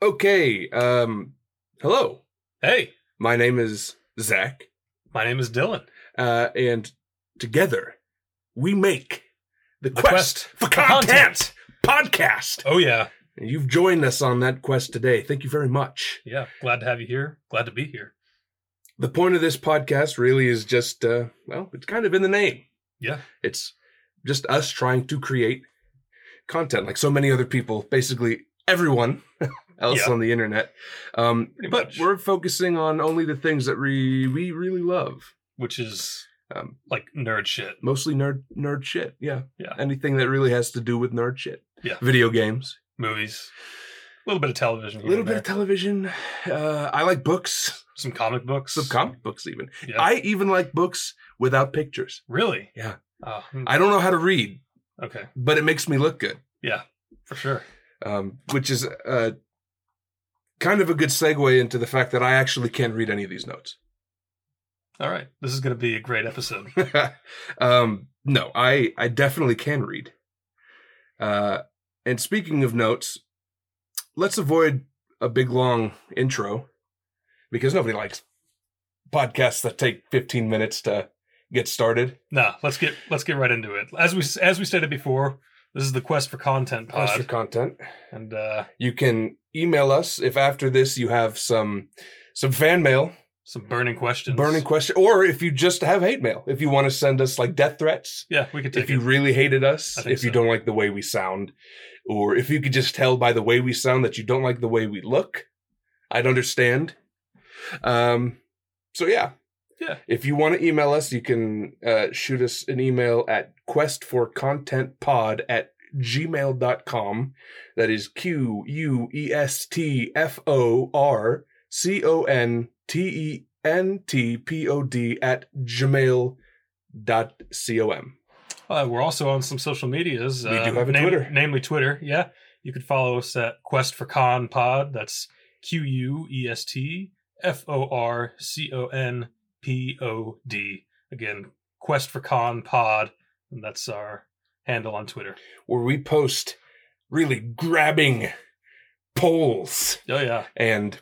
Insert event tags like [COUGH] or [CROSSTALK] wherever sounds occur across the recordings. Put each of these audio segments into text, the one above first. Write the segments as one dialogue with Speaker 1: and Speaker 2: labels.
Speaker 1: Okay. Um, hello.
Speaker 2: Hey,
Speaker 1: My name is Zach,
Speaker 2: my name is Dylan.
Speaker 1: uh, and together we make the,
Speaker 2: The
Speaker 1: quest, for content, podcast.
Speaker 2: Oh yeah,
Speaker 1: And you've joined us on that quest today. Thank you very much.
Speaker 2: yeah. Glad to have you here. Glad to be here.
Speaker 1: The point of this podcast really is just, uh, well, it's kind of in the name.
Speaker 2: Yeah.
Speaker 1: It's just us trying to create content like so many other people, basically everyone [LAUGHS] else
Speaker 2: Yeah.
Speaker 1: on the internet. Um,
Speaker 2: Pretty
Speaker 1: but
Speaker 2: much.
Speaker 1: we're focusing on only the things that we, we really love.
Speaker 2: Which is
Speaker 1: Um,
Speaker 2: like nerd shit.
Speaker 1: mostly nerd nerd shit. Yeah.
Speaker 2: Yeah.
Speaker 1: Anything that really has to do with nerd shit.
Speaker 2: Yeah.
Speaker 1: Video games.
Speaker 2: Movies, a little bit of television,
Speaker 1: A little bit of television. Uh, I like books. [LAUGHS]
Speaker 2: some comic books,
Speaker 1: Some comic books even.
Speaker 2: Yeah.
Speaker 1: I even like books without pictures.
Speaker 2: really.
Speaker 1: Yeah.
Speaker 2: Oh, hmm,
Speaker 1: I don't know how to read,
Speaker 2: okay,
Speaker 1: but it makes me look good.
Speaker 2: for sure.
Speaker 1: Um, which is uh kind of a good segue into the fact that I actually can't read any of these notes. [LAUGHS]
Speaker 2: All right, this is going to be a great episode.
Speaker 1: um, no, I I definitely can read. Uh, and speaking of notes, let's avoid a big long intro because nobody likes podcasts that take 15 minutes to get started.
Speaker 2: nah, let's get let's get right into it. As we as we stated before, this is the quest for content pod,
Speaker 1: Post your content.
Speaker 2: and uh,
Speaker 1: You can email us if after this you have some some fan mail,
Speaker 2: some burning questions.
Speaker 1: burning question, or if you just have hate mail. If you want to send us like death threats,
Speaker 2: Yeah, we could take
Speaker 1: if you
Speaker 2: it.
Speaker 1: really hated us,
Speaker 2: I think
Speaker 1: if you
Speaker 2: so.
Speaker 1: don't like the way we sound, or if you could just tell by the way we sound that you don't like the way we look, I'd understand. Um, so yeah,
Speaker 2: Yeah.
Speaker 1: If you want to email us, you can uh, shoot us an email at questforcontentpod at gmail.com. That is Q U E S T F O R C O N T E N T P O D at gmail dot com.
Speaker 2: Uh, we're also on some social medias.
Speaker 1: We
Speaker 2: uh,
Speaker 1: do have a
Speaker 2: nam-
Speaker 1: Twitter.
Speaker 2: namely Twitter. Yeah, you could follow us at Quest for Con Pod. That's Q U E S T F O R C O N P O D. Again, Quest for Con Pod, and that's our handle on Twitter.
Speaker 1: where we post really grabbing polls
Speaker 2: Oh yeah,
Speaker 1: and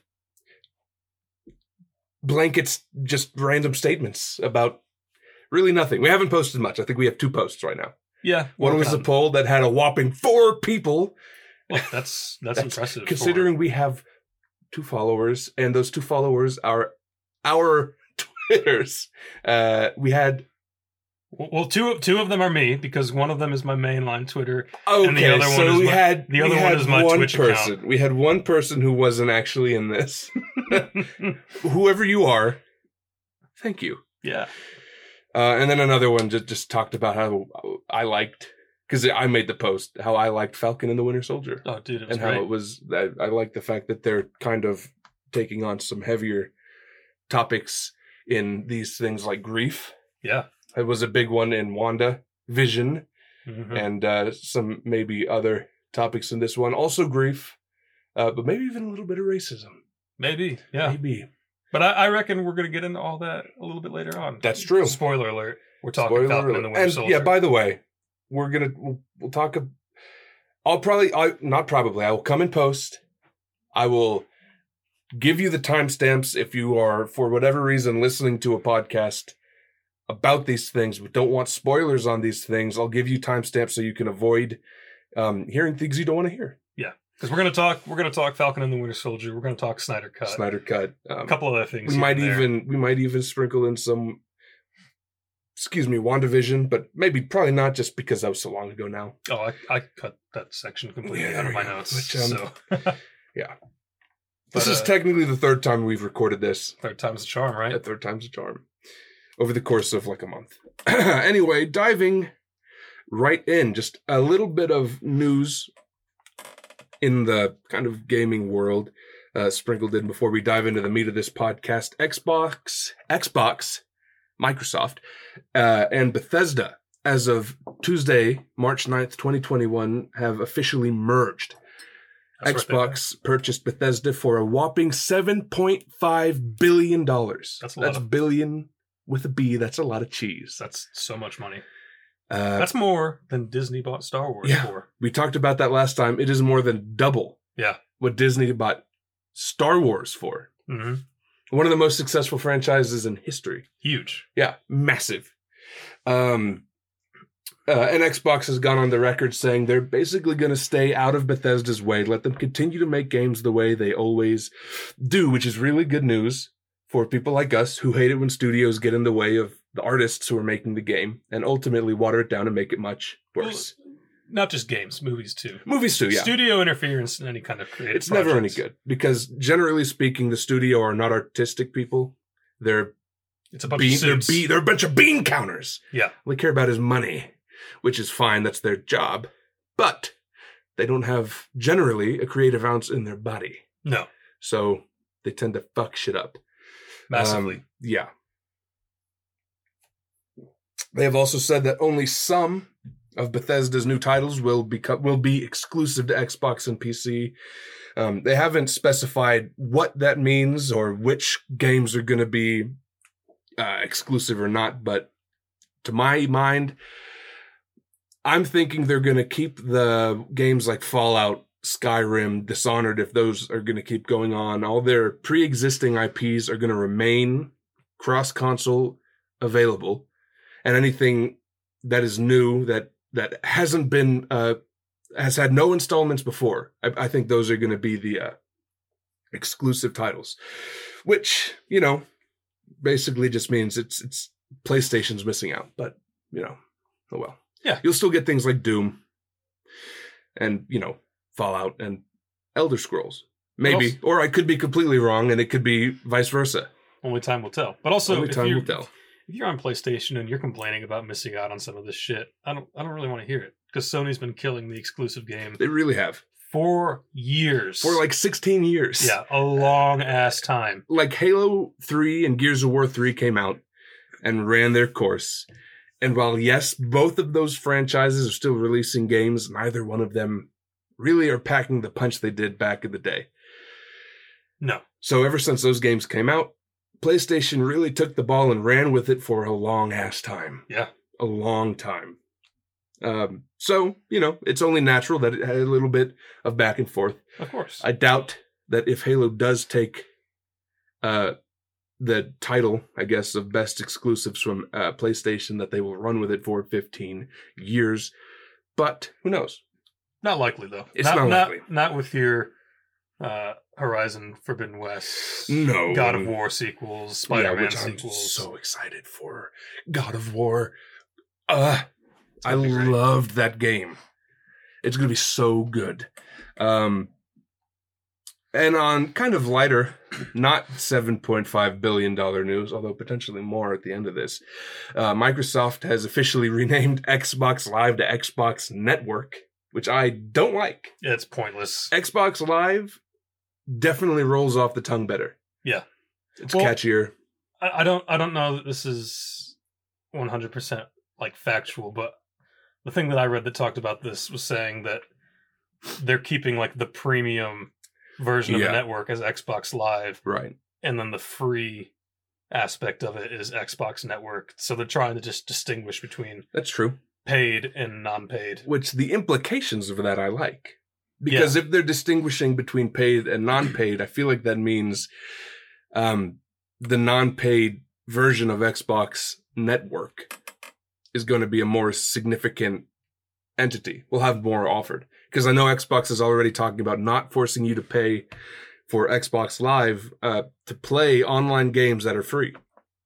Speaker 1: blankets just random statements about really nothing. We haven't posted much. I think we have two posts right now.
Speaker 2: yeah.
Speaker 1: One was
Speaker 2: working
Speaker 1: a
Speaker 2: on-
Speaker 1: poll that had a whopping four people
Speaker 2: Well,
Speaker 1: [LAUGHS]
Speaker 2: that's that's
Speaker 1: That's
Speaker 2: impressive. for-
Speaker 1: considering we have two followers and those two followers are our [LAUGHS] twitters. Uh we had
Speaker 2: well, two two of them are me because one of them is my mainline Twitter.
Speaker 1: okay,
Speaker 2: And the other one
Speaker 1: so
Speaker 2: is
Speaker 1: we
Speaker 2: my-
Speaker 1: had
Speaker 2: the other
Speaker 1: we
Speaker 2: one
Speaker 1: had
Speaker 2: is my
Speaker 1: one
Speaker 2: Twitch account.
Speaker 1: person. We had one person who wasn't actually in this.
Speaker 2: [LAUGHS]
Speaker 1: whoever you are, thank you.
Speaker 2: yeah,
Speaker 1: Uh, and then another one just, just talked about how I liked because I made the post how I liked Falcon and the Winter Soldier
Speaker 2: oh dude, it was
Speaker 1: and how
Speaker 2: great.
Speaker 1: it was. I, I like the fact that they're kind of taking on some heavier topics in these things like grief.
Speaker 2: yeah.
Speaker 1: It was a big one in Wanda Vision
Speaker 2: Mhm.
Speaker 1: and uh, some maybe other topics in this one. Also grief, uh, but maybe even a little bit of racism.
Speaker 2: Maybe, yeah.
Speaker 1: Maybe
Speaker 2: But I, I reckon we're going to get into all that a little bit later on.
Speaker 1: that's true.
Speaker 2: Spoiler alert. We're talking
Speaker 1: Spoiler
Speaker 2: Falcon
Speaker 1: alert.
Speaker 2: and the Winter
Speaker 1: And,
Speaker 2: Soldier.
Speaker 1: Yeah. By the way, we're gonna we'll, we'll talk. ab- I'll probably I not probably I will come in post. I will give you the timestamps if you are for whatever reason listening to a podcast about these things but don't want spoilers on these things. I'll give you timestamps so you can avoid um, hearing things you don't want to hear.
Speaker 2: Because we're going to talk, we're going to talk Falcon and the Winter Soldier. We're going to talk Snyder Cut.
Speaker 1: Snyder cut. Um,
Speaker 2: A couple other things.
Speaker 1: we
Speaker 2: here
Speaker 1: might
Speaker 2: and there.
Speaker 1: even we might even sprinkle in some. Excuse me, WandaVision, but maybe probably not just because that was so long ago now.
Speaker 2: Oh, I, I cut that section completely
Speaker 1: Yeah,
Speaker 2: out of my
Speaker 1: yeah,
Speaker 2: notes.
Speaker 1: which, um,
Speaker 2: so
Speaker 1: This
Speaker 2: But,
Speaker 1: is
Speaker 2: uh,
Speaker 1: technically the third time we've recorded this.
Speaker 2: third time's the charm, right?
Speaker 1: A third time's a charm. Over the course of like a month. [CLEARS THROAT] anyway, diving right in, just a little bit of news in the kind of gaming world uh, sprinkled in before we dive into the meat of this podcast. Xbox, Xbox, Microsoft, uh, and Bethesda, as of Tuesday, March 9th, 2021, have officially merged.
Speaker 2: That's right, baby.
Speaker 1: Xbox purchased Bethesda for a whopping seven point five billion dollars.
Speaker 2: That's a lot of-
Speaker 1: billion with a B. That's a lot of cheese.
Speaker 2: That's so much money.
Speaker 1: Uh,
Speaker 2: That's more than Disney bought Star Wars
Speaker 1: Yeah.
Speaker 2: for.
Speaker 1: we talked about that last time. It is more than double.
Speaker 2: Yeah.
Speaker 1: what Disney bought Star Wars for.
Speaker 2: hmm
Speaker 1: One of the most successful franchises in history.
Speaker 2: Huge.
Speaker 1: Yeah, massive. Um, uh, and Xbox has gone on the record saying they're basically going to stay out of Bethesda's way, let them continue to make games the way they always do, which is really good news for people like us who hate it when studios get in the way of the artists who are making the game and ultimately water it down and make it much worse.
Speaker 2: Not just games, movies too.
Speaker 1: Movies too, yeah.
Speaker 2: Studio interference in any kind of creative.
Speaker 1: it's never any
Speaker 2: projects.
Speaker 1: good because generally speaking, the studio are not artistic people. They're
Speaker 2: It's a bunch
Speaker 1: bean,
Speaker 2: of
Speaker 1: they're,
Speaker 2: suits.
Speaker 1: be, they're a bunch of bean counters.
Speaker 2: Yeah.
Speaker 1: All they care about is money, which is fine. That's their job. But they don't have generally a creative ounce in their body.
Speaker 2: no,
Speaker 1: So they tend to fuck shit up.
Speaker 2: massively.
Speaker 1: Um, yeah. They have also said that only some of Bethesda's new titles will become will be exclusive to Xbox and PC. Um, they haven't specified what that means or which games are going to be uh, exclusive or not. But to my mind, I'm thinking they're going to keep the games like Fallout, Skyrim, Dishonored, if those are going to keep going on. All their pre existing IPs are going to remain cross console available. And anything that is new that that hasn't been uh has had no installments before i, I think those are going to be the uh exclusive titles which you know basically just means it's it's playstation's missing out but you know oh well
Speaker 2: Yeah.
Speaker 1: you'll still get things like doom and you know fallout and elder scrolls maybe
Speaker 2: else?
Speaker 1: or i could be completely wrong and it could be vice versa
Speaker 2: Only time will tell. But also,
Speaker 1: only
Speaker 2: if
Speaker 1: time
Speaker 2: you're-
Speaker 1: will tell
Speaker 2: if you're on PlayStation and you're complaining about missing out on some of this shit, I don't I don't really want to hear it because Sony's been killing the exclusive game
Speaker 1: they really have
Speaker 2: for years.
Speaker 1: for like 16 years
Speaker 2: yeah, a long ass time.
Speaker 1: like Halo 3 and Gears of War 3 came out and ran their course. And while yes, both of those franchises are still releasing games, neither one of them really are packing the punch they did back in the day.
Speaker 2: No,
Speaker 1: So ever since those games came out, PlayStation really took the ball and ran with it for a long ass time.
Speaker 2: Yeah.
Speaker 1: A long time. Um, so, you know, it's only natural that it had a little bit of back and forth.
Speaker 2: of course.
Speaker 1: I doubt that if Halo does take uh, the title, I guess, of best exclusives from uh, PlayStation, that they will run with it for 15 years. But who knows?
Speaker 2: not likely though.
Speaker 1: It's
Speaker 2: not
Speaker 1: not
Speaker 2: not,
Speaker 1: likely.
Speaker 2: not with your uh, Horizon Forbidden West,
Speaker 1: No.
Speaker 2: God of War sequels, Spider Man sequels.
Speaker 1: so excited for. God of War. Uh, I
Speaker 2: gonna be great.
Speaker 1: loved that game. It's going to be so good. Um, and on kind of lighter, not $7.5 billion news, although potentially more at the end of this, uh, Microsoft has officially [LAUGHS] renamed Xbox Live to Xbox Network, which I don't like.
Speaker 2: Yeah, it's pointless.
Speaker 1: Xbox Live definitely rolls off the tongue better.
Speaker 2: Yeah.
Speaker 1: It's
Speaker 2: Well,
Speaker 1: catchier.
Speaker 2: I, I don't I don't know that this is 100% like factual, but the thing that I read that talked about this was saying that they're keeping like the premium version of
Speaker 1: Yeah.
Speaker 2: the network as Xbox Live
Speaker 1: Right.
Speaker 2: and then the free aspect of it is Xbox Network. So they're trying to just distinguish between
Speaker 1: That's true.
Speaker 2: paid and non-paid.
Speaker 1: Which the implications of that I like. Because if they're distinguishing between paid and non paid, I feel like that means um, the non paid version of Xbox Network is going to be a more significant entity. We'll have more offered. Because I know Xbox is already talking about not forcing you to pay for Xbox Live uh, to play online games that are free.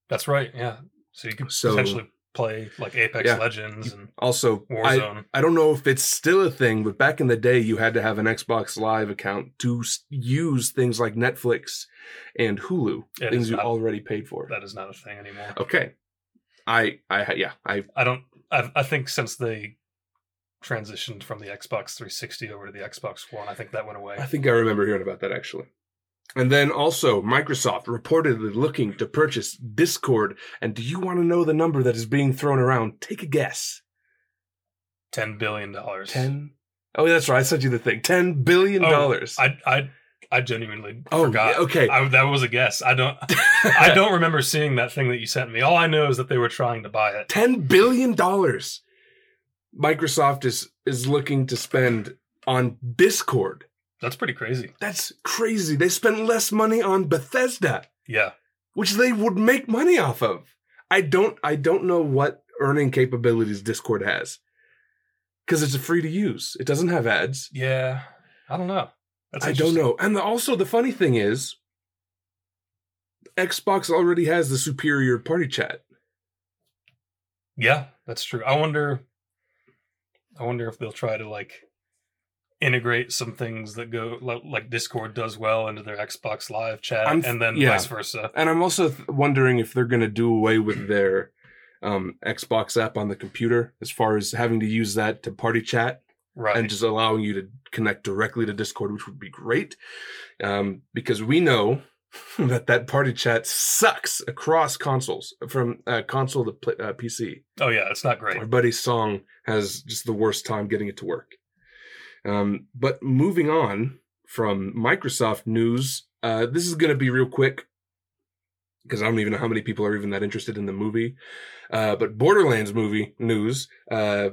Speaker 2: That's right. Yeah. So you could
Speaker 1: So-
Speaker 2: potentially play like Apex
Speaker 1: Yeah.
Speaker 2: Legends and
Speaker 1: Also, I,
Speaker 2: Warzone.
Speaker 1: I don't know if it's still a thing, but back in the day, you had to have an Xbox Live account to s- use things like Netflix and Hulu,
Speaker 2: It
Speaker 1: things
Speaker 2: is
Speaker 1: you
Speaker 2: not-
Speaker 1: already paid for.
Speaker 2: that is not a thing anymore.
Speaker 1: Okay, I, I, yeah, I,
Speaker 2: I don't. I, I think since they transitioned from the Xbox 360 over to the Xbox One, I think that went away.
Speaker 1: I think I remember hearing about that actually. And then also, Microsoft reportedly looking to purchase Discord. And do you want to know the number that is being thrown around? Take a guess.
Speaker 2: Ten billion dollars.
Speaker 1: Ten. Oh, that's right. I sent you the thing. Ten billion dollars.
Speaker 2: Oh, I I I genuinely
Speaker 1: oh,
Speaker 2: forgot.
Speaker 1: yeah, okay.
Speaker 2: I, that was a guess. I don't.
Speaker 1: [LAUGHS]
Speaker 2: I don't remember seeing that thing that you sent me. All I know is that they were trying to buy it.
Speaker 1: ten billion dollars Microsoft is is looking to spend on Discord.
Speaker 2: That's pretty crazy.
Speaker 1: That's crazy. They spent less money on Bethesda,
Speaker 2: Yeah.
Speaker 1: which they would make money off of. I don't I don't know what earning capabilities Discord has. Cuz it's free to use. It doesn't have ads.
Speaker 2: Yeah. I don't know. That's
Speaker 1: I don't
Speaker 2: interesting.
Speaker 1: know. And the, also the funny thing is Xbox already has the superior party chat.
Speaker 2: Yeah, that's true. I wonder I wonder if they'll try to like integrate some things that go li- like Discord does well into their Xbox live chat
Speaker 1: I'm f-
Speaker 2: and then
Speaker 1: yeah.
Speaker 2: vice versa.
Speaker 1: And I'm also th- wondering if they're going to do away with their um, Xbox app on the computer as far as having to use that to party chat
Speaker 2: Right.
Speaker 1: and just allowing you to connect directly to Discord, which would be great. Um, because we know [LAUGHS] that that party chat sucks across consoles from uh, console to pl- uh, PC.
Speaker 2: oh yeah, it's not great.
Speaker 1: Our buddy Song has just the worst time getting it to work. Um, but moving on from Microsoft news, uh, this is going to be real quick because I don't even know how many people are even that interested in the movie. Uh, but Borderlands movie news, uh,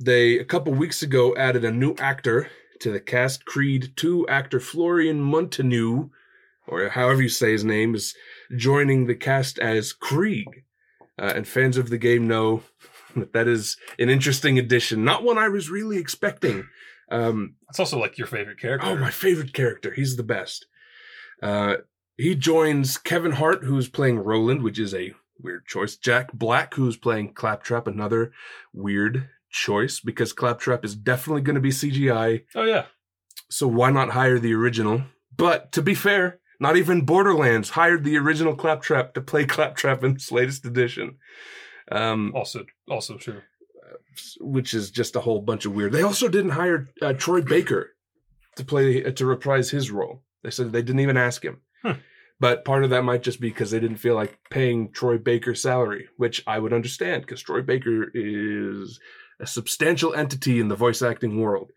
Speaker 1: they a couple weeks ago added a new actor to the cast. Creed two actor Florian Montanu, or however you say his name, is joining the cast as Krieg. Uh, and fans of the game know that that is an interesting addition, not one I was really expecting. Um,
Speaker 2: It's also like your favorite character.
Speaker 1: oh, my favorite character. He's the best. Uh, he joins Kevin Hart, who's playing Roland, which is a weird choice. Jack Black, who's playing Claptrap, another weird choice because Claptrap is definitely going to be CGI.
Speaker 2: Oh yeah.
Speaker 1: So why not hire the original? But to be fair, not even Borderlands hired the original Claptrap to play Claptrap in this latest edition. Um,
Speaker 2: Also also true.
Speaker 1: which is just a whole bunch of weird. They also didn't hire uh, Troy Baker to play uh, to reprise his role. They said they didn't even ask him.
Speaker 2: Hmm.
Speaker 1: But part of that might just be because they didn't feel like paying Troy Baker's salary, which I would understand because Troy Baker is a substantial entity in the voice acting world.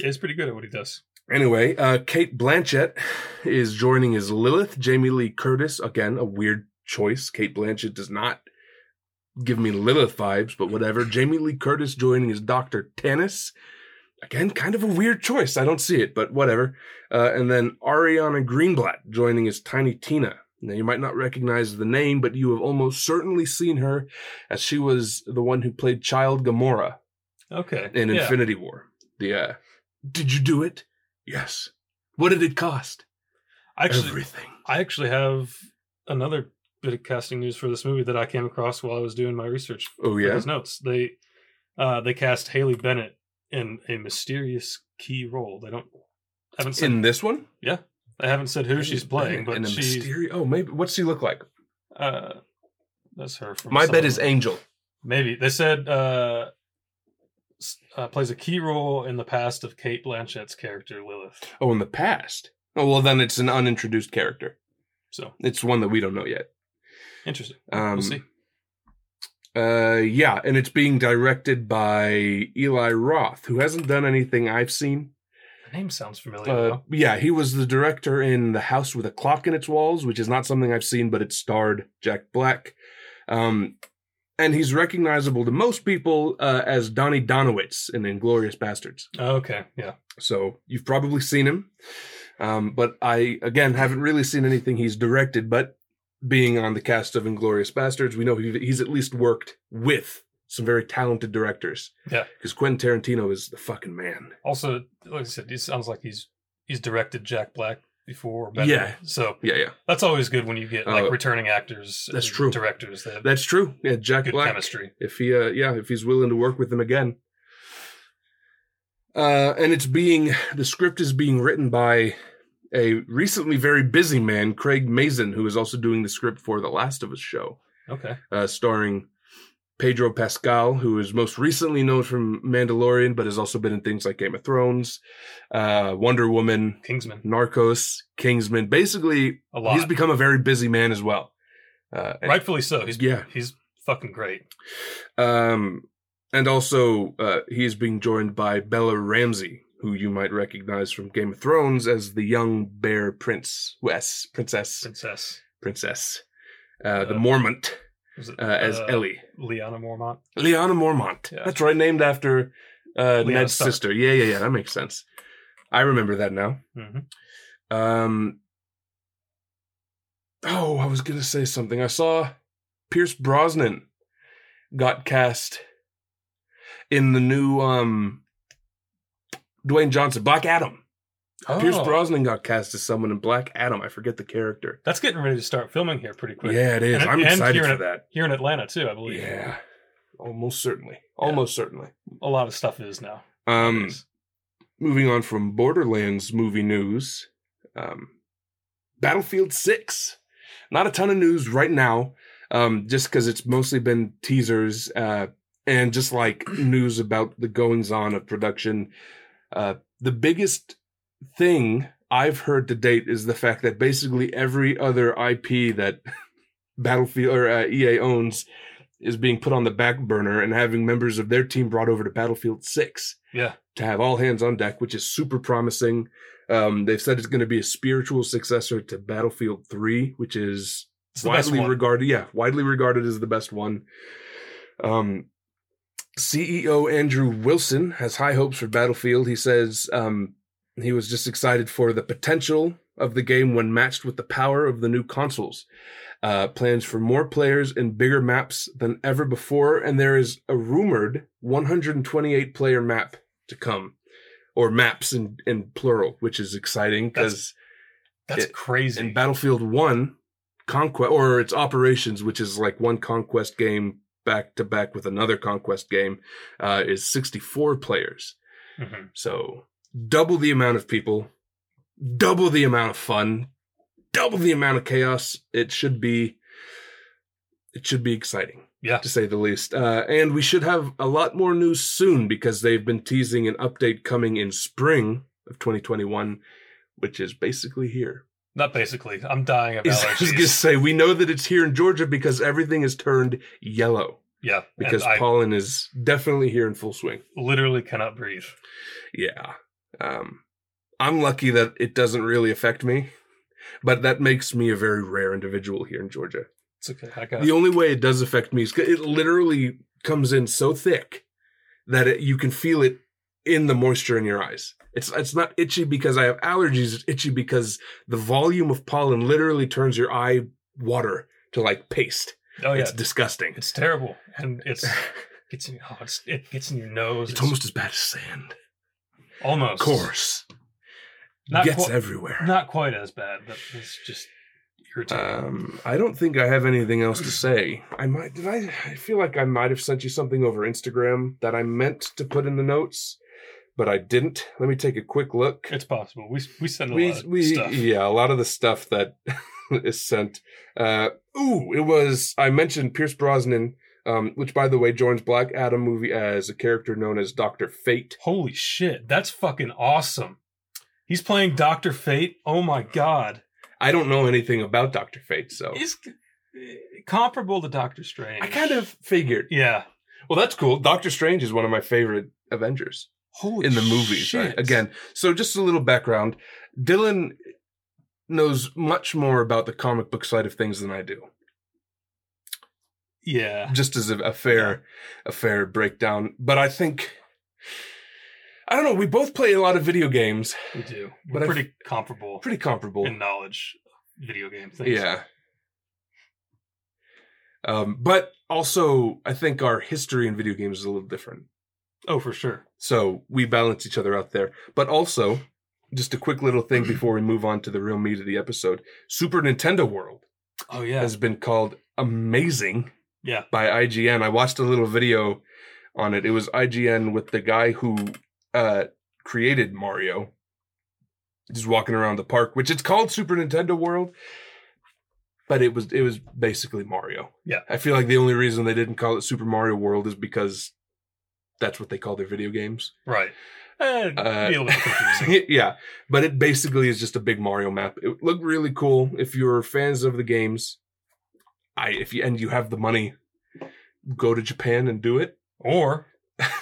Speaker 2: He's pretty good at what he does.
Speaker 1: Anyway, uh, Kate Blanchett is joining as Lilith. Jamie Lee Curtis, again, a weird choice. Kate Blanchett does not give me Lilith vibes, but whatever. Jamie Lee Curtis joining as Dr. Tannis. Again, kind of a weird choice. I don't see it, but whatever. Uh, and then Ariana Greenblatt joining as Tiny Tina. Now, you might not recognize the name, but you have almost certainly seen her as she was the one who played Child Gamora
Speaker 2: Okay.
Speaker 1: in
Speaker 2: yeah.
Speaker 1: Infinity War. The uh, did you do it? Yes. What did it cost?
Speaker 2: actually
Speaker 1: Everything.
Speaker 2: I actually have another bit of casting news for this movie that I came across while I was doing my research
Speaker 1: Oh
Speaker 2: for
Speaker 1: yeah.
Speaker 2: his notes. They uh, they cast Haley Bennett in a mysterious key role. They don't haven't said
Speaker 1: In this one,
Speaker 2: they haven't said who she's playing,
Speaker 1: in
Speaker 2: but
Speaker 1: a
Speaker 2: she's
Speaker 1: mysterio- Oh, maybe. What's she look like?
Speaker 2: uh, that's her. From
Speaker 1: My
Speaker 2: Silent
Speaker 1: bet is
Speaker 2: Hill.
Speaker 1: Angel.
Speaker 2: maybe they said uh, s- uh, plays a key role in the past of Kate Blanchett's character Lilith.
Speaker 1: Oh, in the past. Oh well, then it's an unintroduced character.
Speaker 2: So
Speaker 1: It's one that we don't know yet.
Speaker 2: interesting.
Speaker 1: Um,
Speaker 2: we'll see.
Speaker 1: Uh, yeah, and it's being directed by Eli Roth, who hasn't done anything I've seen.
Speaker 2: The name sounds familiar.
Speaker 1: Uh,
Speaker 2: though.
Speaker 1: yeah, he was the director in The House with a Clock in Its Walls, which is not something I've seen, but it starred Jack Black. Um, and he's recognizable to most people uh, as Donnie Donowitz in Inglorious Bastards.
Speaker 2: Oh, Okay, yeah.
Speaker 1: So you've probably seen him. Um, but I, again, haven't really seen anything he's directed. But being on the cast of Inglorious Bastards, we know he, he's at least worked with some very talented directors.
Speaker 2: Yeah.
Speaker 1: Because Quentin Tarantino is the fucking man.
Speaker 2: Also, like I said, it sounds like he's he's directed Jack Black before. Or better.
Speaker 1: Yeah.
Speaker 2: So
Speaker 1: Yeah, yeah.
Speaker 2: that's always good when you get like
Speaker 1: Uh,
Speaker 2: returning actors.
Speaker 1: that's
Speaker 2: and
Speaker 1: true.
Speaker 2: Directors that have
Speaker 1: That's true. Yeah, Jack
Speaker 2: good
Speaker 1: Black.
Speaker 2: chemistry.
Speaker 1: if he uh yeah if he's willing to work with them again uh and it's being the script is being written by a recently very busy man craig mazin who is also doing the script for the last of us show
Speaker 2: Okay.
Speaker 1: uh starring pedro pascal who is most recently known from mandalorian but has also been in things like game of thrones uh wonder woman
Speaker 2: Kingsman.
Speaker 1: narcos kingsman basically
Speaker 2: A lot.
Speaker 1: he's become a very busy man as well uh and-
Speaker 2: Rightfully so. He's
Speaker 1: yeah
Speaker 2: he's fucking great.
Speaker 1: Um, and also, uh, he is being joined by Bella Ramsey, who you might recognize from Game of Thrones as the young bear prince, Wes, princess,
Speaker 2: Princess.
Speaker 1: princess, uh, the
Speaker 2: Uh,
Speaker 1: Mormont,
Speaker 2: Was it,
Speaker 1: uh, as
Speaker 2: uh,
Speaker 1: Ellie.
Speaker 2: Liana Mormont.
Speaker 1: Liana Mormont.
Speaker 2: Yeah.
Speaker 1: That's right, named after uh,
Speaker 2: Lyanna
Speaker 1: Ned's
Speaker 2: Stark.
Speaker 1: sister. Yeah, yeah, yeah. That makes sense. I remember that now.
Speaker 2: hmm
Speaker 1: Um, oh, I was gonna say something. I saw Pierce Brosnan got cast in the new um Dwayne Johnson Black Adam. Oh. Pierce Brosnan got cast as someone in Black Adam. I forget the character.
Speaker 2: That's getting ready to start filming here pretty quick.
Speaker 1: Yeah, it is.
Speaker 2: And-
Speaker 1: I'm
Speaker 2: and
Speaker 1: excited
Speaker 2: here
Speaker 1: for
Speaker 2: in-
Speaker 1: that.
Speaker 2: Here in Atlanta too, I believe.
Speaker 1: Yeah, almost certainly. Almost certainly.
Speaker 2: A lot of stuff is now.
Speaker 1: Um,
Speaker 2: Yes.
Speaker 1: moving on from Borderlands movie news, um, Battlefield 6. Not a ton of news right now, um, just because it's mostly been teasers uh, and just like news about the goings on of production. Uh, the biggest thing I've heard to date is the fact that basically every other IP that [LAUGHS] Battlefield or uh, EA owns is being put on the back burner and having members of their team brought over to Battlefield 6
Speaker 2: yeah.
Speaker 1: to have all hands on deck, which is super promising. Um, they've said it's going to be a spiritual successor to Battlefield 3, which is
Speaker 2: It's the best
Speaker 1: widely
Speaker 2: one.
Speaker 1: regarded. Yeah, widely regarded as the best one. Um, CEO Andrew Wilson has high hopes for Battlefield. He says um, he was just excited for the potential of the game when matched with the power of the new consoles. Uh, plans for more players and bigger maps than ever before, and there is a rumored 128 player map to come, or maps in, in plural, which is exciting because
Speaker 2: That's
Speaker 1: It-
Speaker 2: crazy.
Speaker 1: in Battlefield 1, Conquest, or its operations, which is like one conquest game back to back with another conquest game, uh, is 64 players.
Speaker 2: Mhm.
Speaker 1: So double the amount of people, double the amount of fun, double the amount of chaos. It should be it should be exciting,
Speaker 2: Yeah.
Speaker 1: to say the least. Uh, and we should have a lot more news soon because they've been teasing an update coming in spring of 2021, which is basically here.
Speaker 2: Not basically. I'm dying of
Speaker 1: I was just gonna
Speaker 2: allergies.
Speaker 1: say we know that it's here in Georgia because everything is turned yellow
Speaker 2: yeah.
Speaker 1: because
Speaker 2: and I
Speaker 1: pollen is definitely here in full swing.
Speaker 2: literally cannot breathe.
Speaker 1: Yeah. Um, I'm lucky that it doesn't really affect me, but that makes me a very rare individual here in Georgia.
Speaker 2: It's okay. I got
Speaker 1: The only way it does affect me is 'cause it literally comes in so thick that it, you can feel it in the moisture in your eyes. It's it's not itchy because I have allergies. It's itchy because the volume of pollen literally turns your eye water to like paste.
Speaker 2: Oh yeah.
Speaker 1: It's disgusting.
Speaker 2: It's terrible, and
Speaker 1: [LAUGHS]
Speaker 2: it's
Speaker 1: It's,
Speaker 2: gets in your oh, it's, it gets in your nose.
Speaker 1: almost as bad as sand.
Speaker 2: almost
Speaker 1: Coarse.
Speaker 2: Not
Speaker 1: Gets
Speaker 2: qui-
Speaker 1: everywhere.
Speaker 2: not quite as bad, but it's just irritating.
Speaker 1: Um, I don't think I have anything else to say. I might did I I feel like I might have sent you something over Instagram that I meant to put in the notes, but I didn't. Let me take a quick look.
Speaker 2: it's possible. We we send a
Speaker 1: We
Speaker 2: lot of
Speaker 1: we
Speaker 2: stuff.
Speaker 1: yeah, a lot of the stuff that [LAUGHS] is sent. Uh ooh, it was I mentioned Pierce Brosnan, um, which by the way joins Black Adam movie as a character known as Doctor Fate.
Speaker 2: Holy shit, that's fucking awesome. He's playing Doctor Fate. Oh my god,
Speaker 1: I don't know anything about Doctor Fate, so
Speaker 2: he's eh, comparable to Doctor Strange.
Speaker 1: Oh. I kind of figured.
Speaker 2: yeah.
Speaker 1: Well, that's cool. Doctor Strange is one of my favorite Avengers.
Speaker 2: Holy
Speaker 1: in the movies
Speaker 2: shit.
Speaker 1: right? again so just a little background dylan knows much more about the comic book side of things than i do
Speaker 2: Yeah,
Speaker 1: just as a, a fair a fair breakdown but i think i don't know we both play a lot of video games
Speaker 2: we do.
Speaker 1: But
Speaker 2: We're
Speaker 1: I-
Speaker 2: pretty comparable
Speaker 1: pretty comparable
Speaker 2: in knowledge, of video game things.
Speaker 1: yeah um, but also i think our history in video games is a little different
Speaker 2: Oh, for sure.
Speaker 1: So we balance each other out there. But also, just a quick little thing before we move on to the real meat of the episode Super Nintendo World
Speaker 2: Oh yeah.
Speaker 1: has been called amazing
Speaker 2: yeah.
Speaker 1: by IGN. I watched a little video on it. It was IGN with the guy who uh, created Mario just walking around the park, which it's called Super Nintendo World. But it was it was basically Mario.
Speaker 2: Yeah.
Speaker 1: I feel like the only reason they didn't call it Super Mario World is because that's what they call their video games.
Speaker 2: Right. Eh,
Speaker 1: Uh,
Speaker 2: be a little
Speaker 1: [LAUGHS]
Speaker 2: confusing.
Speaker 1: yeah, but it basically is just a big Mario map. It looked really cool. If you're fans of the games, I if you and you have the money, go to Japan and do it.
Speaker 2: or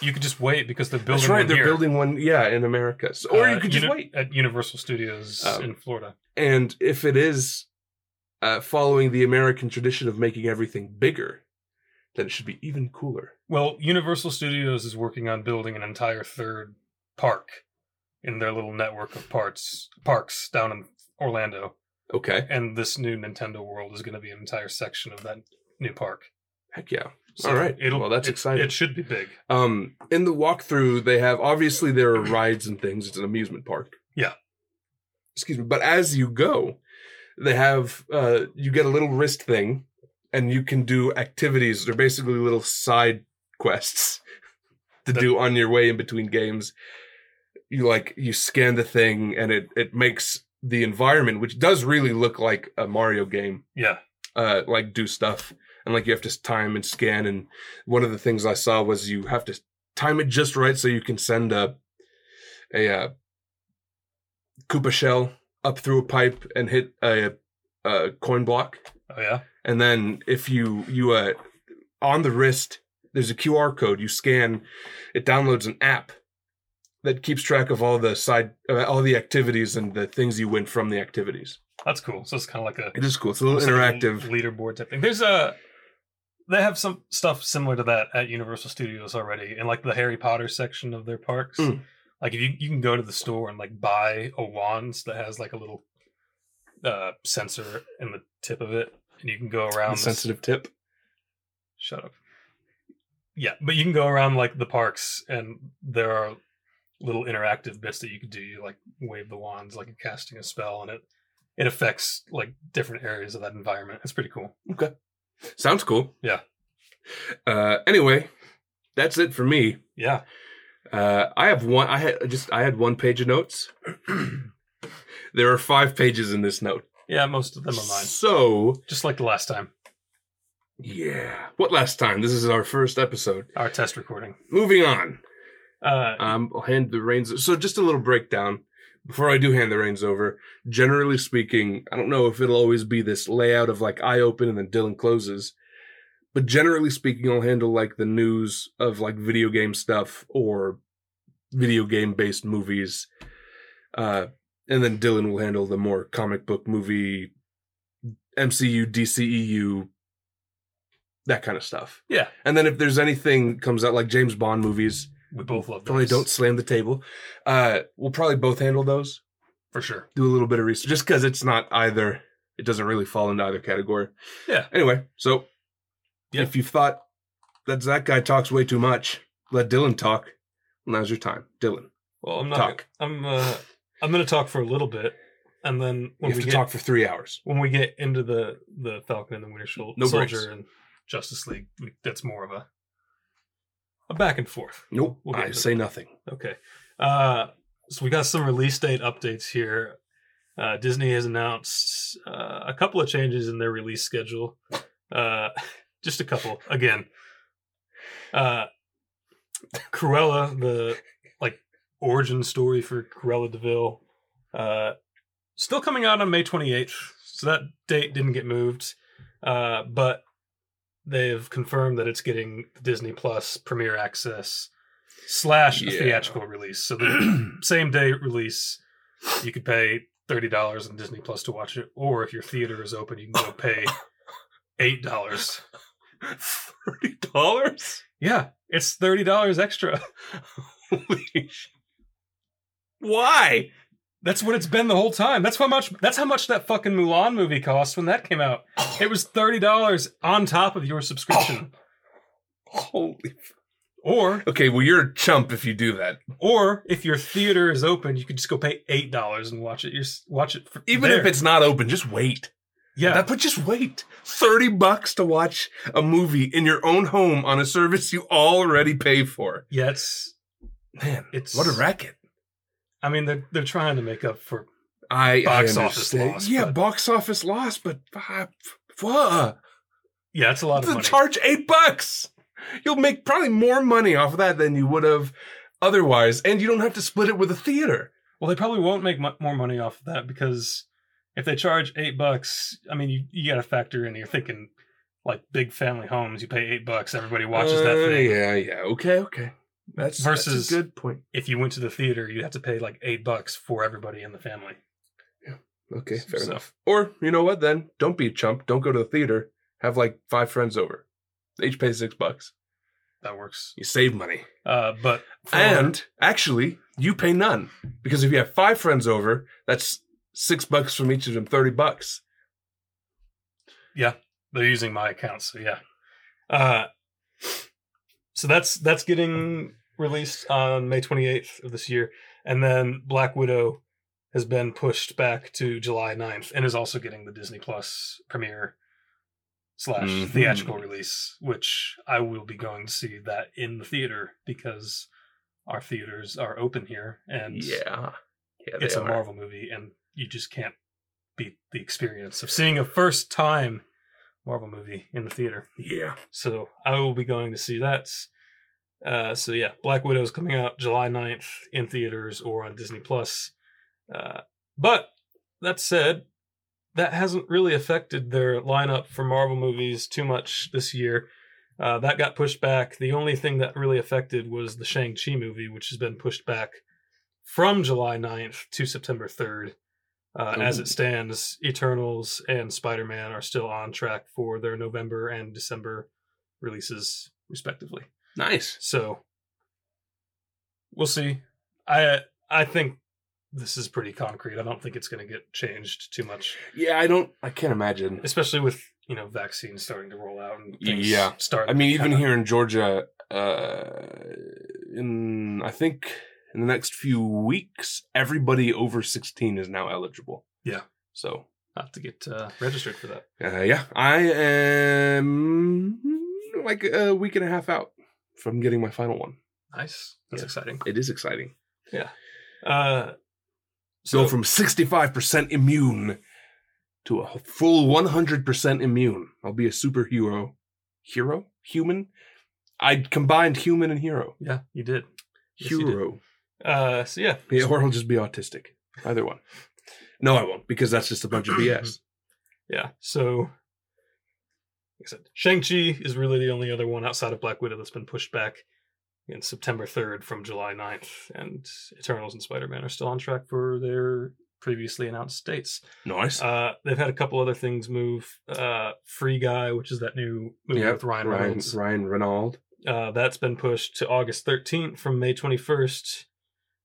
Speaker 2: you could just wait because they're building.
Speaker 1: That's right.
Speaker 2: one
Speaker 1: They're
Speaker 2: here.
Speaker 1: building one, yeah, in America. So, or
Speaker 2: uh,
Speaker 1: you could just
Speaker 2: uni-
Speaker 1: wait.
Speaker 2: at Universal Studios
Speaker 1: Um,
Speaker 2: in Florida.
Speaker 1: And if it is uh, following the American tradition of making everything bigger, then it should be even cooler.
Speaker 2: Well, Universal Studios is working on building an entire third park in their little network of parts parks down in Orlando.
Speaker 1: Okay.
Speaker 2: And this new Nintendo World is going to be an entire section of that new park.
Speaker 1: Heck yeah. All right.
Speaker 2: It'll,
Speaker 1: Well, that's
Speaker 2: it-
Speaker 1: exciting.
Speaker 2: It should be big.
Speaker 1: Um, in the walkthrough, they have obviously there are rides and things. It's an amusement park.
Speaker 2: Yeah.
Speaker 1: Excuse me. But as you go, they have uh, you get a little wrist thing, and you can do activities. They're basically little side quests to
Speaker 2: That-
Speaker 1: do on your way in between games. You like you scan the thing, and it it makes the environment, which does really look like a Mario game,
Speaker 2: Yeah.
Speaker 1: uh, like do stuff and like you have to time and scan and one of the things i saw was you have to time it just right so you can send a a uh, koopa shell up through a pipe and hit a, a coin block
Speaker 2: Oh yeah.
Speaker 1: and then if you you uh on the wrist there's a qr code you scan it downloads an app that keeps track of all the side uh, all the activities and the things you win from the activities
Speaker 2: That's cool. So it's kind of like a
Speaker 1: it is cool it's a little
Speaker 2: It's like a
Speaker 1: interactive
Speaker 2: leaderboard type thing. There's a they have some stuff similar to that at Universal Studios already, in like the Harry Potter section of their parks.
Speaker 1: Mm.
Speaker 2: Like if you you can go to the store and like buy a wand that has like a little uh sensor in the tip of it, and you can go around.
Speaker 1: The
Speaker 2: this-
Speaker 1: sensitive tip
Speaker 2: Shut up. Yeah, but you can go around like the parks, and there are little interactive bits that you can do. You like wave the wands like you're casting a spell, and it it affects like different areas of that environment. It's pretty cool.
Speaker 1: Sounds cool.
Speaker 2: Yeah.
Speaker 1: Uh, anyway, that's it for me.
Speaker 2: Yeah.
Speaker 1: Uh, I have one. I had just I had one page of notes. [CLEARS THROAT] there are five pages in this note.
Speaker 2: Yeah, most of them are mine.
Speaker 1: So
Speaker 2: Just like the last time,
Speaker 1: yeah. What last time? This is our first episode.
Speaker 2: our test recording.
Speaker 1: Moving on.
Speaker 2: Uh,
Speaker 1: Um, I'll hand the reins. So just a little breakdown before I do hand the reins over. Generally speaking, I don't know if it'll always be this layout of like I open and then Dylan closes, but generally speaking, I'll handle like the news of like video game stuff or video game based movies, uh, and then Dylan will handle the more comic book movie, MCU, DCEU, E that kind of stuff.
Speaker 2: Yeah.
Speaker 1: and then if there's anything comes out like James Bond movies.
Speaker 2: we both love
Speaker 1: Probably
Speaker 2: those.
Speaker 1: don't slam the table. Uh, we'll probably both handle those.
Speaker 2: for sure.
Speaker 1: Do a little bit of research just because it's not either. It doesn't really fall into either category.
Speaker 2: Yeah.
Speaker 1: Anyway, so
Speaker 2: Yeah.
Speaker 1: if you've thought that that guy talks way too much, let Dylan talk. Now's your time, Dylan.
Speaker 2: Well, I'm not.
Speaker 1: Talk.
Speaker 2: I'm. Uh, I'm going to talk for a little bit, and then
Speaker 1: You
Speaker 2: when
Speaker 1: have
Speaker 2: we
Speaker 1: to
Speaker 2: get
Speaker 1: talk for three hours.
Speaker 2: when we get into the the Falcon and the Winter Sol-
Speaker 1: No breaks.
Speaker 2: Soldier and Justice League, we, that's more of a a back and forth.
Speaker 1: Nope.
Speaker 2: We'll get
Speaker 1: I
Speaker 2: to
Speaker 1: say nothing.
Speaker 2: [LAUGHS] Okay. Uh, so we got some release date updates here. Uh, Disney has announced uh, a couple of changes in their release schedule. Uh, just a couple. Again, uh, Cruella, the like origin story for Cruella Deville, uh, still coming out on May 28th. So that date didn't get moved, uh, but they've confirmed that it's getting Disney Plus premiere access slash a
Speaker 1: Yeah.
Speaker 2: theatrical release. So the same day release, you could pay thirty dollars on Disney Plus to watch it, or if your theater is open, you can go pay eight dollars.
Speaker 1: Thirty dollars.
Speaker 2: Yeah, it's thirty dollars extra. [LAUGHS]
Speaker 1: Why?
Speaker 2: That's what it's been the whole time. That's how much. That's how much that fucking Mulan movie cost when that came out. It was thirty dollars on top of your
Speaker 1: [LAUGHS]
Speaker 2: subscription,
Speaker 1: Holy.
Speaker 2: or
Speaker 1: Okay. Well, you're a chump if you do that.
Speaker 2: or if your theater is open, you could just go pay eight dollars and watch it. Your watch it for,
Speaker 1: Even if
Speaker 2: there.
Speaker 1: it's not open, just wait.
Speaker 2: yeah.
Speaker 1: That, but just wait. 30 bucks to watch a movie in your own home on a service you already pay for.
Speaker 2: yeah, it's.
Speaker 1: Man,
Speaker 2: It's-
Speaker 1: what a racket.
Speaker 2: I mean, they're they're trying to make up for
Speaker 1: I I
Speaker 2: Box office
Speaker 1: understand.
Speaker 2: loss,
Speaker 1: Yeah,
Speaker 2: but-
Speaker 1: box office loss, but uh, whoa,
Speaker 2: yeah, it's a lot of
Speaker 1: to
Speaker 2: money.
Speaker 1: charge eight bucks. You'll make probably more money off of that than you would have otherwise, and you don't have to split it with a theater.
Speaker 2: Well, they probably won't make mu- more money off of that because if they charge eight bucks, I mean, you, you got to factor in. You're thinking like big family homes. You pay eight bucks, everybody watches that
Speaker 1: Uh,
Speaker 2: thing.
Speaker 1: Yeah, yeah. Okay, okay. That's,
Speaker 2: Versus-
Speaker 1: that's a good point.
Speaker 2: If you went to the theater, you'd have to pay like eight bucks for everybody in the family.
Speaker 1: Okay, fair
Speaker 2: So-
Speaker 1: enough. Or you know what? Then don't be a chump. Don't go to the theater. Have like five friends over. They each pay six bucks.
Speaker 2: That works.
Speaker 1: You save money.
Speaker 2: Uh, but for,
Speaker 1: And actually, You pay none because if you have five friends over, that's six bucks from each of them, thirty bucks.
Speaker 2: They're using my account, so yeah. Uh, so that's that's getting released on May 28th of this year, and then Black Widow has been pushed back to July 9th and is also getting the Disney Plus premiere slash
Speaker 1: Mhm.
Speaker 2: theatrical release, which I will be going to see that in the theater because our theaters are open here and
Speaker 1: yeah, yeah,
Speaker 2: it's a Marvel movie, and you just can't beat the experience of seeing a first time Marvel movie in the theater.
Speaker 1: Yeah,
Speaker 2: So I will be going to see that. Uh, so yeah, Black Widow is coming out July 9th in theaters or on Disney Plus. Uh, but that said, that hasn't really affected their lineup for Marvel movies too much this year. Uh, that got pushed back. The only thing that really affected was the Shang-Chi movie, which has been pushed back from July 9th to September 3rd. Uh, as
Speaker 1: Ooh.
Speaker 2: it stands, Eternals and Spider-Man are still on track for their November and December releases, respectively.
Speaker 1: nice.
Speaker 2: So we'll see. I I think this is pretty concrete. I don't think it's going to get changed too much,
Speaker 1: Yeah, I don't. I can't imagine.
Speaker 2: especially with you know vaccines starting to roll out and things
Speaker 1: Yeah.
Speaker 2: start.
Speaker 1: I mean, even
Speaker 2: kinda-
Speaker 1: here in Georgia, uh, in I think in the next few weeks, everybody over sixteen is now eligible.
Speaker 2: Yeah.
Speaker 1: So
Speaker 2: I have to get uh, registered for that.
Speaker 1: uh, yeah, I am like a week and a half out from getting my final one.
Speaker 2: Nice. That's
Speaker 1: Yeah.
Speaker 2: exciting.
Speaker 1: It is exciting.
Speaker 2: Uh,
Speaker 1: So from sixty five percent immune to a full one hundred percent immune, I'll be a superhero. Hero, human. I combined human and hero.
Speaker 2: yeah, you did. Yes, you did.
Speaker 1: Hero.
Speaker 2: Uh, so yeah,
Speaker 1: Yeah, or he'll just be autistic. Either one. No, I won't, because that's just a bunch [CLEARS THROAT] of BS.
Speaker 2: yeah. So, like I said, Shang-Chi is really the only other one outside of Black Widow that's been pushed back in September 3rd from July 9th, and Eternals and Spider-Man are still on track for their previously announced dates.
Speaker 1: Nice.
Speaker 2: Uh, they've had a couple other things move. Uh, Free Guy, which is that new movie
Speaker 1: Yep,
Speaker 2: with Ryan
Speaker 1: Ryan
Speaker 2: Reynolds,
Speaker 1: Ryan Reynolds.
Speaker 2: uh, that's been pushed to August 13th from May 21st.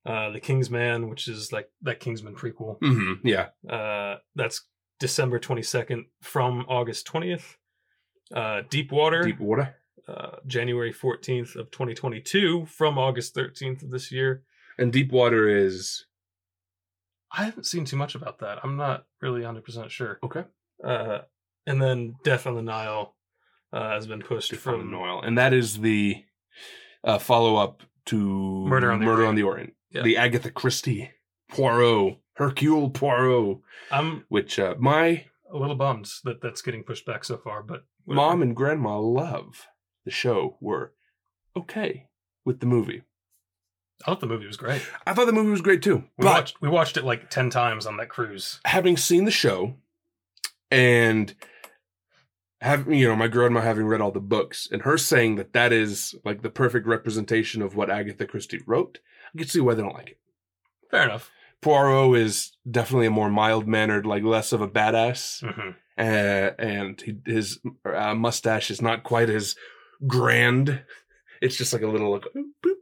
Speaker 2: Uh, the Kingsman, which is like that Kingsman prequel,
Speaker 1: Mm-hmm. Yeah.
Speaker 2: uh, that's December 22nd from August 20th. Uh, Deep Water,
Speaker 1: Deep water.
Speaker 2: Uh, January 14th of 2022 from August 13th of this year.
Speaker 1: And deep water is
Speaker 2: I haven't seen too much about that. I'm not really 100% sure.
Speaker 1: Okay.
Speaker 2: Uh, and then Death on the Nile uh, has been pushed
Speaker 1: Deep
Speaker 2: from
Speaker 1: from Noel. And that is the uh, follow up to
Speaker 2: Murder on the Orient.
Speaker 1: Orient.
Speaker 2: Yeah.
Speaker 1: The Agatha Christie Poirot. Hercule Poirot.
Speaker 2: I'm
Speaker 1: Which uh, my
Speaker 2: a little bummed that that's getting pushed back so far, but whatever.
Speaker 1: mom and grandma love the show were okay with the movie.
Speaker 2: I thought the movie was great.
Speaker 1: I thought the movie was great too.
Speaker 2: We watched we watched it like 10 times on that cruise.
Speaker 1: having seen the show and having you know my grandma having read all the books and her saying that that is like the perfect representation of what agatha christie wrote i can see why they don't like it
Speaker 2: Fair enough.
Speaker 1: poirot is definitely a more mild mannered like less of a badass
Speaker 2: hmm
Speaker 1: uh, and he, his uh, mustache is not quite as grand it's just like a little like, boop,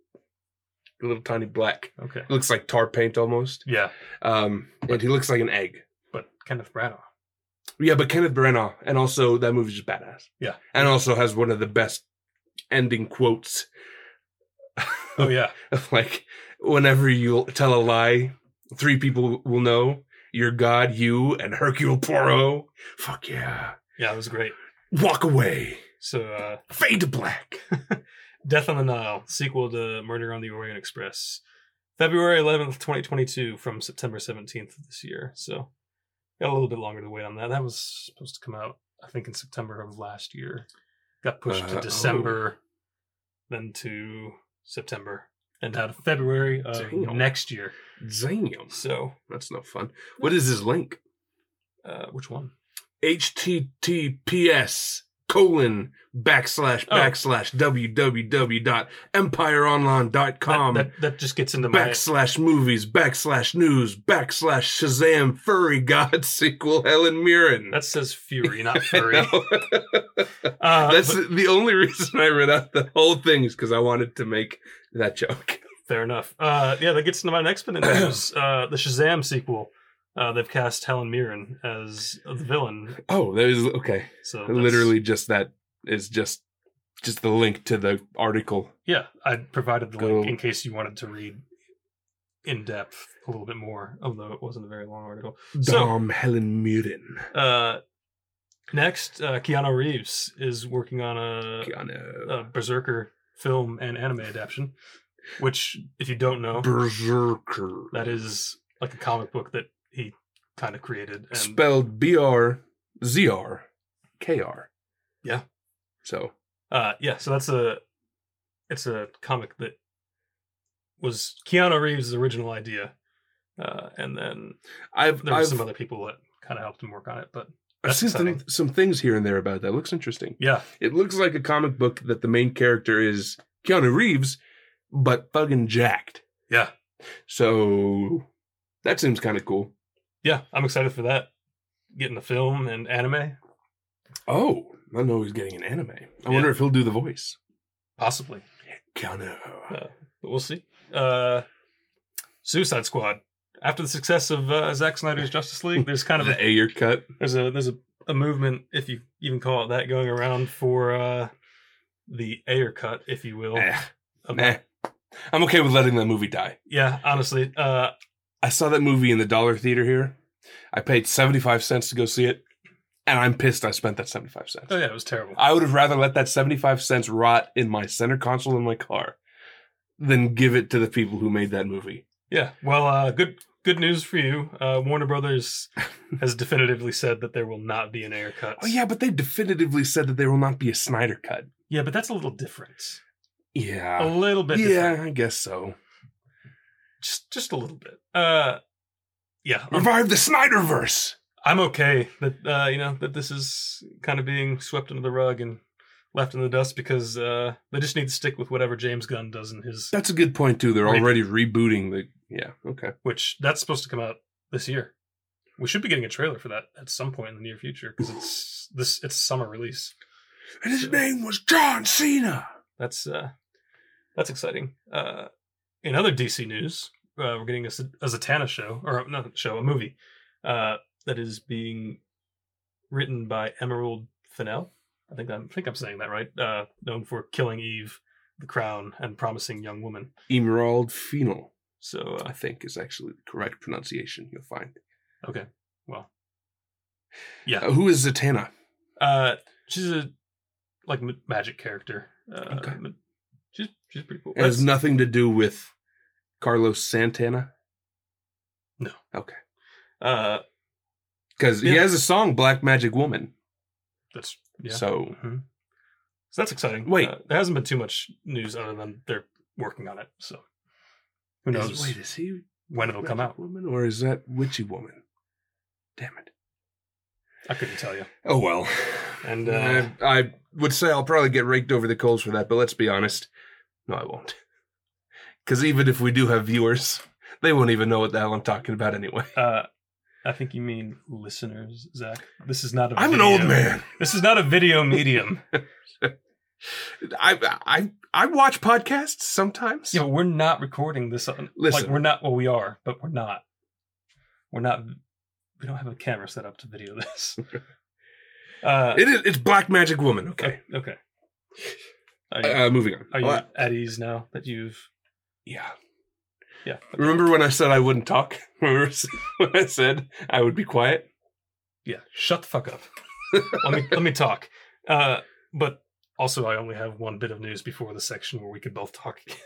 Speaker 1: a little tiny black
Speaker 2: Okay.
Speaker 1: looks like tar paint almost
Speaker 2: Yeah,
Speaker 1: um and he looks like an egg
Speaker 2: but
Speaker 1: [LAUGHS]
Speaker 2: Kenneth Branagh.
Speaker 1: Yeah, but Kenneth Branagh, and also that movie's just badass.
Speaker 2: Yeah.
Speaker 1: and also has one of the best ending quotes.
Speaker 2: Oh yeah.
Speaker 1: of [LAUGHS] like, whenever you tell a lie, three people will know: your God, you, and Hercule Poirot. Fuck yeah!
Speaker 2: Yeah, it was great.
Speaker 1: Walk away,
Speaker 2: So, uh,
Speaker 1: fade to black.
Speaker 2: Death on the Nile, sequel to Murder on the Orient Express, February 11th, 2022, from September 17th of this year. So, got a little bit longer to wait on that. That was supposed to come out, I think, in September of last year. Got pushed
Speaker 1: Uh,
Speaker 2: to
Speaker 1: oh.
Speaker 2: December, then to September, and now to February of
Speaker 1: Damn.
Speaker 2: next year.
Speaker 1: [LAUGHS] Damn,
Speaker 2: So,
Speaker 1: that's no fun. What is this link?
Speaker 2: uh, which one?
Speaker 1: HTTPS colon backslash
Speaker 2: Oh.
Speaker 1: backslash www dot empireonline.com.
Speaker 2: that, that, that just gets into my.
Speaker 1: backslash movies backslash news backslash Shazam furry god [LAUGHS] sequel Helen Mirren.
Speaker 2: That says
Speaker 1: [LAUGHS]
Speaker 2: Fury, Uh, not
Speaker 1: I
Speaker 2: Furry.
Speaker 1: know. [LAUGHS]
Speaker 2: Uh,
Speaker 1: That's the only reason I read out the whole thing is because I wanted to make that joke. [LAUGHS]
Speaker 2: Fair enough. Uh, yeah, that gets into my next
Speaker 1: [CLEARS THROAT]
Speaker 2: bit of news. uh, the Shazam sequel. Uh, they've cast Helen Mirren as the villain.
Speaker 1: Oh, there's okay.
Speaker 2: So Oh, that's-
Speaker 1: Literally, just that is just just the link to the article.
Speaker 2: yeah, I provided the
Speaker 1: Go-
Speaker 2: link in case you wanted to read in depth a little bit more, although it wasn't a very long article. So-
Speaker 1: Dom Helen Mirren.
Speaker 2: Uh, next, uh, Keanu Reeves is working on a,
Speaker 1: Keanu.
Speaker 2: a Berserker film and anime adaptation, which, if you don't know,
Speaker 1: Berserker.
Speaker 2: that is like a comic book that he kind of created. And
Speaker 1: spelled B R Z R K R.
Speaker 2: Yeah.
Speaker 1: So
Speaker 2: uh, yeah, so that's a it's a comic that was Keanu Reeves' original idea, uh, and then
Speaker 1: I've
Speaker 2: there were
Speaker 1: I've,
Speaker 2: some other people that kind of helped him work on it. But
Speaker 1: I've
Speaker 2: that's
Speaker 1: seen some,
Speaker 2: exciting.
Speaker 1: some things here and there about that. Looks interesting.
Speaker 2: yeah,
Speaker 1: It looks like a comic book that the main character is Keanu Reeves, but fucking jacked.
Speaker 2: yeah,
Speaker 1: So that seems kind of cool.
Speaker 2: yeah, I'm excited for that. Getting a film and anime,
Speaker 1: Oh, I know he's getting an anime. I wonder if he'll do the voice.
Speaker 2: possibly.
Speaker 1: Keanu.
Speaker 2: but we'll see. Uh, Suicide Squad. After the success of uh,
Speaker 1: [LAUGHS]
Speaker 2: Zack Snyder's Justice League, there's kind of
Speaker 1: the
Speaker 2: a,
Speaker 1: A year cut.
Speaker 2: there's a there's a, a movement, if you even call it that, going around for uh, the Ayer cut, if you will.
Speaker 1: Eh,
Speaker 2: Of-
Speaker 1: nah. I'm okay with letting that movie die.
Speaker 2: Yeah, honestly, uh,
Speaker 1: I saw that movie in the dollar theater here. I paid 75 cents to go see it, and I'm pissed I spent that 75 cents.
Speaker 2: oh yeah, it was terrible.
Speaker 1: I would have rather let that 75 cents rot in my center console in my car than give it to the people who made that movie.
Speaker 2: Yeah, well, uh, good good news for you. Uh, Warner [LAUGHS] Brothers has definitively said that there will not be an Ayer cut.
Speaker 1: Oh, yeah, but they definitively said that there will not be a Snyder cut.
Speaker 2: yeah, but that's a little different. A
Speaker 1: Yeah.
Speaker 2: little bit. different.
Speaker 1: Yeah, I guess so.
Speaker 2: just just a little bit. Uh, yeah, I'm-
Speaker 1: Revive the Snyderverse.
Speaker 2: I'm okay that uh, you know that this is kind of being swept under the rug and left in the dust because uh, they just need to stick with whatever James Gunn does in his,
Speaker 1: That's a good point, too. They're
Speaker 2: Right.
Speaker 1: already rebooting the. Yeah, okay.
Speaker 2: which that's supposed to come out this year. We should be getting a trailer for that at some point in the near future because it's this it's summer release.
Speaker 1: And
Speaker 2: his
Speaker 1: name was John Cena.
Speaker 2: That's uh, that's exciting. Uh, in other DC news, uh, we're getting a, Z- a Zatanna show or not a show, a movie uh, that is being written by Emerald Fennell. I think I'm I think I'm saying that right. Uh, known for Killing Eve, The Crown, and Promising Young Woman.
Speaker 1: Emerald Phenol.
Speaker 2: So uh,
Speaker 1: I think is actually the correct pronunciation. You'll find.
Speaker 2: okay, well, yeah,
Speaker 1: Uh, who is Zatanna?
Speaker 2: uh, she's a like ma- magic character. Uh,
Speaker 1: Okay.
Speaker 2: ma- she's she's pretty cool.
Speaker 1: It has
Speaker 2: That's-
Speaker 1: nothing to do with Carlos Santana
Speaker 2: uh,
Speaker 1: because he
Speaker 2: Yeah.
Speaker 1: has a song, "Black Magic Woman."
Speaker 2: that's yeah.
Speaker 1: So
Speaker 2: Mhm. So that's exciting.
Speaker 1: Wait.
Speaker 2: Uh, there hasn't been too much news other than they're working on it. So who knows
Speaker 1: Is, wait, is he
Speaker 2: when it'll come
Speaker 1: Magic
Speaker 2: out?
Speaker 1: Woman or is that Witchy Woman? Damn it!
Speaker 2: I couldn't tell you.
Speaker 1: Oh well.
Speaker 2: And, uh,
Speaker 1: I, I would say I'll probably get raked over the coals for that, but let's be honest. No, I won't. [LAUGHS] Because even if we do have viewers, they won't even know what the hell I'm talking about [LAUGHS] anyway.
Speaker 2: Uh, I think you mean listeners, Zach. This is not a.
Speaker 1: I'm an
Speaker 2: video-
Speaker 1: old man.
Speaker 2: This is not a
Speaker 1: [LAUGHS]
Speaker 2: video medium.
Speaker 1: I I I watch podcasts sometimes.
Speaker 2: yeah, but we're not recording this on. Like
Speaker 1: Listen.
Speaker 2: we're not. Well, we are, but we're not. We're not. We don't have a camera set up to
Speaker 1: [LAUGHS]
Speaker 2: video this. Uh,
Speaker 1: It is, it's Black Magic Woman. Okay.
Speaker 2: okay. Are you,
Speaker 1: Uh, moving on.
Speaker 2: are you
Speaker 1: Well,
Speaker 2: at ease now that you've?
Speaker 1: yeah.
Speaker 2: Yeah.
Speaker 1: Remember when I said I wouldn't talk? [LAUGHS] Remember when I said I would be quiet?
Speaker 2: Yeah, shut the fuck up. [LAUGHS] let me let me talk. Uh, but also, I only have one bit of news before the section where we could both talk [LAUGHS] again,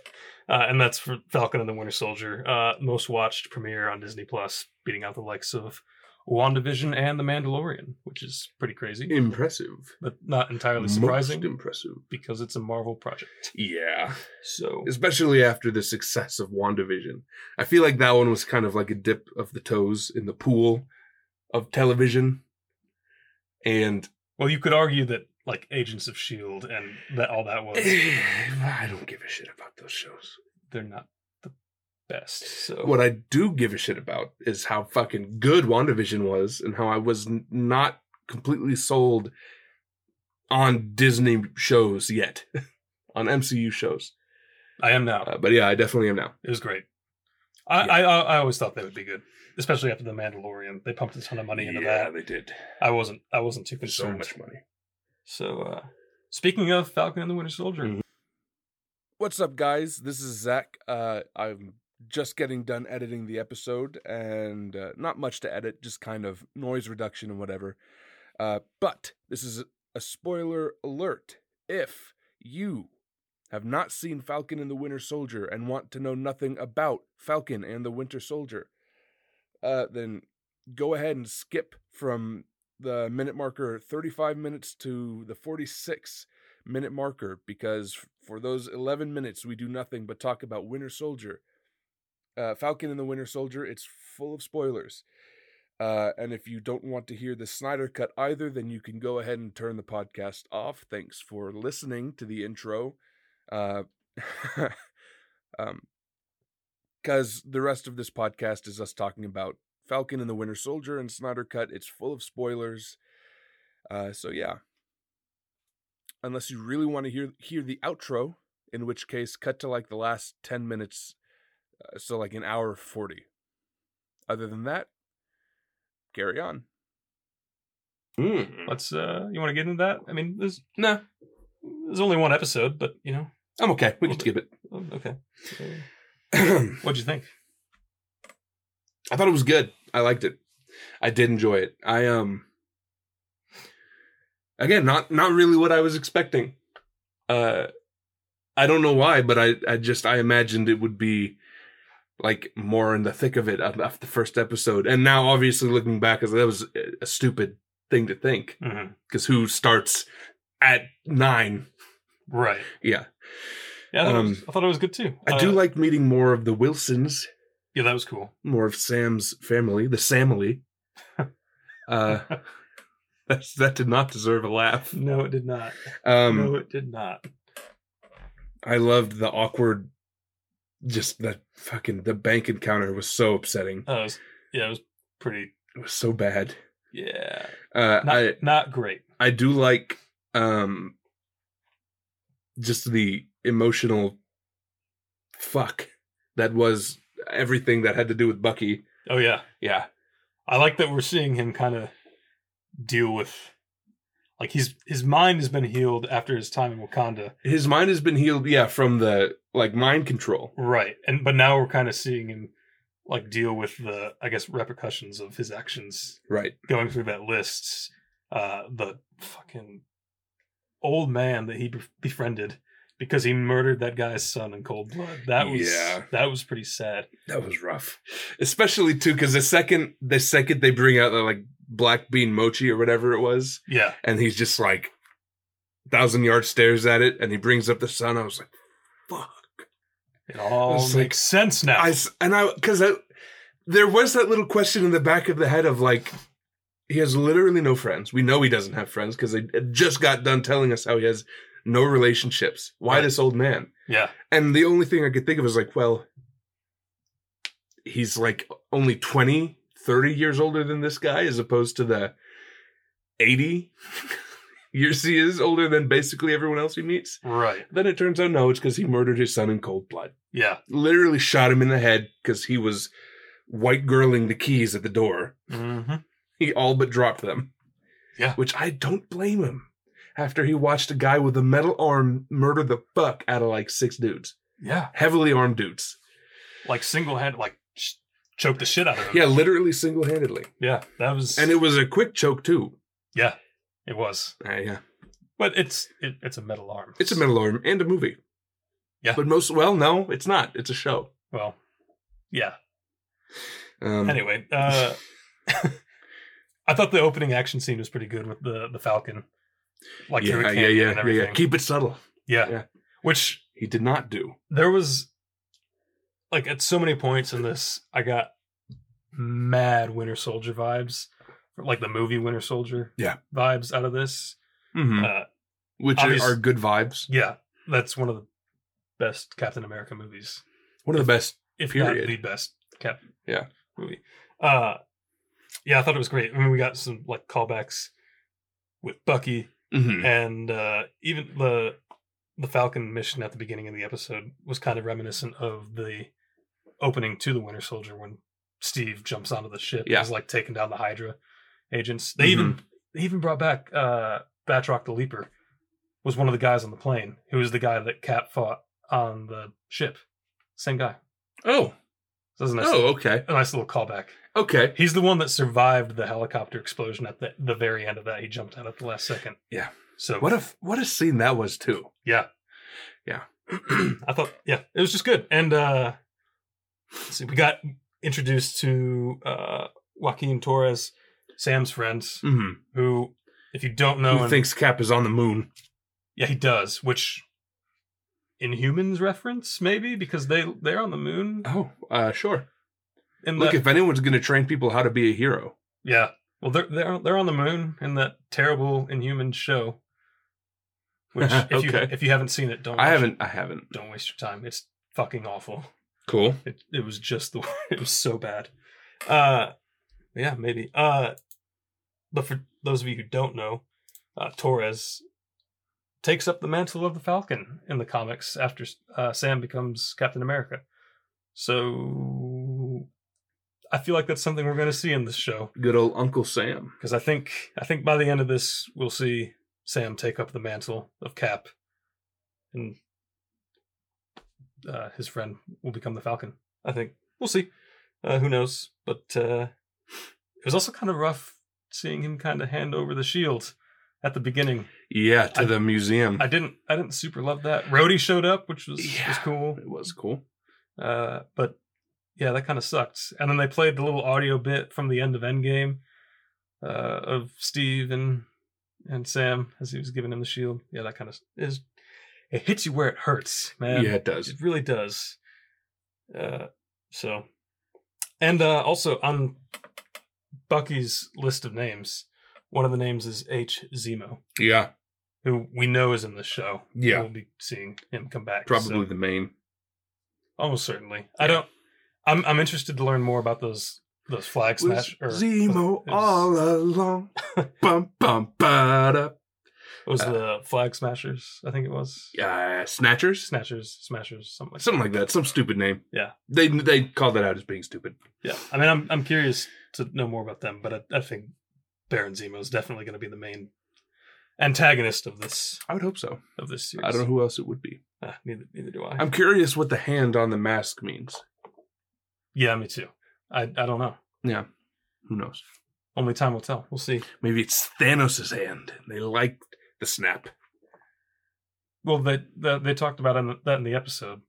Speaker 2: uh, and that's for Falcon and the Winter Soldier, uh, most watched premiere on Disney Plus, beating out the likes of WandaVision and The Mandalorian, which is pretty crazy,
Speaker 1: Impressive.
Speaker 2: but not entirely surprising
Speaker 1: Most impressive.
Speaker 2: because it's a Marvel project.
Speaker 1: Yeah.
Speaker 2: So
Speaker 1: Especially after the success of WandaVision. I feel like that one was kind of like a dip of the toes in the pool of television. And [SIGHS]
Speaker 2: well, you could argue that like Agents of Shield E and that all
Speaker 1: [LAUGHS]
Speaker 2: that was
Speaker 1: I don't give a shit about those shows.
Speaker 2: they're not the best. So
Speaker 1: What I do give a shit about is how fucking good WandaVision was and how I was n- not completely sold [LAUGHS] on Disney shows yet, on MCU shows.
Speaker 2: I am now.
Speaker 1: Uh, but yeah, I definitely am now.
Speaker 2: It was great. I,
Speaker 1: Yeah.
Speaker 2: I I I always thought they would be good, especially after the Mandalorian. They pumped a ton of money into
Speaker 1: yeah,
Speaker 2: that.
Speaker 1: they did.
Speaker 2: I wasn't I wasn't too
Speaker 1: So
Speaker 2: concerned.
Speaker 1: much money.
Speaker 2: So, uh, speaking of Falcon and the Winter Soldier,
Speaker 1: Mhm.
Speaker 3: What's up, guys? This is Zach. Uh, I'm just getting done editing the episode, and uh, not much to edit, just kind of noise reduction and whatever. Uh, but this is a spoiler alert. If you have not seen Falcon and the Winter Soldier and want to know nothing about Falcon and the Winter Soldier, uh, then go ahead and skip from the minute marker 35 minutes to the 46 minute marker because f- for those 11 minutes we do nothing but talk about Winter Soldier. Uh, Falcon and the Winter Soldier, it's full of spoilers. Uh, and if you don't want to hear the Snyder Cut either, then you can go ahead and turn the podcast off. Thanks for listening to the intro. Uh, [LAUGHS] um, because the rest of this podcast is us talking about Falcon and the Winter Soldier and Snyder Cut. It's full of spoilers. Uh, so yeah, unless you really want to hear hear the outro, in which case cut to like the last 10 minutes uh, so like an hour 40. Other than that, carry on.
Speaker 1: Mm.
Speaker 2: let's. Uh, you want to get into that? I mean, there's
Speaker 1: Nah,
Speaker 2: there's only one episode, but you know,
Speaker 1: I'm okay. We can skip it.
Speaker 2: oh, okay. Uh,
Speaker 1: [CLEARS THROAT] I
Speaker 2: What'd you think?
Speaker 1: thought it was good. I liked it. I did enjoy it. I um again, not not really what I was expecting. Uh I don't know why, but I I just I imagined it would be like more in the thick of it af- after the first episode. And now obviously looking back as that was a stupid thing to think
Speaker 2: Mhm.
Speaker 1: because who starts at 9?
Speaker 2: Right.
Speaker 1: Yeah.
Speaker 2: Yeah, I thought, it
Speaker 1: Um,
Speaker 2: was, I thought it was good too.
Speaker 1: I do
Speaker 2: Uh,
Speaker 1: like meeting more of the Wilsons
Speaker 2: Yeah, that was cool.
Speaker 1: more of Sam's family, the
Speaker 2: [LAUGHS]
Speaker 1: Samily. uh, that's, that did not deserve a laugh.
Speaker 2: No, it did not.
Speaker 1: Um,
Speaker 2: no, it did not.
Speaker 1: I loved the awkward, just that fucking the bank encounter was so upsetting.
Speaker 2: Uh, it was, yeah, it was pretty.
Speaker 1: It was so bad.
Speaker 2: Yeah,
Speaker 1: Uh,
Speaker 2: not
Speaker 1: I
Speaker 2: not great.
Speaker 1: I do like um, just the emotional fuck that was everything that had to do with Bucky.
Speaker 2: Oh yeah,
Speaker 1: Yeah,
Speaker 2: I like that we're seeing him kind of deal with, like he's his mind has been healed after his time in Wakanda.
Speaker 1: his mind has been healed. Yeah, from the like mind control.
Speaker 2: Right. And but now we're kind of seeing him like deal with the I guess repercussions of his actions
Speaker 1: Right.
Speaker 2: going through that list. Uh the fucking old man that he bef- befriended because he murdered that guy's son in cold blood. That was
Speaker 1: Yeah.
Speaker 2: that was pretty sad.
Speaker 1: That was rough, especially too because the second the second they bring out the like black bean mochi or whatever it was,
Speaker 2: Yeah.
Speaker 1: and he's just like thousand yard stares at it, and he brings up the sun. I was like, fuck.
Speaker 2: It all
Speaker 1: It's
Speaker 2: makes
Speaker 1: like-
Speaker 2: sense now.
Speaker 1: I s- and I because I, there was that little question in the back of the head of like he has literally no friends. We know he doesn't have friends because they just got done telling us how he has no relationships. Why
Speaker 2: Right.
Speaker 1: this old man?
Speaker 2: yeah.
Speaker 1: And the only thing I could think of is like, well, he's like only 20, 30 years older than this guy, as opposed to the 80 [LAUGHS] years he is older than basically everyone else he meets.
Speaker 2: Right.
Speaker 1: Then it turns out, no, it's because he murdered his son in cold blood.
Speaker 2: Yeah.
Speaker 1: Literally shot him in the head because he was white girling the keys at the door.
Speaker 2: Mm-hmm.
Speaker 1: He all but dropped them.
Speaker 2: Yeah.
Speaker 1: Which I don't blame him after he watched a guy with a metal arm murder the fuck out of like six dudes,
Speaker 2: Yeah.
Speaker 1: heavily armed dudes.
Speaker 2: Like single handed like sh- choked the shit out of him.
Speaker 1: Yeah, literally single handedly.
Speaker 2: Yeah. That was
Speaker 1: And it was a quick choke, too.
Speaker 2: Yeah. It was.
Speaker 1: Uh, yeah.
Speaker 2: But it's it, it's a metal arm.
Speaker 1: It's a metal arm and a movie.
Speaker 2: Yeah.
Speaker 1: But most, well, no, it's not. It's a show.
Speaker 2: Well, yeah.
Speaker 1: Um,
Speaker 2: Anyway, uh, [LAUGHS] I thought the opening action scene was pretty good with the the Falcon, like
Speaker 1: yeah,
Speaker 2: through
Speaker 1: yeah,
Speaker 2: a
Speaker 1: yeah,
Speaker 2: canyon
Speaker 1: yeah,
Speaker 2: and
Speaker 1: yeah,
Speaker 2: everything. Yeah,
Speaker 1: Keep it subtle. yeah.
Speaker 2: Which
Speaker 1: He did not do.
Speaker 2: there was like at so many points in this, I got mad Winter Soldier vibes, like the movie Winter Soldier
Speaker 1: Yeah. Mm.
Speaker 2: vibes out of this. Uh,
Speaker 1: Which
Speaker 2: obvious-
Speaker 1: are good vibes.
Speaker 2: yeah, that's one of the best Captain America movies.
Speaker 1: One of the best.
Speaker 2: if
Speaker 1: Period.
Speaker 2: not the best cap
Speaker 1: Yeah.
Speaker 2: movie uh yeah i thought it was great i mean we got some like callbacks with bucky
Speaker 1: Mm-hmm.
Speaker 2: and uh even the the Falcon mission at the beginning of the episode was kind of reminiscent of the opening to the Winter Soldier when Steve jumps onto the ship
Speaker 1: Yeah. Mm-hmm.
Speaker 2: and is like taking down the Hydra agents. They even they even brought back uh Batroc the Leaper was one of the guys on the plane. He was the guy that Cap fought on the ship. Same guy.
Speaker 1: Oh,
Speaker 2: So that's a nice,
Speaker 1: oh, okay,
Speaker 2: a nice little callback.
Speaker 1: okay.
Speaker 2: He's the one that survived the helicopter explosion at the, the very end of that. He jumped out at the last second.
Speaker 1: Yeah.
Speaker 2: So
Speaker 1: What a what a scene that was too.
Speaker 2: yeah.
Speaker 1: Yeah.
Speaker 2: [CLEARS THROAT] I thought yeah, it was just good. And uh let's see, we got introduced to uh Joaquin Torres, Sam's friends,
Speaker 1: Mm-hmm.
Speaker 2: who if you don't know
Speaker 1: Who
Speaker 2: and-
Speaker 1: thinks Cap is on the moon?
Speaker 2: Yeah, he does, which Inhumans reference maybe because they they're on the moon
Speaker 1: Oh, uh, sure.
Speaker 2: in
Speaker 1: Look,
Speaker 2: that-
Speaker 1: if anyone's going to train people how to be a hero,
Speaker 2: yeah. Well, they're they're they're on the moon in that terrible Inhuman show.
Speaker 1: [LAUGHS]
Speaker 2: Which if you
Speaker 1: Okay.
Speaker 2: if you haven't seen it, don't
Speaker 1: I
Speaker 2: watch it.
Speaker 1: haven't. I haven't.
Speaker 2: don't waste your time. It's fucking awful.
Speaker 1: Cool.
Speaker 2: It it was just the [LAUGHS] it was so bad. Uh yeah, maybe. Uh but for those of you who don't know, uh Torres takes up the mantle of the Falcon in the comics after uh, Sam becomes Captain America. So I feel like that's something we're going to see in this show
Speaker 1: Good old Uncle Sam.
Speaker 2: because I think I think by the end of this we'll see Sam take up the mantle of Cap, and uh, his friend will become the Falcon. I think we'll see. Uh, who knows? But uh, it was also kind of rough seeing him kind of hand over the shield at the beginning.
Speaker 1: Yeah, to
Speaker 2: I-
Speaker 1: the museum.
Speaker 2: I didn't I didn't super love that. Rhodey showed up, which was was
Speaker 1: Yeah.
Speaker 2: cool.
Speaker 1: it was cool.
Speaker 2: Uh, but yeah, that kind of sucked. And then they played the little audio bit from the end of Endgame uh, of Steve and and Sam as he was giving him the shield. Yeah, that kind of is it hits you where it hurts, man.
Speaker 1: yeah, it does.
Speaker 2: it really does. Uh, so, and uh, also on Bucky's list of names, one of the names is H Zemo,
Speaker 1: Yeah,
Speaker 2: who we know is in the show.
Speaker 1: Yeah.
Speaker 2: we'll be seeing him come back. so-
Speaker 1: probably the main.
Speaker 2: Almost certainly. I don't. I'm I'm interested to learn more about those those flag smash or
Speaker 1: Was Zemo
Speaker 2: it was-
Speaker 1: all
Speaker 2: [LAUGHS]
Speaker 1: along. bum bum ba da.
Speaker 2: it was the flag smashers. I think it was
Speaker 1: Uh, snatchers,
Speaker 2: snatchers, smashers, something like that.
Speaker 1: something like that. Some stupid name.
Speaker 2: Yeah.
Speaker 1: they they called that out as being stupid.
Speaker 2: Yeah, I mean, I'm I'm curious to know more about them, but I, I think Baron Zemo is definitely going to be the main antagonist of this
Speaker 1: I would hope so.
Speaker 2: of this series.
Speaker 1: I don't know who else it would be.
Speaker 2: Ah, neither neither do I.
Speaker 1: I'm curious what the hand on the mask means.
Speaker 2: yeah, me too. I I don't know.
Speaker 1: Yeah, who knows?
Speaker 2: Only time will tell. We'll see.
Speaker 1: Maybe it's Thanos' hand. They like the snap.
Speaker 2: Well, they they, they talked about in that in the episode.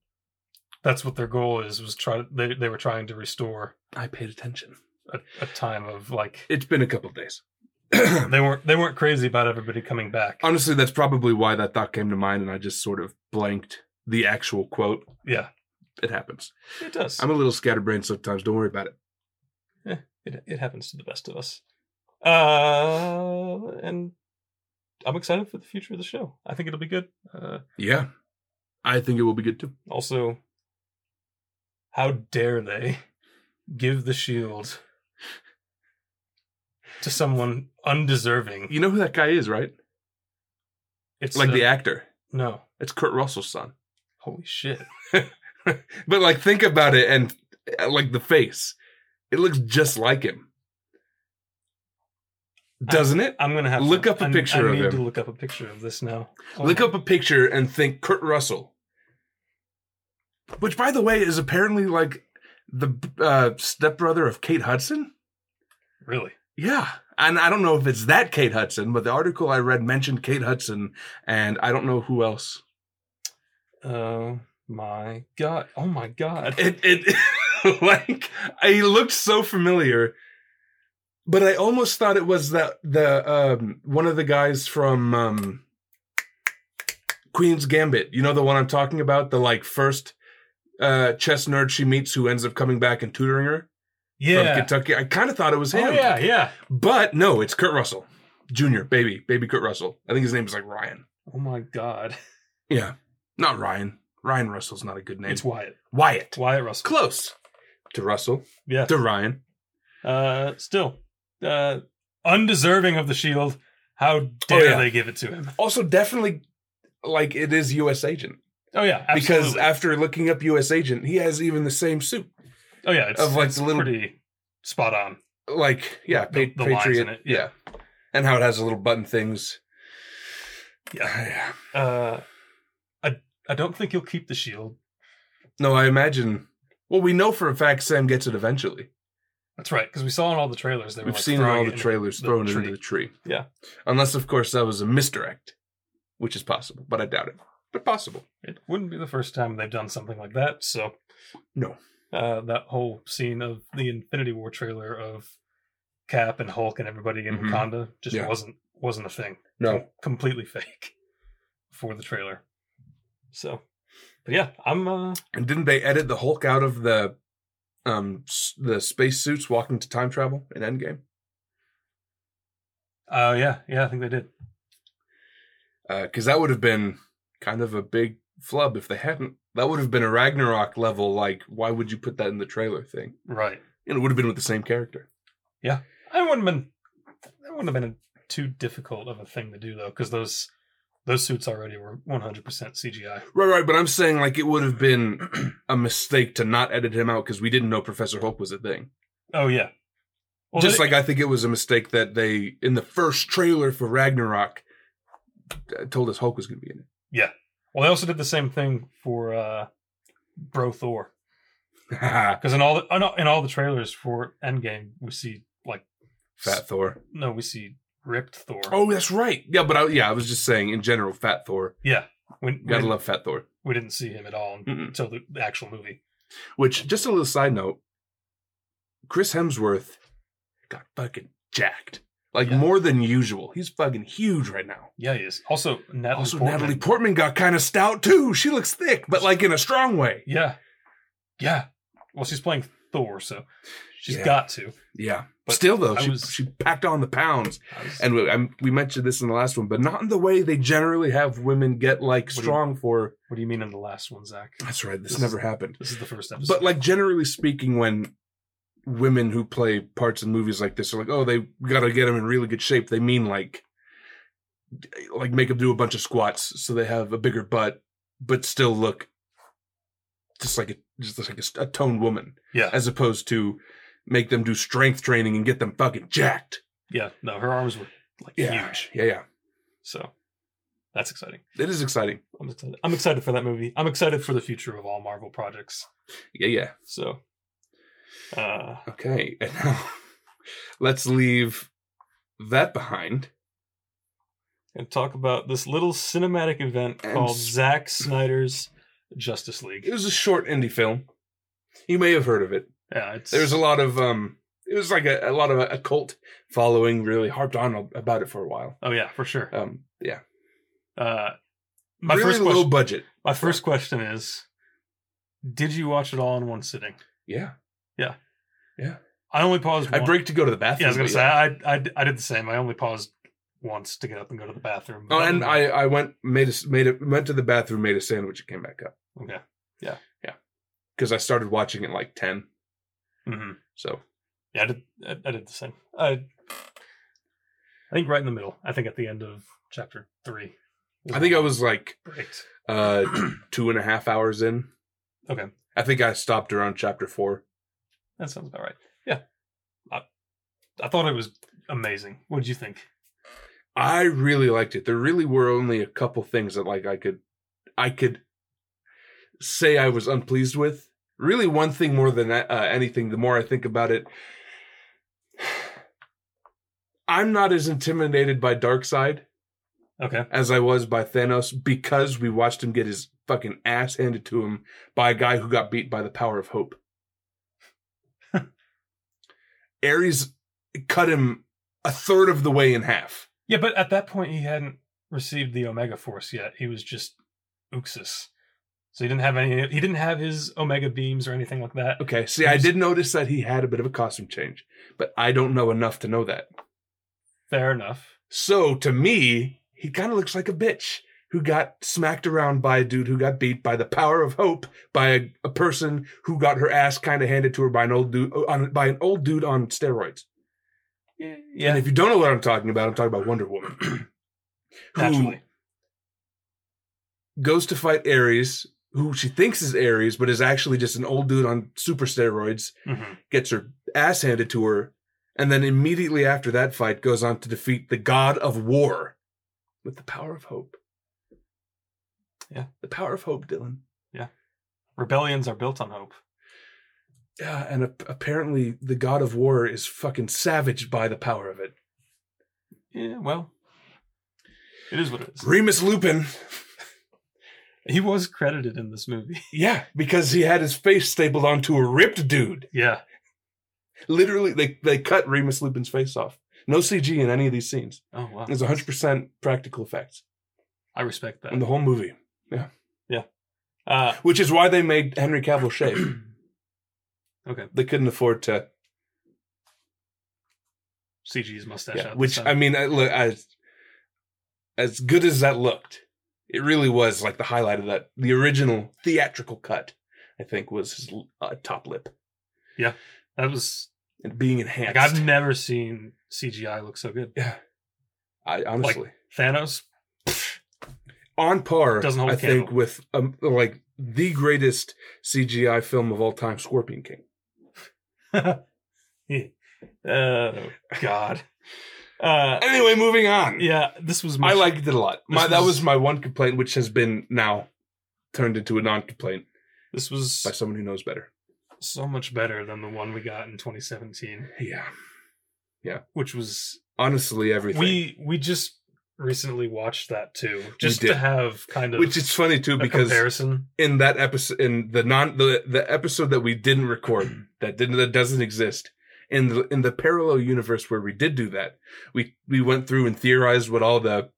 Speaker 2: That's what their goal is. Was try they they were trying to restore
Speaker 1: I paid attention.
Speaker 2: a, a time of like
Speaker 1: It's been a couple days. [CLEARS THROAT]
Speaker 2: they weren't they weren't crazy about everybody coming back.
Speaker 1: Honestly, that's probably why that thought came to mind, and I just sort of blanked the actual quote.
Speaker 2: Yeah,
Speaker 1: It happens.
Speaker 2: it does.
Speaker 1: I'm a little scatterbrained sometimes. Don't worry about it.
Speaker 2: it, it happens to the best of us. Uh, and I'm excited for the future of the show. I think it'll be good. Uh,
Speaker 1: Yeah, I think it will be good too.
Speaker 2: also, how dare they give the shield to someone undeserving?
Speaker 1: You know who that guy is, right?
Speaker 2: It's
Speaker 1: Like
Speaker 2: uh,
Speaker 1: the actor.
Speaker 2: no.
Speaker 1: It's Kurt Russell's son.
Speaker 2: Holy shit!
Speaker 1: But like, think about it, and uh, like the face, it looks just like him, doesn't it?
Speaker 2: I'm gonna have
Speaker 1: Look
Speaker 2: to,
Speaker 1: up a
Speaker 2: I-
Speaker 1: picture
Speaker 2: I
Speaker 1: of
Speaker 2: need
Speaker 1: him.
Speaker 2: to look up a picture of this now. Oh
Speaker 1: Look
Speaker 2: my-
Speaker 1: up a picture and think Kurt Russell, which, by the way, is apparently like the uh, stepbrother of Kate Hudson.
Speaker 2: Really?
Speaker 1: Yeah. And I don't know if it's that Kate Hudson, but the article I read mentioned Kate Hudson, and I don't know who else.
Speaker 2: Oh my god! Oh my god!
Speaker 1: It, it [LAUGHS] like, I looked so familiar, but I almost thought it was that the um, one of the guys from um, Queen's Gambit. You know the one I'm talking about, the like first uh, chess nerd she meets who ends up coming back and tutoring her from
Speaker 2: yeah.
Speaker 1: Kentucky. I kind of thought it was him.
Speaker 2: Oh yeah, yeah.
Speaker 1: But no, it's Kurt Russell Jr., baby, baby Kurt Russell. I think his name is like Ryan.
Speaker 2: Oh my god! [LAUGHS]
Speaker 1: Yeah. Not Ryan. Ryan Russell's not a good name.
Speaker 2: It's Wyatt.
Speaker 1: Wyatt.
Speaker 2: Wyatt Russell.
Speaker 1: Close to Russell,
Speaker 2: Yeah.
Speaker 1: to Ryan.
Speaker 2: Uh, still, uh, undeserving of the shield. How dare
Speaker 1: yeah.
Speaker 2: they give it to him?
Speaker 1: Also, definitely like it is U.S. Agent
Speaker 2: Oh yeah,
Speaker 1: because
Speaker 2: absolutely.
Speaker 1: after looking up U.S. Agent, he has even the same suit
Speaker 2: oh yeah, it's,
Speaker 1: of like
Speaker 2: it's
Speaker 1: the little
Speaker 2: pretty spot on.
Speaker 1: like yeah
Speaker 2: The-
Speaker 1: pa-
Speaker 2: the lines
Speaker 1: Patriot
Speaker 2: in it, yeah.
Speaker 1: and how it has the little button things.
Speaker 2: Yeah.
Speaker 1: [SIGHS] Yeah.
Speaker 2: Uh, I I don't think he'll keep the shield.
Speaker 1: No, I imagine. Well, we know for a fact Sam gets it eventually.
Speaker 2: That's right, because we saw in all the trailers they were
Speaker 1: We've
Speaker 2: like,
Speaker 1: seen it in
Speaker 2: throwing
Speaker 1: all
Speaker 2: it
Speaker 1: the
Speaker 2: in
Speaker 1: trailers
Speaker 2: the
Speaker 1: thrown
Speaker 2: tree.
Speaker 1: into the tree.
Speaker 2: Yeah.
Speaker 1: Unless, of course, that was a misdirect, which is possible, but I doubt it. But possible.
Speaker 2: It wouldn't be the first time they've done something like that. So
Speaker 1: No.
Speaker 2: uh, that whole scene of the Infinity War trailer of Cap and Hulk and everybody in
Speaker 1: Mhm.
Speaker 2: Wakanda just
Speaker 1: Yeah.
Speaker 2: wasn't wasn't a thing.
Speaker 1: No.
Speaker 2: completely fake [LAUGHS] for the trailer. So, but yeah, I'm uh,
Speaker 1: And didn't they edit the Hulk out of the um s- the spacesuits walking to time travel in Endgame?
Speaker 2: oh yeah, yeah, I think they did.
Speaker 1: Because Uh, that would have been kind of a big flub if they hadn't. That would have been a Ragnarok level. Like, why would you put that in the trailer thing?
Speaker 2: Right.
Speaker 1: And it would have been with the same character.
Speaker 2: I wouldn't have been that wouldn't have been a, too difficult of a thing to do though, because those those suits already were 100% CGI.
Speaker 1: Right, right, but I'm saying like it would have been [CLEARS THROAT] a mistake to not edit him out because we didn't know Professor Hulk was a thing.
Speaker 2: Oh yeah. Well,
Speaker 1: Just
Speaker 2: they-
Speaker 1: like I think it was a mistake that they in the first trailer for Ragnarok uh, told us Hulk was going to be in it. [LAUGHS]
Speaker 2: well, they also did the same thing for uh, Bro Thor,
Speaker 1: Fat
Speaker 2: because in all the oh, in all- in all the trailers for Endgame, we see like s-
Speaker 1: Thor.
Speaker 2: no, we see ripped Thor.
Speaker 1: Oh, that's right. Yeah, but I, yeah, I was just saying in general, Fat Thor.
Speaker 2: yeah. When,
Speaker 1: You
Speaker 2: we,
Speaker 1: gotta
Speaker 2: didn't,
Speaker 1: love Fat Thor.
Speaker 2: we didn't see him at all
Speaker 1: Mm-mm.
Speaker 2: until the the actual movie.
Speaker 1: Which, just a little side note, Chris Hemsworth got fucking jacked. Like
Speaker 2: Yeah.
Speaker 1: more than usual. He's fucking huge right now.
Speaker 2: Yeah, he is. Also, Natalie.
Speaker 1: also,
Speaker 2: Portman.
Speaker 1: Natalie Portman got kind of stout too. She looks thick, but like in a strong way.
Speaker 2: Yeah, yeah. Well, she's playing Thor, so she's
Speaker 1: Yeah.
Speaker 2: got to.
Speaker 1: Yeah.
Speaker 2: But
Speaker 1: Still though,
Speaker 2: I
Speaker 1: she,
Speaker 2: was-
Speaker 1: she packed on the pounds,
Speaker 2: I was-
Speaker 1: and we, i we mentioned this in the last one, but not in the way they generally have women get like
Speaker 2: do you-
Speaker 1: strong for.
Speaker 2: what do you mean in the last one, Zach?
Speaker 1: That's right. This,
Speaker 2: This is-
Speaker 1: never happened.
Speaker 2: This is the first episode.
Speaker 1: But like generally speaking, when women who play parts in movies like this are like, oh, they got to get them in really good shape. They mean like, like make them do a bunch of squats so they have a bigger butt, but still look just like a just like a, a toned woman,
Speaker 2: yeah,
Speaker 1: as opposed to make them do strength training and get them fucking jacked.
Speaker 2: yeah. No, her arms were like
Speaker 1: Yeah,
Speaker 2: huge,
Speaker 1: yeah, yeah.
Speaker 2: so that's exciting.
Speaker 1: It is exciting.
Speaker 2: I'm excited. I'm excited for that movie. I'm excited for the future of all Marvel projects.
Speaker 1: Yeah, yeah.
Speaker 2: So, uh,
Speaker 1: Okay, and now [LAUGHS] let's leave that behind.
Speaker 2: and talk about this little cinematic event
Speaker 1: And
Speaker 2: called
Speaker 1: s-
Speaker 2: Zack Snyder's Justice League.
Speaker 1: It was a short indie film. You may have heard of it.
Speaker 2: Yeah, it's
Speaker 1: There was a lot of um it was like a, a lot of a, cult following really harped on a- about it for a while.
Speaker 2: oh yeah, for sure.
Speaker 1: Um yeah.
Speaker 2: Uh, my
Speaker 1: really
Speaker 2: first
Speaker 1: low
Speaker 2: question.
Speaker 1: budget.
Speaker 2: My first question is Did you watch it all in one sitting?
Speaker 1: Yeah.
Speaker 2: I only paused
Speaker 1: I
Speaker 2: one-
Speaker 1: break to go to the bathroom.
Speaker 2: Yeah, I was going to
Speaker 1: but
Speaker 2: say, I, I, I did the same. I only paused once to get up and go to the bathroom.
Speaker 1: Oh, and I, I went made a s- made a went to the bathroom, made a sandwich, and came back up
Speaker 2: Okay.
Speaker 1: because I started watching at like ten.
Speaker 2: hmm
Speaker 1: So
Speaker 2: Yeah, I did, I, I did the same. I, I think right in the middle. I think at the end of chapter three.
Speaker 1: I think I was like
Speaker 2: Great.
Speaker 1: uh [CLEARS THROAT] two and a half hours in.
Speaker 2: Okay.
Speaker 1: I think I stopped around chapter four.
Speaker 2: That sounds about right. Yeah. I, I thought it was amazing. What did you think?
Speaker 1: I really liked it. There really were only a couple things that like I could I could say I was unpleased with. Really one thing more than uh, anything the more I think about it [SIGHS] I'm not as intimidated by Darkseid
Speaker 2: Okay.
Speaker 1: as I was by Thanos because we watched him get his fucking ass handed to him by a guy who got beat by the power of hope. Ares cut him a third of the way in half.
Speaker 2: Yeah, but at that point he hadn't received the Omega Force yet. He was just Uxus. So he didn't have any he didn't have his Omega beams or anything like that.
Speaker 1: Okay, see, I did notice that he had a bit of a costume change, but I don't know enough to know that.
Speaker 2: Fair enough.
Speaker 1: So to me, he kind of looks like a bitch who got smacked around by a dude who got beat by the power of hope by a, a person who got her ass kind of handed to her by an old dude uh, on, by an old dude on steroids.
Speaker 2: Yeah.
Speaker 1: And [CLEARS THROAT] if you don't know what I'm talking about, I'm talking about Wonder Woman. who
Speaker 2: naturally.
Speaker 1: goes to fight Ares, who she thinks is Ares, but is actually just an old dude on super steroids,
Speaker 2: Mhm.
Speaker 1: gets her ass handed to her, and then immediately after that fight goes on to defeat the god of war with the power of hope.
Speaker 2: Yeah.
Speaker 1: The power of hope, Dylan.
Speaker 2: Rebellions are built on hope.
Speaker 1: Yeah, and ap- apparently the god of war is fucking savaged by the power of it.
Speaker 2: Yeah, well, it is what it is.
Speaker 1: Remus Lupin.
Speaker 2: He was credited in this movie.
Speaker 1: Yeah, because he had his face stapled onto a ripped dude.
Speaker 2: yeah,
Speaker 1: Literally, they, they cut Remus Lupin's face off. No CG in any of these scenes.
Speaker 2: Oh wow,
Speaker 1: It's 100% practical effects
Speaker 2: I respect
Speaker 1: in
Speaker 2: that.
Speaker 1: the whole movie,
Speaker 2: Uh,
Speaker 1: which is why they made Henry Cavill shave.
Speaker 2: okay,
Speaker 1: they couldn't afford to.
Speaker 2: [CLEARS THROAT] CG's mustache.
Speaker 1: Yeah,
Speaker 2: out
Speaker 1: which, I mean, I, look, as, as good as that looked, it really was like the highlight of that. The original theatrical cut, I think, was his uh, top lip
Speaker 2: that was
Speaker 1: and being
Speaker 2: like
Speaker 1: enhanced.
Speaker 2: I've never seen CGI look so good.
Speaker 1: yeah. I honestly.
Speaker 2: Thanos,
Speaker 1: on par,
Speaker 2: Doesn't hold
Speaker 1: I
Speaker 2: a candle.
Speaker 1: think, with um, like the greatest CGI film of all time, Scorpion King.
Speaker 2: oh God. Uh,
Speaker 1: Anyway, moving on.
Speaker 2: yeah, this was.
Speaker 1: I
Speaker 2: Much,
Speaker 1: liked it a lot. My,
Speaker 2: This
Speaker 1: that
Speaker 2: was-
Speaker 1: was my one complaint, which has been now turned into a non-complaint
Speaker 2: this was
Speaker 1: by someone who knows better.
Speaker 2: so much better than the one we got in 2017,
Speaker 1: Yeah,
Speaker 2: which was
Speaker 1: honestly, everything.
Speaker 2: we we just recently watched that too, just
Speaker 1: did.
Speaker 2: to have kind of
Speaker 1: which is funny too,
Speaker 2: a
Speaker 1: because
Speaker 2: comparison.
Speaker 1: in that episode, in the non the the episode that we didn't record, that didn't that doesn't exist. In the in the parallel universe where we did do that, we we went through and theorized what all the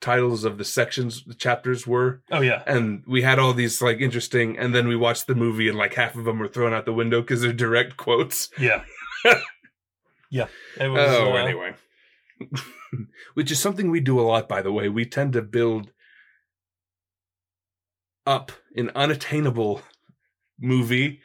Speaker 1: titles of the sections, the chapters were,
Speaker 2: Oh yeah,
Speaker 1: and we had all these like interesting. And then we watched the movie, and like half of them were thrown out the window because they're direct quotes. [LAUGHS]
Speaker 2: yeah, yeah. It was,
Speaker 1: oh,
Speaker 2: uh,
Speaker 1: anyway, [LAUGHS] which is something we do a lot, by the way. We tend to build up an unattainable movie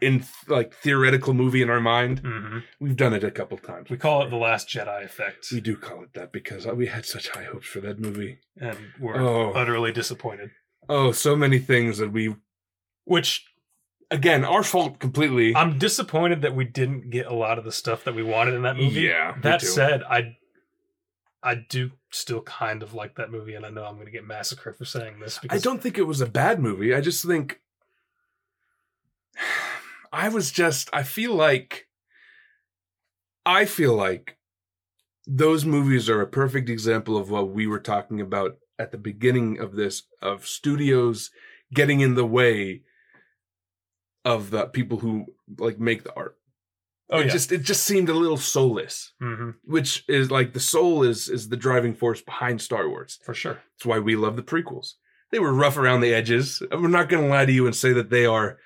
Speaker 1: in like theoretical movie in our mind.
Speaker 2: mhm.
Speaker 1: We've done it a couple times.
Speaker 2: We call it the Last Jedi effect,
Speaker 1: We do call it that because we had such high hopes for that movie.
Speaker 2: and we're
Speaker 1: Oh,
Speaker 2: utterly disappointed.
Speaker 1: oh, so many things that we
Speaker 2: Which
Speaker 1: again our fault completely.
Speaker 2: I'm disappointed that we didn't get a lot of the stuff that we wanted in that movie.
Speaker 1: Yeah, me
Speaker 2: that
Speaker 1: too.
Speaker 2: said, I I do still kind of like that movie, and I know I'm going to get massacred for saying this
Speaker 1: I
Speaker 2: because
Speaker 1: don't think it was a bad movie. I just think [SIGHS] I was just I feel like I feel like those movies are a perfect example of what we were talking about at the beginning of this of studios getting in the way of the people who like make the art.
Speaker 2: oh
Speaker 1: it
Speaker 2: yeah,
Speaker 1: just it just seemed a little soulless,
Speaker 2: hmm
Speaker 1: which is like the soul is is the driving force behind Star Wars.
Speaker 2: for sure.
Speaker 1: That's why we love the prequels. They were rough around the edges. I'm not going to lie to you and say that they are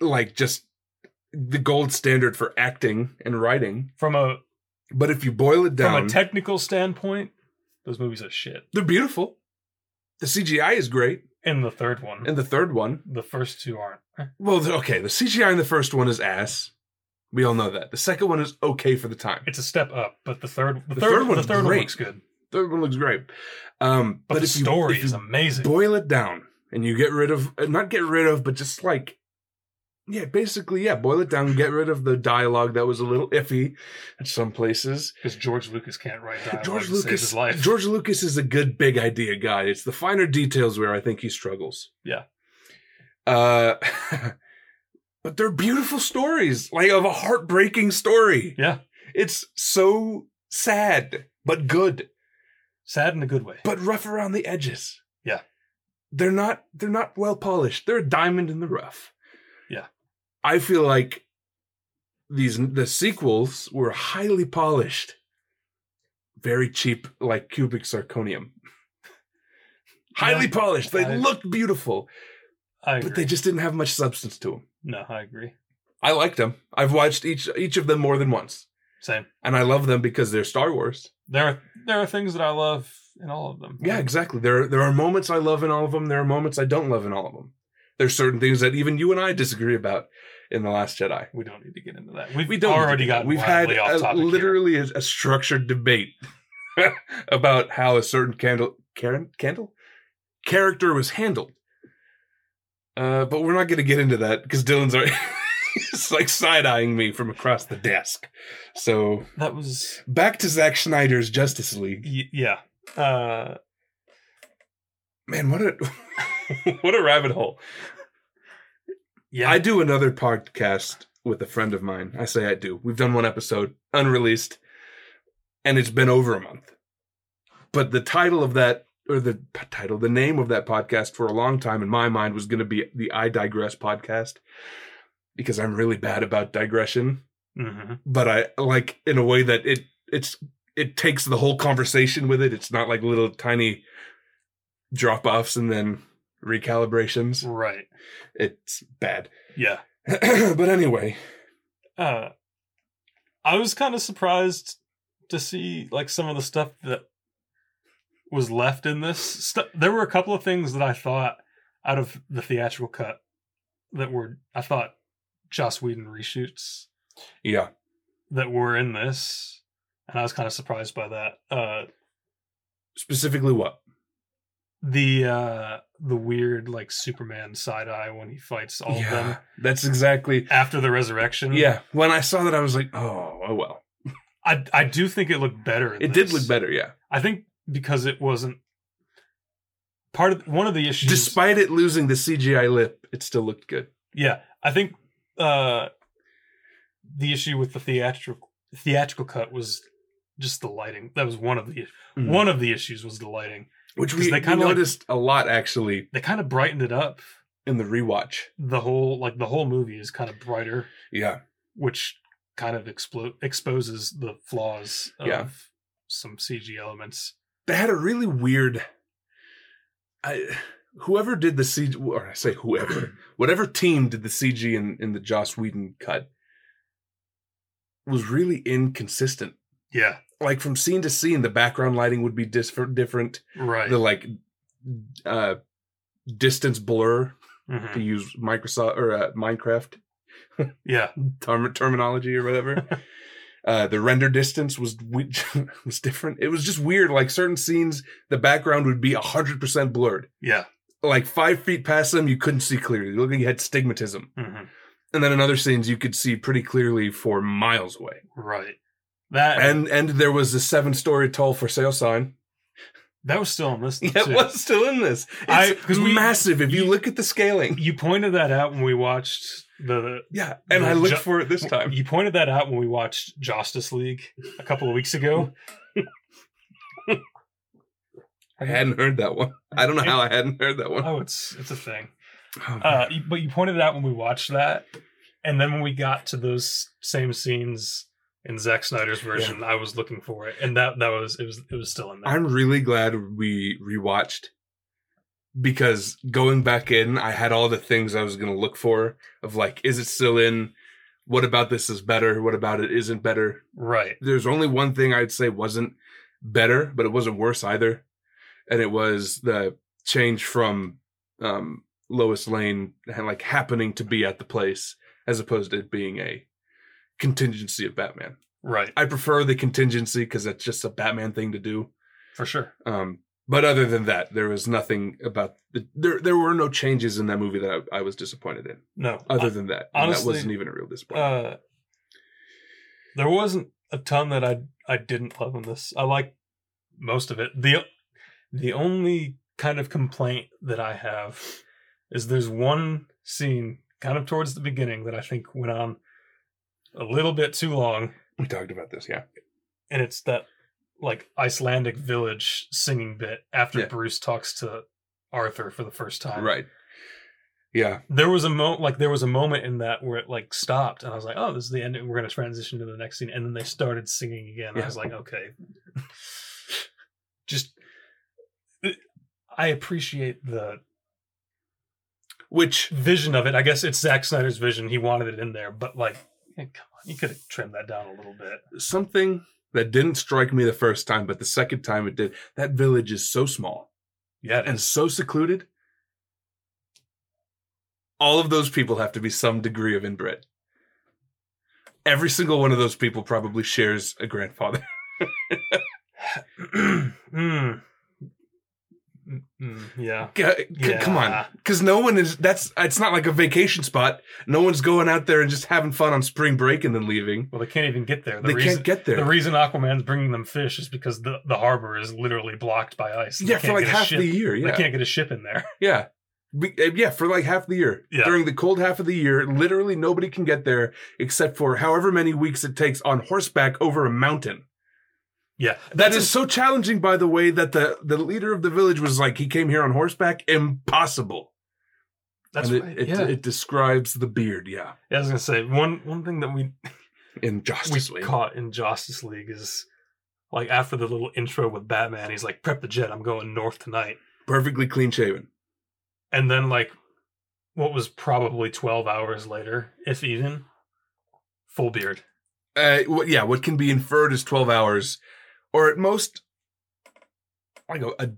Speaker 1: like just the gold standard for acting and writing.
Speaker 2: From a
Speaker 1: But if you boil it
Speaker 2: from
Speaker 1: down,
Speaker 2: a technical standpoint, those movies are shit.
Speaker 1: they're beautiful. The CGI is great.
Speaker 2: And the third one,
Speaker 1: And the third one,
Speaker 2: the first two aren't.
Speaker 1: well, the- okay, the CGI in the first one is ass. We all know that. The second one is okay for the time.
Speaker 2: It's a step up, but the third the,
Speaker 1: The
Speaker 2: third,
Speaker 1: third
Speaker 2: one the
Speaker 1: one's
Speaker 2: third one
Speaker 1: great.
Speaker 2: looks good.
Speaker 1: Third one looks great. Um,
Speaker 2: But, the
Speaker 1: if you-
Speaker 2: story
Speaker 1: if you
Speaker 2: is amazing.
Speaker 1: boil it down and you get rid of uh, not get rid of but just like yeah basically yeah boil it down get rid of the dialogue that was a little iffy at some places
Speaker 2: Because George Lucas can't write dialogue
Speaker 1: george
Speaker 2: to save
Speaker 1: lucas
Speaker 2: his life.
Speaker 1: george lucas is a good big idea guy it's the finer details where i think he struggles
Speaker 2: Yeah.
Speaker 1: uh [LAUGHS] but they're beautiful stories like of a heartbreaking story
Speaker 2: Yeah,
Speaker 1: it's so sad but good
Speaker 2: sad in a good way.
Speaker 1: but rough around the edges.
Speaker 2: Yeah.
Speaker 1: They're not they're not well polished. They're a diamond in the rough.
Speaker 2: Yeah.
Speaker 1: I feel like these the sequels were highly polished. Very cheap like cubic zirconium. [LAUGHS] Highly
Speaker 2: Yeah.
Speaker 1: polished. They
Speaker 2: I-
Speaker 1: looked beautiful,
Speaker 2: I agree.
Speaker 1: but they just didn't have much substance to them.
Speaker 2: no, I agree.
Speaker 1: I liked them. I've watched each each of them more than once,
Speaker 2: Same.
Speaker 1: and I love them because they're Star Wars.
Speaker 2: There are there are things that I love in all of them.
Speaker 1: Yeah, exactly. There there are moments I love in all of them. There are moments I don't love in all of them. There's certain things that even you and I disagree about in the Last Jedi.
Speaker 2: we don't need to get into that. We've
Speaker 1: We don't
Speaker 2: already got
Speaker 1: We've had
Speaker 2: off
Speaker 1: a,
Speaker 2: topic here.
Speaker 1: [LAUGHS] literally a, a structured debate about how a certain candle Karen Candle character was handled. Uh, but we're not going to get into that because Dylan's already [LAUGHS] he's like side eyeing me from across the desk. So
Speaker 2: That was
Speaker 1: back to Zack Snyder's Justice League.
Speaker 2: y- yeah. Uh,
Speaker 1: Man, what a [LAUGHS] what a rabbit hole.
Speaker 2: yeah.
Speaker 1: I do another podcast with a friend of mine. I say I do. We've done one episode, unreleased, and it's been over a month. But the title of that, or the p- title, the name of that podcast for a long time in my mind was going to be the I Digress podcast because I'm really bad about digression,
Speaker 2: Mhm.
Speaker 1: but I like in a way that it, it's, it takes the whole conversation with it. It's not like little tiny drop offs and then recalibrations.
Speaker 2: Right.
Speaker 1: It's bad. [CLEARS THROAT]
Speaker 2: Yeah.
Speaker 1: but anyway,
Speaker 2: Uh, I was kind of surprised to see like some of the stuff that was left in this. Stu- there were a couple of things that I thought out of the theatrical cut that were I thought Joss Whedon reshoots.
Speaker 1: yeah,
Speaker 2: that were in this, and I was kind of surprised by that. Uh,
Speaker 1: specifically what?
Speaker 2: the uh, the weird like Superman side eye when he fights all of them Mm-hmm.
Speaker 1: that's exactly.
Speaker 2: after the resurrection.
Speaker 1: Yeah, when I saw that, I was like, oh, oh well.
Speaker 2: I I do think it looked better. in
Speaker 1: It did
Speaker 2: this.
Speaker 1: look better, yeah.
Speaker 2: I think because it wasn't part of one of the issues.
Speaker 1: Despite it losing the CGI lip, it still looked good.
Speaker 2: yeah, I think uh, the issue with the theatrical theatrical cut was just the lighting. That was one of the
Speaker 1: Mm.
Speaker 2: one of the issues was the lighting.
Speaker 1: Which
Speaker 2: 'Cause
Speaker 1: we,
Speaker 2: they
Speaker 1: we
Speaker 2: kinda like-
Speaker 1: noticed a lot actually
Speaker 2: They kind of brightened it up.
Speaker 1: in the rewatch.
Speaker 2: The whole like the whole movie is kind of brighter
Speaker 1: Yeah,
Speaker 2: which kind of explo- exposes the flaws of
Speaker 1: Yeah.
Speaker 2: some CG elements.
Speaker 1: they had a really weird. I, whoever did the CG, or I say
Speaker 2: [CLEARS THROAT]
Speaker 1: whoever, whatever team did the CG in in the Joss Whedon cut was really inconsistent.
Speaker 2: Yeah,
Speaker 1: Like from scene to scene, the background lighting would be dis- different.
Speaker 2: right.
Speaker 1: the like uh distance blur
Speaker 2: Mhm.
Speaker 1: to use microsoft or uh, minecraft
Speaker 2: Yeah,
Speaker 1: term- terminology or
Speaker 2: [LAUGHS]
Speaker 1: whatever uh the render distance was we- [LAUGHS] was different it was just weird like certain scenes the background would be 100% blurred
Speaker 2: yeah.
Speaker 1: like five feet past them you couldn't see clearly look like you had stigmatism
Speaker 2: hmm
Speaker 1: and then in other scenes you could see pretty clearly for miles away
Speaker 2: Right. That
Speaker 1: and and there was a seven story tall for sale sign [LAUGHS]
Speaker 2: that was still on this.
Speaker 1: yeah, [LAUGHS]
Speaker 2: too.
Speaker 1: it was still in this
Speaker 2: I-
Speaker 1: it's
Speaker 2: 'cause we-
Speaker 1: massive if you
Speaker 2: you-
Speaker 1: look at the scaling
Speaker 2: You pointed that out when we watched the.
Speaker 1: Yeah, and
Speaker 2: The
Speaker 1: I looked
Speaker 2: ju-
Speaker 1: for it this time.
Speaker 2: You pointed that out when we watched Justice League a couple of weeks
Speaker 1: [LAUGHS]
Speaker 2: ago.
Speaker 1: [LAUGHS] I hadn't heard that one. I don't know how I hadn't heard that [LAUGHS] one.
Speaker 2: Oh, it's it's a thing.
Speaker 1: Um,
Speaker 2: Uh, you- but you pointed it out when we watched that, and then when we got to those same scenes in Zack Snyder's version, I was looking for it, and that that was it was it was still in there.
Speaker 1: I'm really glad we rewatched because going back in, I had all the things I was going to look for of like, is it still in? What about this is better? What about it isn't better?
Speaker 2: right.
Speaker 1: There's only one thing I'd say wasn't better, but it wasn't worse either. And it was the change from um, Lois Lane like happening to be at the place as opposed to it being a contingency of Batman.
Speaker 2: Right.
Speaker 1: I prefer the contingency because that's just a Batman thing to do.
Speaker 2: For sure.
Speaker 1: Um, but other than that, there was nothing about the, there. There were no changes in that movie that I, I was disappointed in.
Speaker 2: No.
Speaker 1: Other than that, And that
Speaker 2: honestly,
Speaker 1: wasn't even a real disappointment.
Speaker 2: uh, there wasn't a ton that I I didn't love in this. I like most of it. the The only kind of complaint that I have is there's one scene kind of towards the beginning that I think went on a little bit too long,
Speaker 1: uh, we talked about this, yeah.
Speaker 2: and it's that like Icelandic village singing bit after
Speaker 1: Yeah.
Speaker 2: Bruce talks to Arthur for the first time.
Speaker 1: Right. Yeah.
Speaker 2: there was a mo like there was a moment in that where it like stopped and I was like, oh, this is the end. We're gonna transition to the next scene, and then they started singing again.
Speaker 1: Yeah.
Speaker 2: I was like, okay, just uh, I appreciate the
Speaker 1: Which
Speaker 2: vision of it. I guess it's Zack Snyder's vision. He wanted it in there, but like, eh, come on, you could have trimmed that down a little bit.
Speaker 1: something that didn't strike me the first time, but the second time it did. That village is so small
Speaker 2: Yeah, it [CLEARS THROAT]
Speaker 1: and
Speaker 2: is.
Speaker 1: so secluded. All of those people have to be some degree of inbred. Every single one of those people probably shares a grandfather.
Speaker 2: Mm. Mm, yeah.
Speaker 1: [LAUGHS] G- g- Come on,
Speaker 2: Yeah.
Speaker 1: because no one is. That's it's not like a vacation spot. No one's going out there and just having fun on spring break and then leaving.
Speaker 2: Well, they can't even get there. The
Speaker 1: they
Speaker 2: reason,
Speaker 1: can't get there.
Speaker 2: The reason Aquaman's bringing them fish is because the, the harbor is literally blocked by ice. and they
Speaker 1: yeah, for
Speaker 2: can't
Speaker 1: like
Speaker 2: get a
Speaker 1: half
Speaker 2: ship-
Speaker 1: the year.
Speaker 2: They
Speaker 1: Yeah,
Speaker 2: can't get a ship in there. [LAUGHS]
Speaker 1: yeah, Be- uh, yeah, for like half the year.
Speaker 2: Yeah.
Speaker 1: During the cold half of the year, literally nobody can get there except for however many weeks it takes on horseback over a mountain.
Speaker 2: Yeah,
Speaker 1: That is so challenging, by the way, that the the leader of the village was like, he came here on horseback. Impossible.
Speaker 2: that's
Speaker 1: and it,
Speaker 2: right.
Speaker 1: it,
Speaker 2: yeah.
Speaker 1: it describes the beard. Yeah,
Speaker 2: I was gonna say one one thing that we
Speaker 1: in
Speaker 2: we
Speaker 1: Justice League.
Speaker 2: caught in Justice League is like after the little intro with Batman, he's like, "Prep the jet, I'm going north tonight."
Speaker 1: perfectly clean shaven.
Speaker 2: And then like, what was probably twelve hours later, if even, full beard.
Speaker 1: Uh, what, yeah, what can be inferred is 12 hours, or at most, like a, a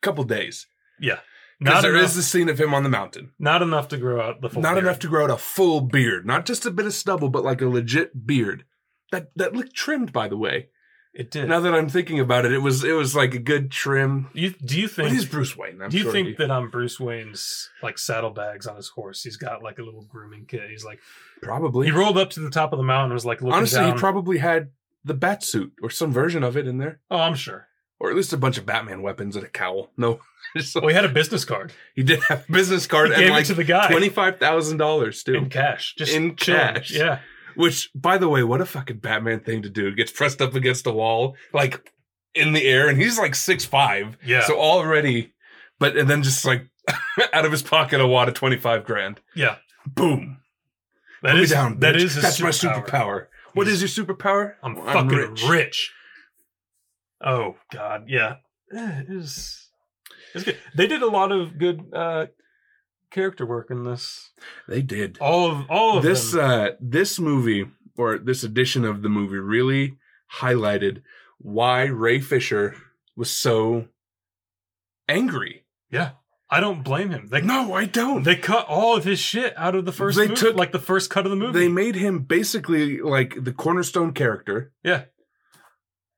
Speaker 1: couple days.
Speaker 2: Yeah,
Speaker 1: Because
Speaker 2: not
Speaker 1: there is
Speaker 2: enough,
Speaker 1: the scene of him on the mountain.
Speaker 2: not enough to grow out the full.
Speaker 1: Not
Speaker 2: beard.
Speaker 1: enough to grow out a full beard, not just a bit of stubble, but like a legit beard. That that looked trimmed, by the way.
Speaker 2: It did.
Speaker 1: Now that I'm thinking about it, it was it was like a good trim.
Speaker 2: you, do you
Speaker 1: But
Speaker 2: think?
Speaker 1: he's Bruce Wayne. I'm
Speaker 2: do you
Speaker 1: sure
Speaker 2: think
Speaker 1: he-
Speaker 2: that on Bruce Wayne's like saddlebags on his horse, he's got like a little grooming kit? He's like,
Speaker 1: probably?
Speaker 2: he rolled up to the top of the mountain, and was like, looking
Speaker 1: Honestly,
Speaker 2: down.
Speaker 1: he probably had the bat suit or some version of it in there,
Speaker 2: oh, I'm sure.
Speaker 1: or at least a bunch of Batman weapons and a cowl. No, [LAUGHS] Just
Speaker 2: Well, he had a business card.
Speaker 1: He did have a business
Speaker 2: He
Speaker 1: card
Speaker 2: gave
Speaker 1: and like
Speaker 2: it to the guy
Speaker 1: twenty five thousand dollars
Speaker 2: in
Speaker 1: too.
Speaker 2: cash. Just
Speaker 1: in
Speaker 2: chilling.
Speaker 1: cash.
Speaker 2: Yeah.
Speaker 1: Which, by the way, what a fucking Batman thing to do. Gets pressed up against a wall, like in the air, and he's like six five.
Speaker 2: Yeah.
Speaker 1: So already, but and then just like [LAUGHS] out of his pocket a wad of twenty five grand.
Speaker 2: yeah.
Speaker 1: Boom.
Speaker 2: That
Speaker 1: Put
Speaker 2: is
Speaker 1: me down.
Speaker 2: that
Speaker 1: bitch.
Speaker 2: is his
Speaker 1: that's my
Speaker 2: superpower.
Speaker 1: superpower. What is your superpower?
Speaker 2: I'm
Speaker 1: Well,
Speaker 2: fucking rich. Oh God, yeah. Eh, It is. It's good. They did a lot of good uh, character work in this.
Speaker 1: They did.
Speaker 2: All of all of
Speaker 1: this
Speaker 2: them.
Speaker 1: uh this movie or this edition of the movie really highlighted why Ray Fisher was so angry.
Speaker 2: yeah, I don't blame him. They
Speaker 1: no, I don't.
Speaker 2: they cut all of his shit out of the first.
Speaker 1: They
Speaker 2: movie,
Speaker 1: took-
Speaker 2: like the first cut of the movie.
Speaker 1: They made him basically like the cornerstone character.
Speaker 2: Yeah.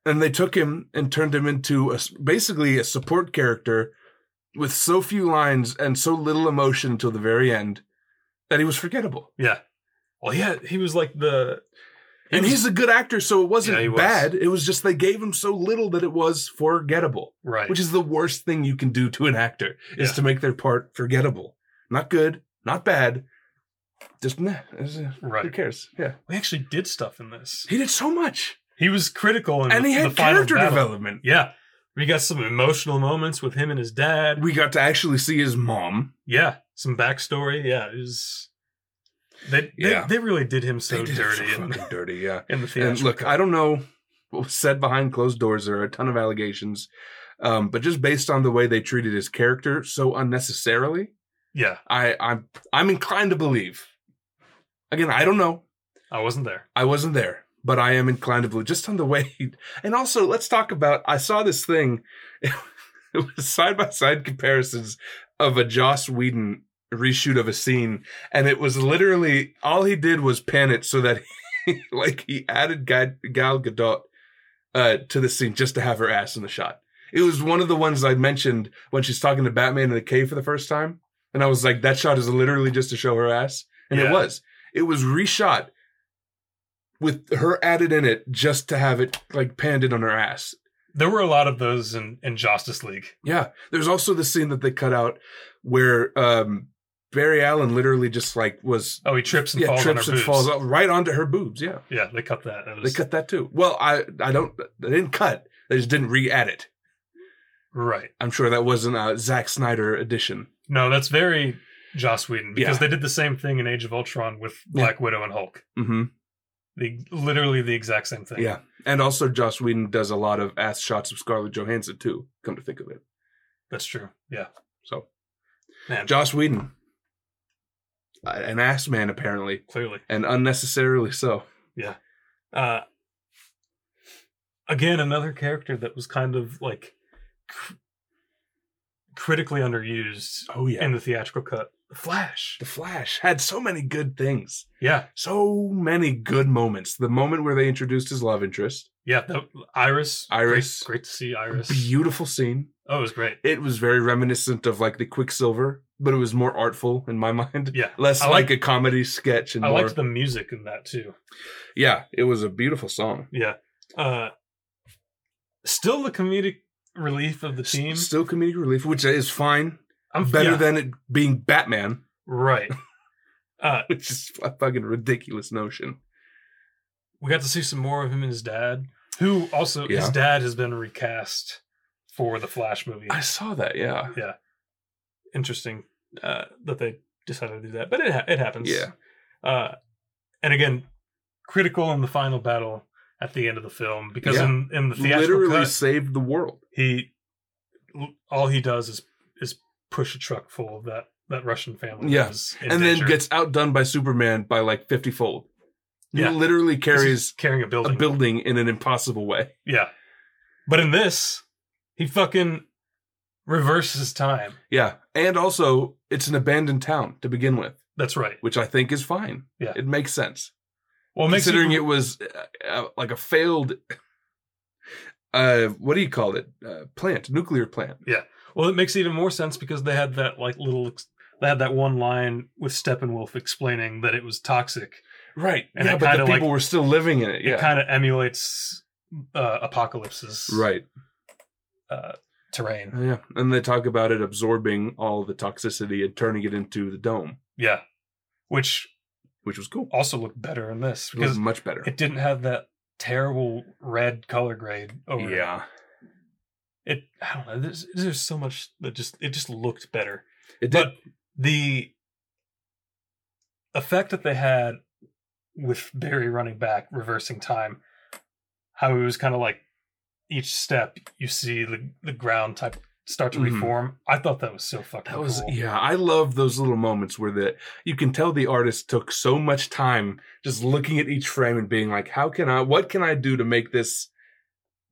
Speaker 1: And they took him and turned him into a, basically a support character with so few lines and so little emotion until the very end that he was forgettable.
Speaker 2: yeah. Well, yeah, he was like the. he
Speaker 1: and
Speaker 2: was-
Speaker 1: he's a good actor, so it wasn't
Speaker 2: Yeah, he was.
Speaker 1: bad. It was just they gave him so little that it was forgettable,
Speaker 2: right.
Speaker 1: which is the worst thing you can do to an actor is
Speaker 2: Yeah.
Speaker 1: to make their part forgettable. Not good, not bad. Just meh. It was, uh, Who
Speaker 2: right.
Speaker 1: cares? Yeah,
Speaker 2: We actually did stuff in this.
Speaker 1: he did so much,
Speaker 2: He was critical in
Speaker 1: and
Speaker 2: the,
Speaker 1: he
Speaker 2: the
Speaker 1: had
Speaker 2: final
Speaker 1: character
Speaker 2: battle.
Speaker 1: development.
Speaker 2: Yeah. We got some emotional moments with him and his dad.
Speaker 1: We got to actually see his mom.
Speaker 2: yeah. Some backstory. Yeah. It was, they, they,
Speaker 1: Yeah.
Speaker 2: they really did him so
Speaker 1: They did it
Speaker 2: dirty
Speaker 1: so
Speaker 2: in,
Speaker 1: fucking dirty. Yeah.
Speaker 2: in [LAUGHS] the
Speaker 1: And
Speaker 2: theater.
Speaker 1: look, I don't know what was said behind closed doors. There are a ton of allegations, um, but just based on the way they treated his character so unnecessarily.
Speaker 2: Yeah.
Speaker 1: I, I'm I'm inclined to believe. Again, I don't know.
Speaker 2: I wasn't there.
Speaker 1: I wasn't there, but I am inclined to believe just on the way. he- and also, let's talk about. I saw this thing. [LAUGHS] It was side by side comparisons of a Joss Whedon reshoot of a scene, and it was literally all he did was pan it so that, he, [LAUGHS] like, he added Gal, Gal Gadot uh, to the scene just to have her ass in the shot. It was one of the ones I mentioned when she's talking to Batman in the cave for the first time, and I was like, that shot is literally just to show her ass, and it
Speaker 2: Yeah.
Speaker 1: was. It was reshot with her added in it just to have it like panned in on her ass.
Speaker 2: There were a lot of those in, in Justice League.
Speaker 1: Yeah. There's also the scene that they cut out where um Barry Allen literally just like was
Speaker 2: Oh, he trips and
Speaker 1: yeah,
Speaker 2: falls
Speaker 1: trips
Speaker 2: on
Speaker 1: and
Speaker 2: her boobs.
Speaker 1: falls out right onto her boobs. Yeah.
Speaker 2: Yeah, they cut that. That
Speaker 1: They
Speaker 2: was
Speaker 1: cut that too. Well, I I don't they didn't cut. They just didn't re-add it.
Speaker 2: right.
Speaker 1: I'm sure that wasn't a Zack Snyder edition.
Speaker 2: No, that's very Joss Whedon because
Speaker 1: Yeah.
Speaker 2: they did the same thing in Age of Ultron with
Speaker 1: Yeah.
Speaker 2: Black Widow and Hulk.
Speaker 1: Mm-hmm.
Speaker 2: The literally the exact same thing.
Speaker 1: Yeah. And also Joss Whedon does a lot of ass shots of Scarlett Johansson too, come to think of it.
Speaker 2: that's true. Yeah,
Speaker 1: So
Speaker 2: man,
Speaker 1: Joss Whedon. An ass man apparently.
Speaker 2: clearly.
Speaker 1: And unnecessarily so.
Speaker 2: uh again another character that was kind of like cr- critically underused
Speaker 1: Oh yeah.
Speaker 2: in the theatrical cut flash
Speaker 1: The Flash had so many good things.
Speaker 2: yeah
Speaker 1: So many good moments. The moment where they introduced his love interest,
Speaker 2: yeah that, iris
Speaker 1: Iris.
Speaker 2: great, great to see iris
Speaker 1: beautiful scene.
Speaker 2: Oh, it was great.
Speaker 1: It was very reminiscent of like the Quicksilver, but it was more artful in my [LAUGHS] mind.
Speaker 2: Yeah.
Speaker 1: Less
Speaker 2: I
Speaker 1: like, a
Speaker 2: like-
Speaker 1: comedy sketch and
Speaker 2: I
Speaker 1: more.
Speaker 2: liked the music in that too.
Speaker 1: yeah, it was a beautiful song.
Speaker 2: Yeah. Uh still the comedic relief of the team.
Speaker 1: S- Still comedic relief, which is fine.
Speaker 2: I'm
Speaker 1: Better
Speaker 2: yeah,
Speaker 1: than it being Batman, [LAUGHS]
Speaker 2: right. Uh
Speaker 1: which is a fucking ridiculous notion.
Speaker 2: we got to see some more of him and his dad, who also his
Speaker 1: Yeah.
Speaker 2: dad has been recast for the Flash movie.
Speaker 1: I saw that. Yeah.
Speaker 2: Interesting uh, that they decided to do that, but it ha- it happens.
Speaker 1: Yeah.
Speaker 2: Uh, and again, critical in the final battle at the end of the film because
Speaker 1: Yeah.
Speaker 2: in in the theatrical
Speaker 1: Literally
Speaker 2: cut,
Speaker 1: saved the world.
Speaker 2: he all he does is is push a truck full of that that Russian family.
Speaker 1: Yeah.
Speaker 2: that was in
Speaker 1: And then
Speaker 2: danger.
Speaker 1: gets outdone by Superman by like 50 fold. He
Speaker 2: Yeah.
Speaker 1: literally
Speaker 2: 'Cause
Speaker 1: carries
Speaker 2: he's carrying a
Speaker 1: a
Speaker 2: building.
Speaker 1: building in an impossible way.
Speaker 2: yeah, but in this, he fucking reverses time.
Speaker 1: Yeah. And also, it's an abandoned town to begin with,
Speaker 2: That's right.
Speaker 1: which I think is fine.
Speaker 2: Yeah.
Speaker 1: It makes sense.
Speaker 2: Well, it makes
Speaker 1: Considering
Speaker 2: you-
Speaker 1: it was uh, uh, like a failed, uh, what do you call it? Uh, plant, nuclear plant.
Speaker 2: Well, it makes even more sense because they had that like little ex- they had that one line with Steppenwolf explaining that it was toxic.
Speaker 1: Right.
Speaker 2: And
Speaker 1: yeah,
Speaker 2: it
Speaker 1: but the
Speaker 2: kinda,
Speaker 1: people were still living in it.
Speaker 2: It
Speaker 1: Yeah.
Speaker 2: kind of emulates uh, Apocalypse's
Speaker 1: right.
Speaker 2: uh, terrain.
Speaker 1: Yeah. And they talk about it absorbing all the toxicity and turning it into the dome,
Speaker 2: Yeah, which
Speaker 1: which was cool.
Speaker 2: also looked better in this
Speaker 1: It was
Speaker 2: because
Speaker 1: much better.
Speaker 2: it didn't have that terrible red color grade over it.
Speaker 1: Yeah.
Speaker 2: It I don't know. There's, there's so much that just it just looked better.
Speaker 1: It did.
Speaker 2: but the effect that they had with Barry running back, reversing time, how it was kind of like each step you see the the ground type start to
Speaker 1: Mhm.
Speaker 2: reform. I thought that was so fucking
Speaker 1: That was
Speaker 2: cool.
Speaker 1: yeah, I love those little moments where the you can tell the artist took so much time just looking at each frame and being like, how can I what can I do to make this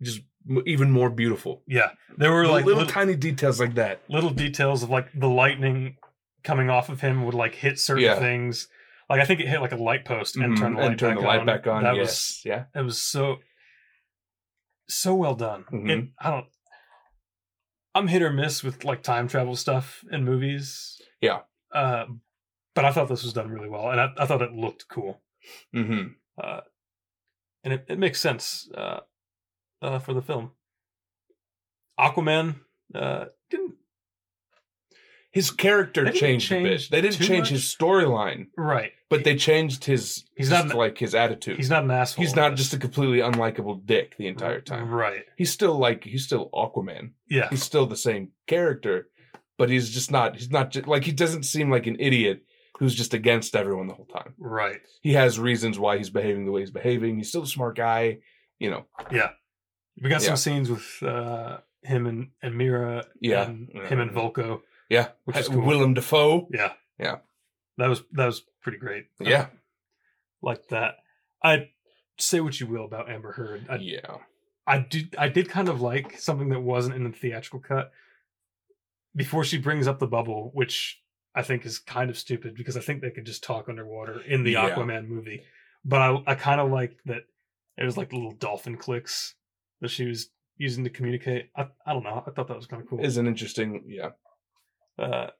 Speaker 1: just m- even more beautiful?
Speaker 2: Yeah, there were
Speaker 1: Little,
Speaker 2: like
Speaker 1: little
Speaker 2: little, little,
Speaker 1: tiny details like that.
Speaker 2: details of like the lightning coming off of him would like hit certain
Speaker 1: Yeah.
Speaker 2: things. Like I think it hit like a light post and
Speaker 1: Mhm,
Speaker 2: turned the light,
Speaker 1: turn
Speaker 2: back,
Speaker 1: the light
Speaker 2: on.
Speaker 1: back on.
Speaker 2: That was
Speaker 1: yes. yeah.
Speaker 2: It was so so well done.
Speaker 1: Mhm.
Speaker 2: It- I don't. I'm hit or miss with like time travel stuff in movies.
Speaker 1: Yeah.
Speaker 2: Uh, but I thought this was done really well, and I, I thought it looked cool,
Speaker 1: Mm-hmm.
Speaker 2: uh, and it, it makes sense uh, uh, for the film. Aquaman uh, didn't
Speaker 1: His character
Speaker 2: They didn't
Speaker 1: changed a bit.
Speaker 2: change
Speaker 1: They didn't
Speaker 2: too
Speaker 1: change
Speaker 2: much.
Speaker 1: his storyline,
Speaker 2: right.
Speaker 1: but they changed his
Speaker 2: He's
Speaker 1: just,
Speaker 2: not an-
Speaker 1: like his attitude.
Speaker 2: He's not an asshole. Mm-hmm.
Speaker 1: He's
Speaker 2: in
Speaker 1: not
Speaker 2: this.
Speaker 1: just a completely unlikable dick the entire time.
Speaker 2: Right.
Speaker 1: He's still like he's still Aquaman.
Speaker 2: Yeah.
Speaker 1: he's still the same character, but he's just not. He's not just, like he doesn't seem like an idiot who's just against everyone the whole time.
Speaker 2: Right.
Speaker 1: He has reasons why he's behaving the way he's behaving. He's still a smart guy, you know.
Speaker 2: We got
Speaker 1: Yeah.
Speaker 2: some scenes with uh, him and, and Mira.
Speaker 1: Yeah.
Speaker 2: And him and Volko.
Speaker 1: Yeah,
Speaker 2: Which is
Speaker 1: Uh,
Speaker 2: cool.
Speaker 1: Willem Dafoe.
Speaker 2: Yeah.
Speaker 1: Yeah.
Speaker 2: That was that was pretty great. I
Speaker 1: Yeah,
Speaker 2: like that. I say what you will about Amber Heard. I,
Speaker 1: yeah.
Speaker 2: I did I did kind of like something that wasn't in the theatrical cut. Before she brings up the bubble, which I think is kind of stupid because I think they could just talk underwater in the
Speaker 1: Yeah.
Speaker 2: Aquaman movie. But I I kind of like that there was like little dolphin clicks that she was using to communicate. I, I don't know. I thought that was kind of cool.
Speaker 1: Is an interesting. Yeah,
Speaker 2: uh,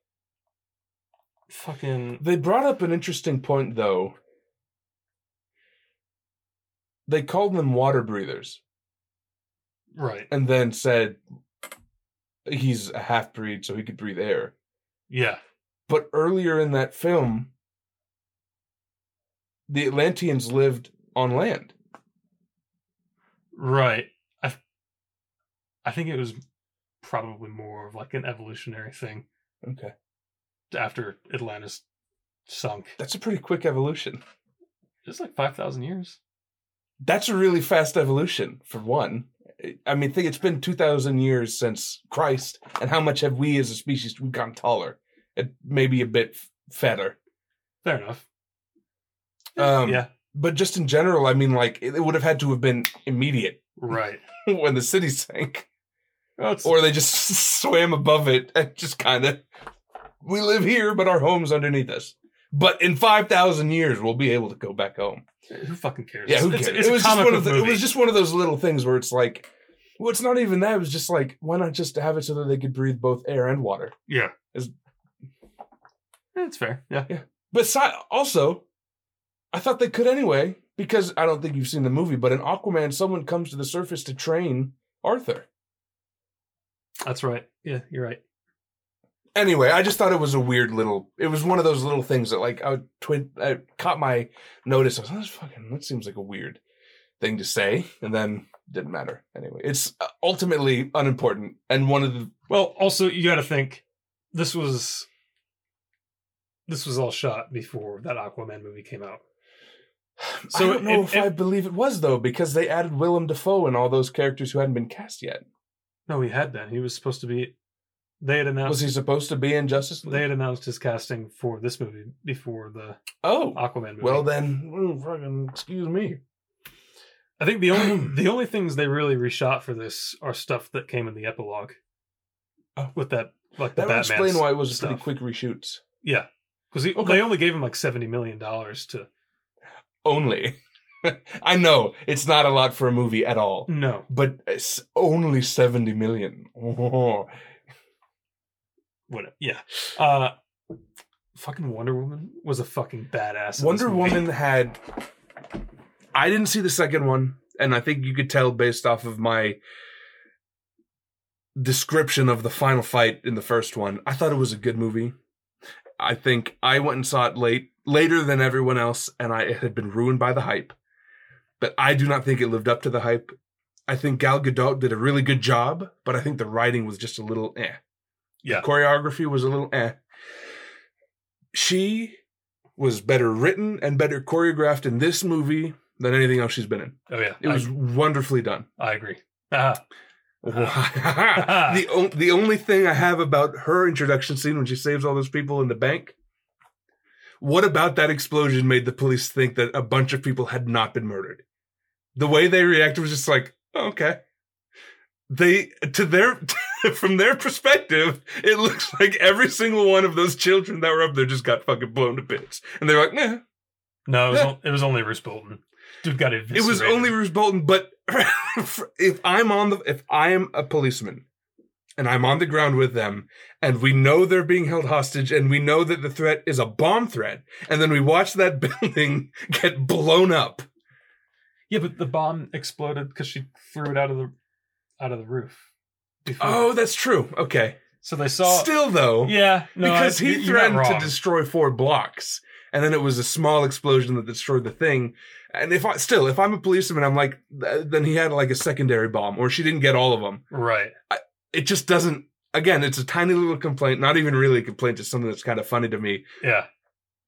Speaker 2: fucking
Speaker 1: they brought up an interesting point though. They called them water breathers,
Speaker 2: right.
Speaker 1: and then said he's a half breed, so he could breathe air.
Speaker 2: Yeah.
Speaker 1: But earlier in that film, the Atlanteans lived on land.
Speaker 2: Right. I, th- I think it was probably more of like an evolutionary thing
Speaker 1: Okay.
Speaker 2: after Atlantis sunk.
Speaker 1: That's a pretty quick evolution.
Speaker 2: It's like 5,000 years.
Speaker 1: That's a really fast evolution, for one. I mean, think it's been 2,000 years since Christ, and how much have we as a species we've gotten taller? and Maybe a bit f- fatter.
Speaker 2: Fair enough.
Speaker 1: Um,
Speaker 2: yeah.
Speaker 1: But just in general, I mean, like, it it would have had to have been immediate [LAUGHS]
Speaker 2: [LAUGHS] Right.
Speaker 1: when the city sank,
Speaker 2: Well, it's,
Speaker 1: or they just [LAUGHS] swam above it and just kind of, we live here, but our home's underneath us. But in 5,000 years, we'll be able to go back home.
Speaker 2: who fucking cares?
Speaker 1: Yeah, who
Speaker 2: It's-
Speaker 1: cares?
Speaker 2: It's,
Speaker 1: it was
Speaker 2: a comic
Speaker 1: just one of
Speaker 2: book
Speaker 1: the, it
Speaker 2: movie.
Speaker 1: was just one of those little things where it's like Well, it's not even that. It was just like, why not just have it so that they could breathe both air and water?
Speaker 2: Yeah.
Speaker 1: Is-
Speaker 2: That's fair. Yeah.
Speaker 1: But si- also, I thought they could anyway because I don't think you've seen the movie. But in Aquaman, someone comes to the surface to train Arthur.
Speaker 2: That's right. Yeah, you're right.
Speaker 1: Anyway, I just thought it was a weird little. It was one of those little things that like I would twin. I caught my notice. I was like, "That's fucking. That seems like a weird thing to say. And then didn't matter anyway. It's uh, ultimately unimportant and one of the
Speaker 2: Well, also you got to think this was this was all shot before that Aquaman movie came out.
Speaker 1: So
Speaker 2: So
Speaker 1: I don't know
Speaker 2: it-
Speaker 1: if
Speaker 2: it-
Speaker 1: I believe it was though, because they added Willem Dafoe and all those characters who hadn't been cast yet.
Speaker 2: No, he had been. He was supposed to be. They had announced.
Speaker 1: Was he supposed to be in Justice League?
Speaker 2: They had announced his casting for this movie before the
Speaker 1: oh,
Speaker 2: Aquaman movie.
Speaker 1: well then, mm, fucking excuse me.
Speaker 2: I think the
Speaker 1: [CLEARS THROAT]
Speaker 2: only the only things they really reshot for this are stuff that came in the epilogue.
Speaker 1: Oh.
Speaker 2: With that, like the
Speaker 1: That would
Speaker 2: Batman.
Speaker 1: explain why it was a pretty
Speaker 2: stuff.
Speaker 1: quick reshoots.
Speaker 2: Yeah, because
Speaker 1: Okay.
Speaker 2: they only gave him like seventy million dollars to.
Speaker 1: Only, [LAUGHS] I know it's not a lot for a movie at all,
Speaker 2: No,
Speaker 1: but it's only seventy million. [LAUGHS] Oh.
Speaker 2: what? Yeah. Uh, fucking Wonder Woman was a fucking badass. in
Speaker 1: Wonder
Speaker 2: this movie.
Speaker 1: Woman had.
Speaker 4: I didn't see the second one, and I think you could tell based off of my description of the final fight in the first one. I thought it was a good movie. I think I went and saw it late, later than everyone else, and I it had been ruined by the hype. But I do not think it lived up to the hype. I think Gal Gadot did a really good job, but I think the writing was just a little eh.
Speaker 2: Yeah.
Speaker 4: The choreography was a little eh.
Speaker 1: She was better written and better choreographed in this movie than anything else she's been in.
Speaker 2: Oh yeah,
Speaker 1: It was wonderfully done.
Speaker 2: I, I agree. Ah,
Speaker 1: the o- the only thing I have about her introduction scene when she saves all those people in the bank. What about that explosion made the police think that a bunch of people had not been murdered? The way they reacted was just like, oh, okay. They to their [LAUGHS] from their perspective, it looks like every single one of those children that were up there just got fucking blown to bits, and they were like, nah.
Speaker 2: no, it was, on- it was only Bruce Bolton. Dude got
Speaker 1: It was only Bruce Bolton, but [LAUGHS] if I'm on the if I'm a policeman and I'm on the ground with them and we know they're being held hostage and we know that the threat is a bomb threat and then we watch that [LAUGHS] building get blown up.
Speaker 2: Yeah, but the bomb exploded because she threw it out of the out of the roof. Before.
Speaker 1: Oh, that's true. Okay.
Speaker 2: so they saw.
Speaker 1: Still though,
Speaker 2: yeah, no,
Speaker 1: because
Speaker 2: I-
Speaker 1: he
Speaker 2: you're not
Speaker 1: threatened to
Speaker 2: wrong.
Speaker 1: destroy four blocks and then it was a small explosion that destroyed the thing. And if I still if I'm a policeman, I'm like th- then he had like a secondary bomb or she didn't get all of them.
Speaker 2: right.
Speaker 1: it just doesn't again it's a tiny little complaint not even really a complaint just something that's kind of funny to me
Speaker 2: Yeah,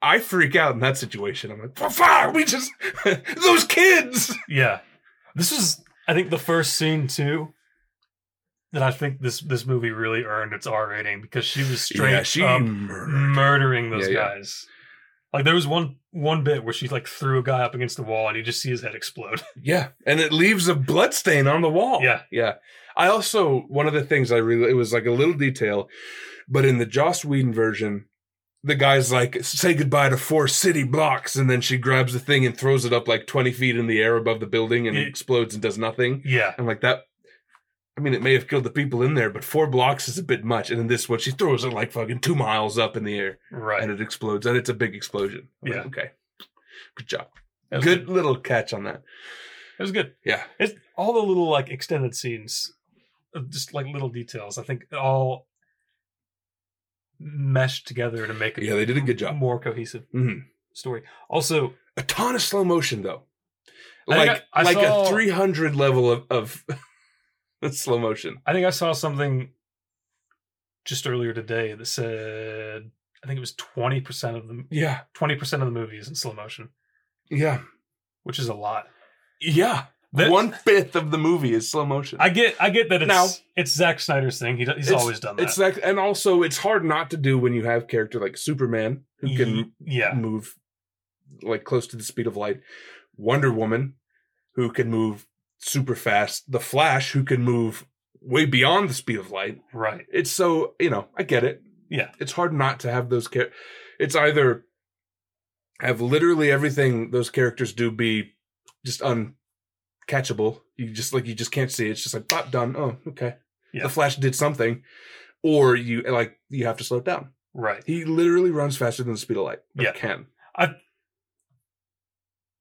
Speaker 1: i freak out in that situation i'm like "For fuck we just [LAUGHS] those kids
Speaker 2: yeah. This was, I think, the first scene too. That I think this this movie really earned its R rating because she was straight up
Speaker 1: um, murdered.
Speaker 2: murdering those
Speaker 1: Yeah, yeah.
Speaker 2: guys. Like there was one one bit where she like threw a guy up against the wall and you just see his head explode. [LAUGHS]
Speaker 1: yeah and it leaves a blood stain on the wall
Speaker 2: yeah,
Speaker 1: yeah i also one of the things i really it was like a little detail but in the joss whedon version the guy's like say goodbye to four city blocks and then she grabs the thing and throws it up like 20 feet in the air above the building and
Speaker 2: Yeah.
Speaker 1: it explodes and does nothing
Speaker 2: yeah,
Speaker 1: I'm like that. I mean, it may have killed the people in there, but four blocks is a bit much. And in this one, she throws it like fucking two miles up in the air,
Speaker 2: right.
Speaker 1: and it explodes, and it's a big explosion. I'm like,
Speaker 2: Yeah.
Speaker 1: okay. Good job.
Speaker 2: That was
Speaker 1: Good little catch on that.
Speaker 2: It was good.
Speaker 1: Yeah.
Speaker 2: It's all the little like extended scenes, uh, just like little details. I think it all meshed together to make
Speaker 1: Yeah, they did a good job.
Speaker 2: more cohesive
Speaker 1: Mhm.
Speaker 2: story. Also,
Speaker 1: A ton of slow motion though,
Speaker 2: I think
Speaker 1: like
Speaker 2: I- I
Speaker 1: like
Speaker 2: saw-
Speaker 1: a 300 level of of [LAUGHS] slow motion.
Speaker 2: I think I saw something just earlier today that said I think it was twenty percent of the
Speaker 1: Yeah.
Speaker 2: twenty percent of the movies in slow motion,
Speaker 1: Yeah.
Speaker 2: which is a lot.
Speaker 1: Yeah.
Speaker 2: That-
Speaker 1: One fifth of the movie is slow motion.
Speaker 2: I get, I get that it's
Speaker 1: Now-
Speaker 2: it's Zack Snyder's thing. He, do- he's
Speaker 1: It's-
Speaker 2: always done that.
Speaker 1: it's like, and also it's hard not to do when you have character like Superman who can
Speaker 2: Ye- yeah,
Speaker 1: move like close to the speed of light. Wonder Woman, who can move super fast. The Flash, who can move way beyond the speed of light.
Speaker 2: right.
Speaker 1: It's so you know, I get it.
Speaker 2: Yeah.
Speaker 1: it's hard not to have those characters. It's either have literally everything those characters do be just un catchable. You just like you just can't see. it. It's just like pop done. Oh, okay.
Speaker 2: Yeah.
Speaker 1: The Flash did something, or you like you have to slow it down.
Speaker 2: Right.
Speaker 1: He literally runs faster than the speed of light. or
Speaker 2: Yeah.
Speaker 1: can.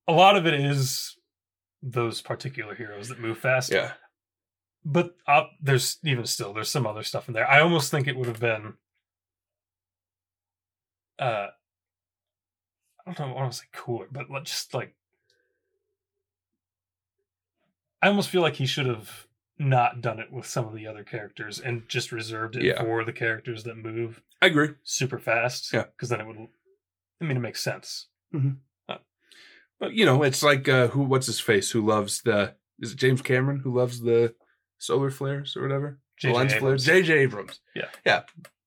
Speaker 2: A lot of it is those particular heroes that move fast.
Speaker 1: Yeah,
Speaker 2: But uh, there's even still there's some other stuff in there. I almost think it would have been. Uh, I don't know. I want to say cooler, but let just like. I almost feel like he should have not done it with some of the other characters and just reserved it
Speaker 1: Yeah.
Speaker 2: for the characters that move
Speaker 1: I agree.
Speaker 2: super fast.
Speaker 1: Yeah.
Speaker 2: Because then it would, I mean, it makes sense.
Speaker 1: But you know, it's like uh, who? What's his face? Who loves the? Is it James Cameron who loves the solar flares or whatever? The
Speaker 2: J.J.
Speaker 1: lens flares.
Speaker 2: Abrams.
Speaker 1: J.J. Abrams.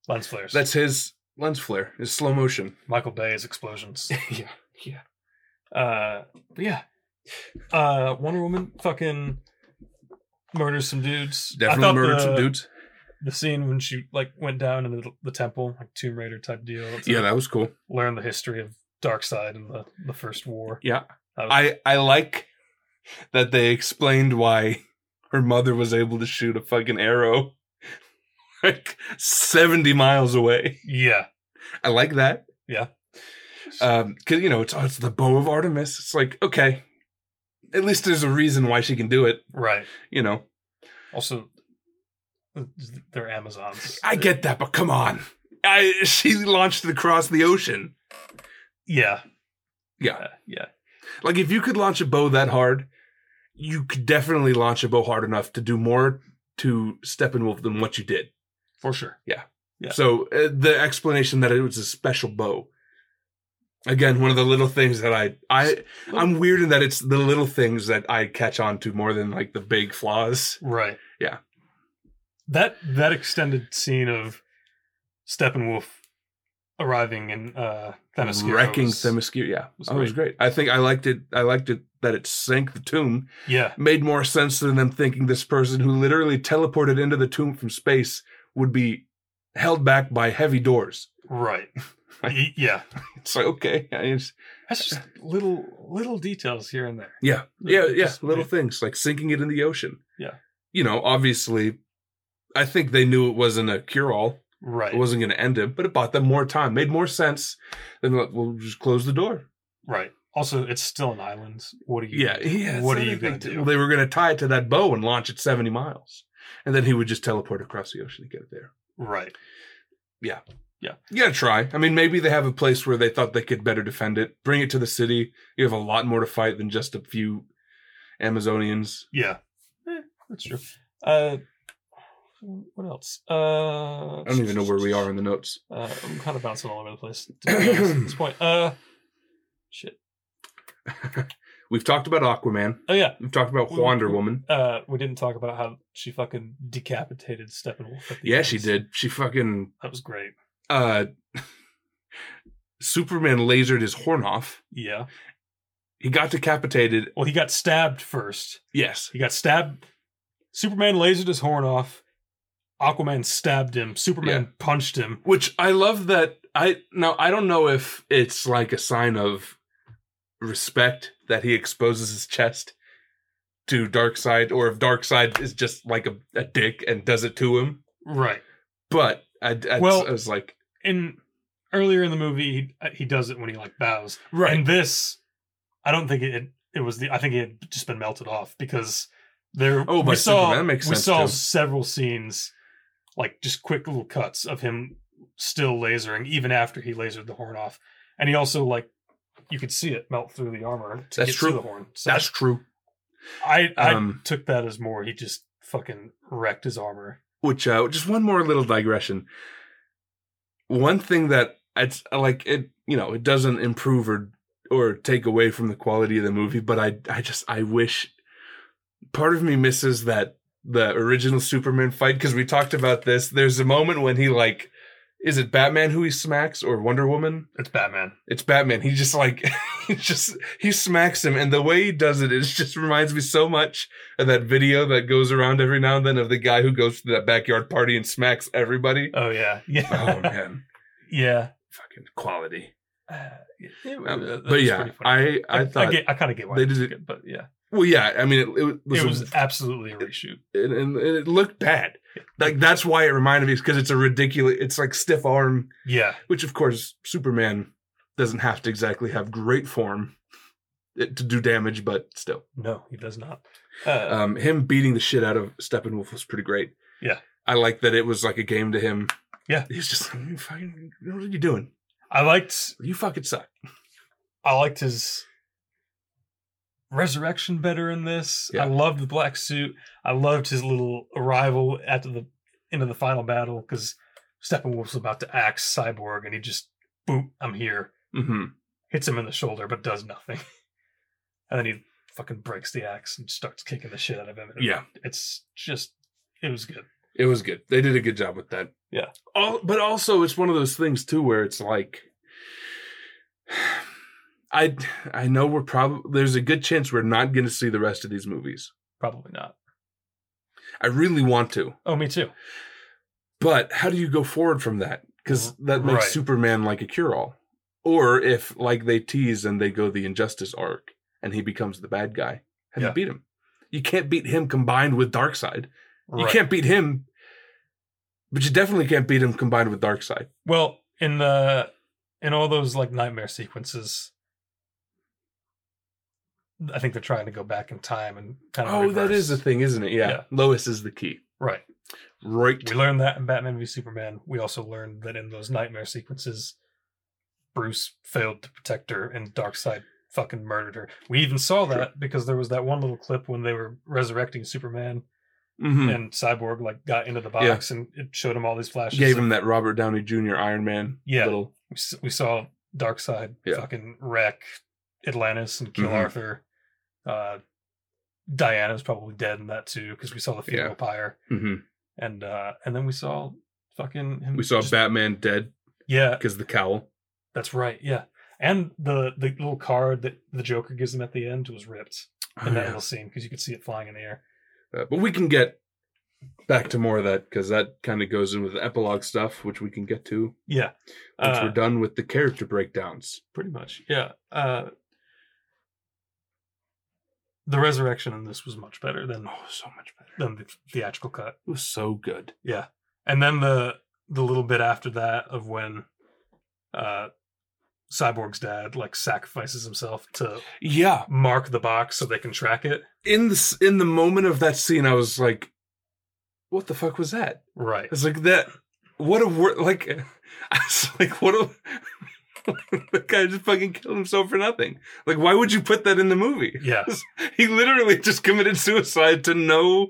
Speaker 2: Lens flares.
Speaker 1: That's his lens flare. Is slow motion.
Speaker 2: Michael Bay's explosions.
Speaker 1: [LAUGHS] yeah.
Speaker 2: Uh, but yeah. Uh, Wonder Woman fucking murders some dudes. I
Speaker 1: Definitely
Speaker 2: thought
Speaker 1: murdered
Speaker 2: the,
Speaker 1: some dudes.
Speaker 2: The scene when she like went down into the, the temple, like Tomb Raider type deal. To
Speaker 1: Yeah, that was cool.
Speaker 2: learn the history of Darkseid and the the First War.
Speaker 1: Yeah.
Speaker 2: That was-
Speaker 1: I I like that they explained why her mother was able to shoot a fucking arrow [LAUGHS] like 70 miles away.
Speaker 2: yeah.
Speaker 1: I like that.
Speaker 2: Yeah.
Speaker 1: Um cuz you know it's oh, it's the bow of Artemis. It's like okay. At least there's a reason why she can do it,
Speaker 2: Right.
Speaker 1: you know.
Speaker 2: Also, uh, they're Amazons.
Speaker 1: I get that, but come on. I she launched it across the ocean.
Speaker 2: Yeah.
Speaker 1: Yeah.
Speaker 2: Uh, yeah.
Speaker 1: Like if you could launch a bow that hard, you could definitely launch a bow hard enough to do more to Steppenwolf than what you did.
Speaker 2: For sure. Yeah.
Speaker 1: So uh, the explanation that it was a special bow. Again, one of the little things that I I I'm weird in that it's the little things that I catch on to more than like the big flaws.
Speaker 2: Right.
Speaker 1: Yeah.
Speaker 2: That that extended scene of Steppenwolf arriving in uh Themyscira
Speaker 1: Wrecking
Speaker 2: was-
Speaker 1: Themyscira, yeah,
Speaker 2: was
Speaker 1: that was great. I think I liked it. I liked it that it sank the tomb.
Speaker 2: Yeah.
Speaker 1: made more sense than them thinking this person who literally teleported into the tomb from space would be held back by heavy doors. [LAUGHS]
Speaker 2: Right. Y- yeah.
Speaker 1: It's like okay, I just-
Speaker 2: That's
Speaker 1: [LAUGHS]
Speaker 2: just little little details here and there.
Speaker 1: yeah, yeah, yeah,
Speaker 2: Just-
Speaker 1: little things like sinking it in the ocean.
Speaker 2: Yeah.
Speaker 1: you know, obviously, I think they knew it wasn't a cure all.
Speaker 2: Right.
Speaker 1: It wasn't going to end it, but it bought them more time. Made more sense than like, we'll just close the door.
Speaker 2: right. Also, it's still an island. What are you
Speaker 1: Yeah, yeah.
Speaker 2: What
Speaker 1: so
Speaker 2: are you
Speaker 1: they-
Speaker 2: gonna do?
Speaker 1: Well, they were going to tie it to that bow and launch it seventy miles, and then he would just teleport across the ocean to get it there.
Speaker 2: Right.
Speaker 1: You gotta try. I mean, maybe they have a place where they thought they could better defend it. Bring it to the city. You have a lot more to fight than just a few Amazonians.
Speaker 2: Yeah. Eh, that's true. Uh what else? Uh
Speaker 1: I don't even know where we are in the notes.
Speaker 2: Uh, I'm kind of bouncing all over the place to be honest, at this point. Uh shit.
Speaker 1: [LAUGHS] We've talked about Aquaman.
Speaker 2: Oh yeah.
Speaker 1: We've talked about Wonder Woman.
Speaker 2: Uh, we didn't talk about how she fucking decapitated Steppenwolf. At the
Speaker 1: Yeah,
Speaker 2: end.
Speaker 1: she did. She fucking
Speaker 2: That was great.
Speaker 1: uh [LAUGHS] Superman lasered his horn off.
Speaker 2: Yeah.
Speaker 1: He got decapitated.
Speaker 2: Well, he got stabbed first.
Speaker 1: Yes.
Speaker 2: He got stabbed. Superman lasered his horn off. Aquaman stabbed him. Superman punched him.
Speaker 1: Which I love that I now I don't know if it's like a sign of respect that he exposes his chest to Dark Side or if Dark Side is just like a, a dick and does it to him.
Speaker 2: Right.
Speaker 1: But I, I-
Speaker 2: Well-
Speaker 1: I was like
Speaker 2: And earlier in the movie, he, he does it when he like bows.
Speaker 1: right
Speaker 2: And this, I don't think it. It was the. I think it had just been melted off because there.
Speaker 1: Oh,
Speaker 2: we
Speaker 1: by
Speaker 2: saw
Speaker 1: Superman, that makes
Speaker 2: we
Speaker 1: sense,
Speaker 2: saw
Speaker 1: too.
Speaker 2: several scenes, like just quick little cuts of him still lasering, even after he lasered the horn off, and he also like you could see it melt through the armor to
Speaker 1: That's
Speaker 2: get
Speaker 1: true.
Speaker 2: to the horn. So
Speaker 1: that's true.
Speaker 2: I I
Speaker 1: um,
Speaker 2: took that as more he just fucking wrecked his armor.
Speaker 1: Which uh, just one more little digression. One thing that it's uh, like it you know it doesn't improve or or take away from the quality of the movie, but I I just I wish part of me misses that the original Superman fight because we talked about this. There's a moment when he like is it Batman who he smacks or Wonder Woman?
Speaker 2: It's Batman.
Speaker 1: It's Batman. He just like [LAUGHS] he just he smacks him, and the way he does it, it just reminds me so much of that video that goes around every now and then of the guy who goes to that backyard party and smacks everybody.
Speaker 2: Oh yeah, [LAUGHS]
Speaker 1: oh
Speaker 2: yeah,
Speaker 1: man,
Speaker 2: yeah.
Speaker 1: fucking quality.
Speaker 2: Uh, yeah,
Speaker 1: Um,
Speaker 2: that
Speaker 1: but
Speaker 2: was
Speaker 1: Um, yeah,
Speaker 2: pretty funny.
Speaker 1: I I thought
Speaker 2: I, get- I kind of get why
Speaker 1: they
Speaker 2: they did
Speaker 1: did
Speaker 2: it, but yeah,
Speaker 1: Well, yeah. I mean, it, it was,
Speaker 2: It was absolutely a reshoot.
Speaker 1: and, and it looked bad.
Speaker 5: Like that's why it reminded me because it's a ridiculous. It's like stiff arm,
Speaker 2: Yeah.
Speaker 5: which of course Superman doesn't have to exactly have great form
Speaker 1: eh,
Speaker 5: it- to do damage, but still.
Speaker 2: No, he does not. Uh,
Speaker 1: Um, him beating the shit out of Steppenwolf was pretty great.
Speaker 2: Yeah.
Speaker 1: I like that it was like a game to him.
Speaker 2: Yeah.
Speaker 1: He was just like, "You fucking, what are you doing?
Speaker 2: I liked
Speaker 1: You fucking suck.
Speaker 2: I liked his resurrection better in this.
Speaker 1: Yeah.
Speaker 2: I loved the black suit. I loved his little arrival at the end of the final battle because Steppenwolf's about to axe Cyborg and he just boom, I'm here.
Speaker 1: Mm-hmm.
Speaker 2: Hits him in the shoulder but does nothing. [LAUGHS] and then he fucking breaks the axe and starts kicking the shit out of him.
Speaker 1: Yeah.
Speaker 2: It's just it was good.
Speaker 1: It was good. They did a good job with that.
Speaker 2: Yeah.
Speaker 1: All, but also, it's one of those things too where it's like, [SIGHS] I I know we're probably there's a good chance we're not going to see the rest of these movies.
Speaker 2: Probably not.
Speaker 1: I really want to,
Speaker 2: Oh, me too.
Speaker 1: but how do you go forward from that? Because that makes
Speaker 2: Mm-hmm. Right.
Speaker 1: Superman like a cure all, or if like they tease and they go the injustice arc and he becomes the bad guy, how do
Speaker 2: Yeah.
Speaker 1: you beat him? You can't beat him combined with Darkseid. You
Speaker 2: Right.
Speaker 1: can't beat him, but you definitely can't beat him combined with Darkseid.
Speaker 2: Well, in the in all those like nightmare sequences, I think they're trying to go back in time and kind of.
Speaker 1: Oh, that
Speaker 2: reverse.
Speaker 1: is the thing, isn't it? Yeah.
Speaker 2: Yeah.
Speaker 1: Lois is the key.
Speaker 2: right.
Speaker 1: Right.
Speaker 2: We learned that in Batman v Superman. We also learned that in those nightmare sequences, Bruce failed to protect her, and Darkseid fucking murdered her. We even saw that because there was that one little clip when they were resurrecting Superman
Speaker 1: Mhm.
Speaker 2: and Cyborg like got into the box and it showed him all these flashes.
Speaker 1: Gave
Speaker 2: of-
Speaker 1: him that Robert Downey Jr. Iron Man.
Speaker 2: Yeah.
Speaker 1: Little.
Speaker 2: we s- we saw Dark Side
Speaker 1: Yeah.
Speaker 2: fucking wreck Atlantis and kill
Speaker 1: Mhm.
Speaker 2: Arthur. Uh, Diana's probably dead in that too because we saw the funeral pyre
Speaker 1: Mhm.
Speaker 2: and uh, and then we saw fucking him
Speaker 1: We saw
Speaker 2: just-
Speaker 1: Batman dead
Speaker 2: yeah
Speaker 1: because the cowl.
Speaker 2: that's right yeah and the the little card that the Joker gives him at the end was ripped
Speaker 1: Oh,
Speaker 2: in that little scene because you could see it flying in the air
Speaker 1: Uh, but we can get back to more of that because that kind of goes in with the epilogue stuff, which we can get to
Speaker 2: yeah
Speaker 1: once
Speaker 2: Uh,
Speaker 1: we're done with the character breakdowns.
Speaker 2: pretty much yeah uh, the resurrection in this was much better than
Speaker 1: Oh, so much better.
Speaker 2: than the theatrical cut
Speaker 1: It was so good.
Speaker 2: Yeah. And then the the little bit after that of when uh Cyborg's dad like sacrifices himself to
Speaker 1: Yeah.
Speaker 2: mark the box so they can track it.
Speaker 1: In the s- in the moment of that scene, I was like, "What the fuck was that?"
Speaker 2: Right.
Speaker 1: It's like that. What a word! Like, [LAUGHS] I was like, what a. [LAUGHS] the guy just fucking killed himself for nothing. Like, why would you put that in the movie?
Speaker 2: Yeah.
Speaker 1: He literally just committed suicide to no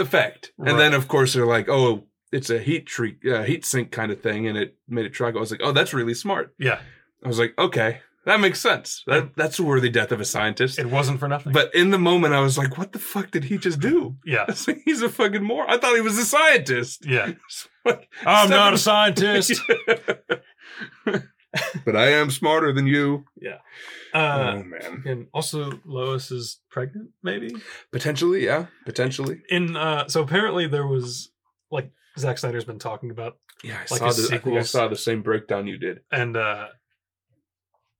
Speaker 1: effect.
Speaker 2: Right.
Speaker 1: And then, of course, they're like, oh, it's a heat treat, uh, heat sink kind of thing, and it made it track. I was like, oh, that's really smart.
Speaker 2: Yeah.
Speaker 1: I was like, okay, that makes sense. That that's a worthy death of a scientist.
Speaker 2: It wasn't for nothing.
Speaker 1: But in the moment, I was like, what the fuck did he just do? [LAUGHS]
Speaker 2: yeah.
Speaker 1: I was like, He's a fucking moron. I thought he was a scientist. [LAUGHS]
Speaker 2: Yeah.
Speaker 1: Like,
Speaker 2: I'm not a
Speaker 1: Steppen- [LAUGHS]
Speaker 2: scientist.
Speaker 1: but I am smarter than you.
Speaker 2: Uh
Speaker 1: oh man.
Speaker 2: and also Lois is pregnant, maybe?
Speaker 1: Potentially, yeah. Potentially.
Speaker 2: In uh so apparently there was like Zack Snyder's been talking about
Speaker 1: Yeah, I
Speaker 2: Like
Speaker 1: saw
Speaker 2: his
Speaker 1: the, I think I
Speaker 2: sequels.
Speaker 1: saw the same breakdown you did.
Speaker 2: and uh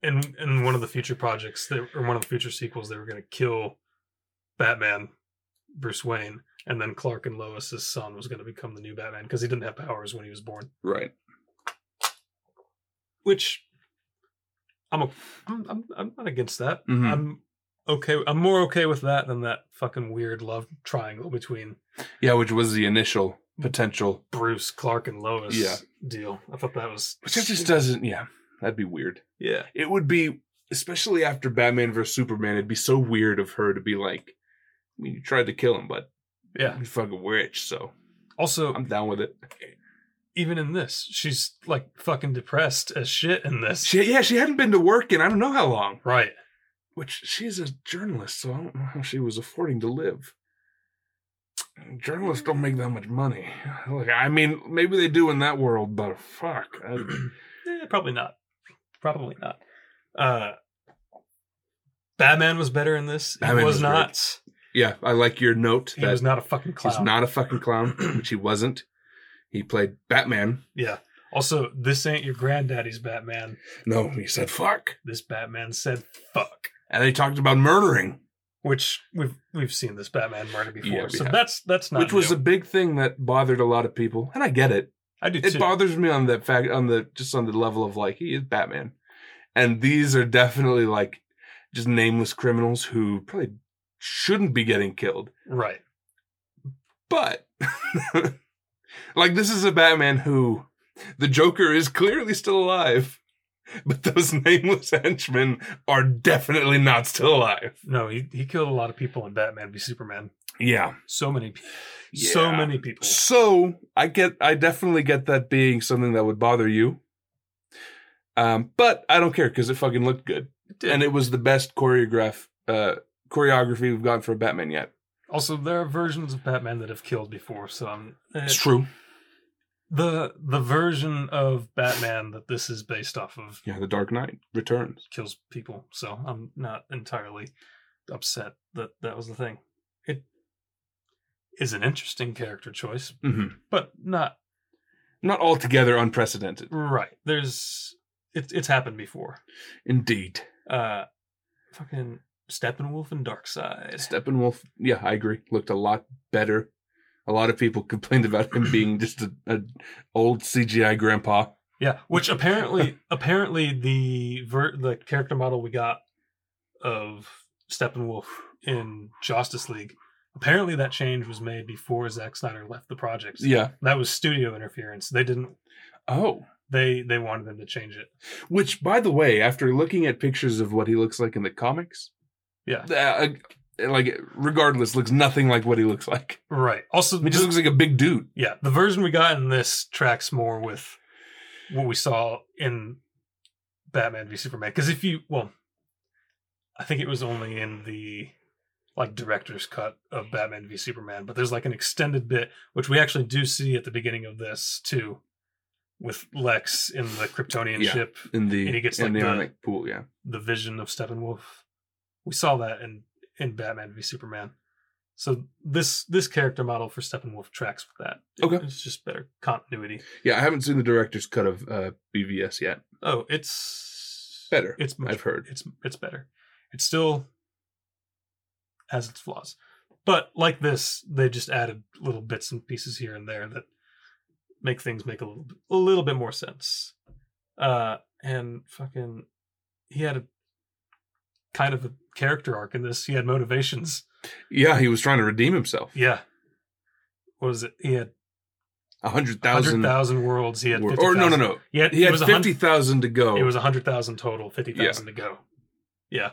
Speaker 2: in in one of the future projects they, or one of the future sequels they were going to kill batman bruce wayne and then clark and lois's son was going to become the new batman because he didn't have powers when he was born
Speaker 1: Right.
Speaker 2: which i'm a, I'm, I'm i'm not against that
Speaker 1: Mhm.
Speaker 2: i'm okay i'm more okay with that than that fucking weird love triangle between
Speaker 1: Yeah, which was the initial potential.
Speaker 2: bruce clark and lois
Speaker 1: Yeah.
Speaker 2: deal i thought that was
Speaker 1: Which it just doesn't yeah. That'd be weird.
Speaker 2: yeah
Speaker 1: It would be especially after Batman versus Superman, it'd be so weird of her to be like, I mean you tried to kill him, but
Speaker 2: yeah
Speaker 1: you're fucking rich, so
Speaker 2: also
Speaker 1: I'm down with it.
Speaker 2: even in this, she's like fucking depressed as shit in this.
Speaker 1: She, yeah, she hadn't been to work in I don't know how long.
Speaker 2: right.
Speaker 1: which she's a journalist, so I don't know how she was affording to live. Journalists don't make that much money. Look, I mean, maybe they do in that world, but fuck. I-
Speaker 2: Eh, probably not. Probably not. Uh Batman was better in this.
Speaker 1: Batman
Speaker 2: he was,
Speaker 1: was great.
Speaker 2: not.
Speaker 1: [CLEARS THROAT] yeah, I like your note
Speaker 2: He
Speaker 1: that
Speaker 2: was not a fucking clown.
Speaker 1: he's not a fucking [CLEARS THROAT] clown, which he wasn't. He played Batman.
Speaker 2: Yeah. Also, this ain't your granddaddy's Batman.
Speaker 1: No, he said fuck.
Speaker 2: This Batman said fuck.
Speaker 1: And they talked about murdering.
Speaker 2: which we've we've seen this Batman murder before.
Speaker 1: Yeah, we
Speaker 2: so
Speaker 1: have.
Speaker 2: that's that's not
Speaker 1: which was
Speaker 2: new.
Speaker 1: a big thing that bothered a lot of people, and I get it.
Speaker 2: I do
Speaker 1: It
Speaker 2: too.
Speaker 1: bothers me on the fact on the just on the level of like he is Batman, and these are definitely like just nameless criminals who probably shouldn't be getting killed.
Speaker 2: right.
Speaker 1: But [LAUGHS] like this is a Batman who the Joker is clearly still alive, but those [LAUGHS] nameless henchmen are definitely not still alive.
Speaker 2: No, he he killed a lot of people in Batman v Superman.
Speaker 1: Yeah.
Speaker 2: So many, pe- so
Speaker 1: Yeah.
Speaker 2: many people.
Speaker 1: So I get, I definitely get that being something that would bother you. Um, but I don't care because it fucking looked good, and it was the best choreograph uh, choreography we've gotten for Batman yet.
Speaker 2: Also, there are versions of Batman that have killed before. So I'm, eh,
Speaker 1: It's true.
Speaker 2: the the version of Batman that this is based off of
Speaker 1: Yeah, The Dark Knight returns.
Speaker 2: kills people. So I'm not entirely upset that that was the thing. It is an interesting character choice,
Speaker 1: Mm-hmm.
Speaker 2: but not
Speaker 1: Not altogether unprecedented,
Speaker 2: right. There's it's it's happened before.
Speaker 1: indeed.
Speaker 2: Uh, fucking Steppenwolf and Darkseid.
Speaker 1: Steppenwolf, yeah, I agree. Looked a lot better. A lot of people [LAUGHS] complained about him being just a, a old CGI grandpa.
Speaker 2: Yeah, which apparently apparently the ver- the character model we got of Steppenwolf in Justice League apparently that change was made before Zack Snyder left the project.
Speaker 1: Yeah.
Speaker 2: That was studio interference. They didn't
Speaker 1: Oh.
Speaker 2: they they wanted them to change it.
Speaker 1: Which, by the way, after looking at pictures of what he looks like in the comics,
Speaker 2: Yeah.
Speaker 1: uh, like regardless, looks nothing like what he looks like.
Speaker 2: Right. Also
Speaker 1: He just looks like a big dude.
Speaker 2: yeah, the version we got in this tracks more with what we saw in Batman v Superman cuz if you well I think it was only in the like director's cut of Batman v Superman, but there's like an extended bit which we actually do see at the beginning of this too with Lex in the Kryptonian
Speaker 1: Yeah.
Speaker 2: ship,
Speaker 1: In the
Speaker 2: And he gets,
Speaker 1: in
Speaker 2: like,
Speaker 1: the
Speaker 2: the-
Speaker 1: ionic pool, yeah.
Speaker 2: the vision of Steppenwolf. We saw that in in Batman v Superman. So this this character model for Steppenwolf tracks with that. It-
Speaker 1: Okay.
Speaker 2: It's just better continuity.
Speaker 1: Yeah, I haven't seen the director's cut of uh, BVS yet.
Speaker 2: Oh, it's
Speaker 1: Better,
Speaker 2: It's much,
Speaker 1: I've heard.
Speaker 2: It's it's better. It's still has its flaws, but like this, they just added little bits and pieces here and there that make things make a little bit- a little bit more sense. Uh, and fucking, he had a kind of a character arc in this. He had motivations.
Speaker 1: Yeah, he was trying to redeem himself.
Speaker 2: Yeah. What was it? He had
Speaker 1: A hundred
Speaker 2: hundred
Speaker 1: thousand,
Speaker 2: thousand worlds. He had
Speaker 1: were-
Speaker 2: 50,
Speaker 1: or no, no, no.
Speaker 2: He had,
Speaker 1: He
Speaker 2: it
Speaker 1: had
Speaker 2: was a hun-
Speaker 1: fifty thousand to go.
Speaker 2: It was a hundred thousand total, fifty thousand to go. Yeah,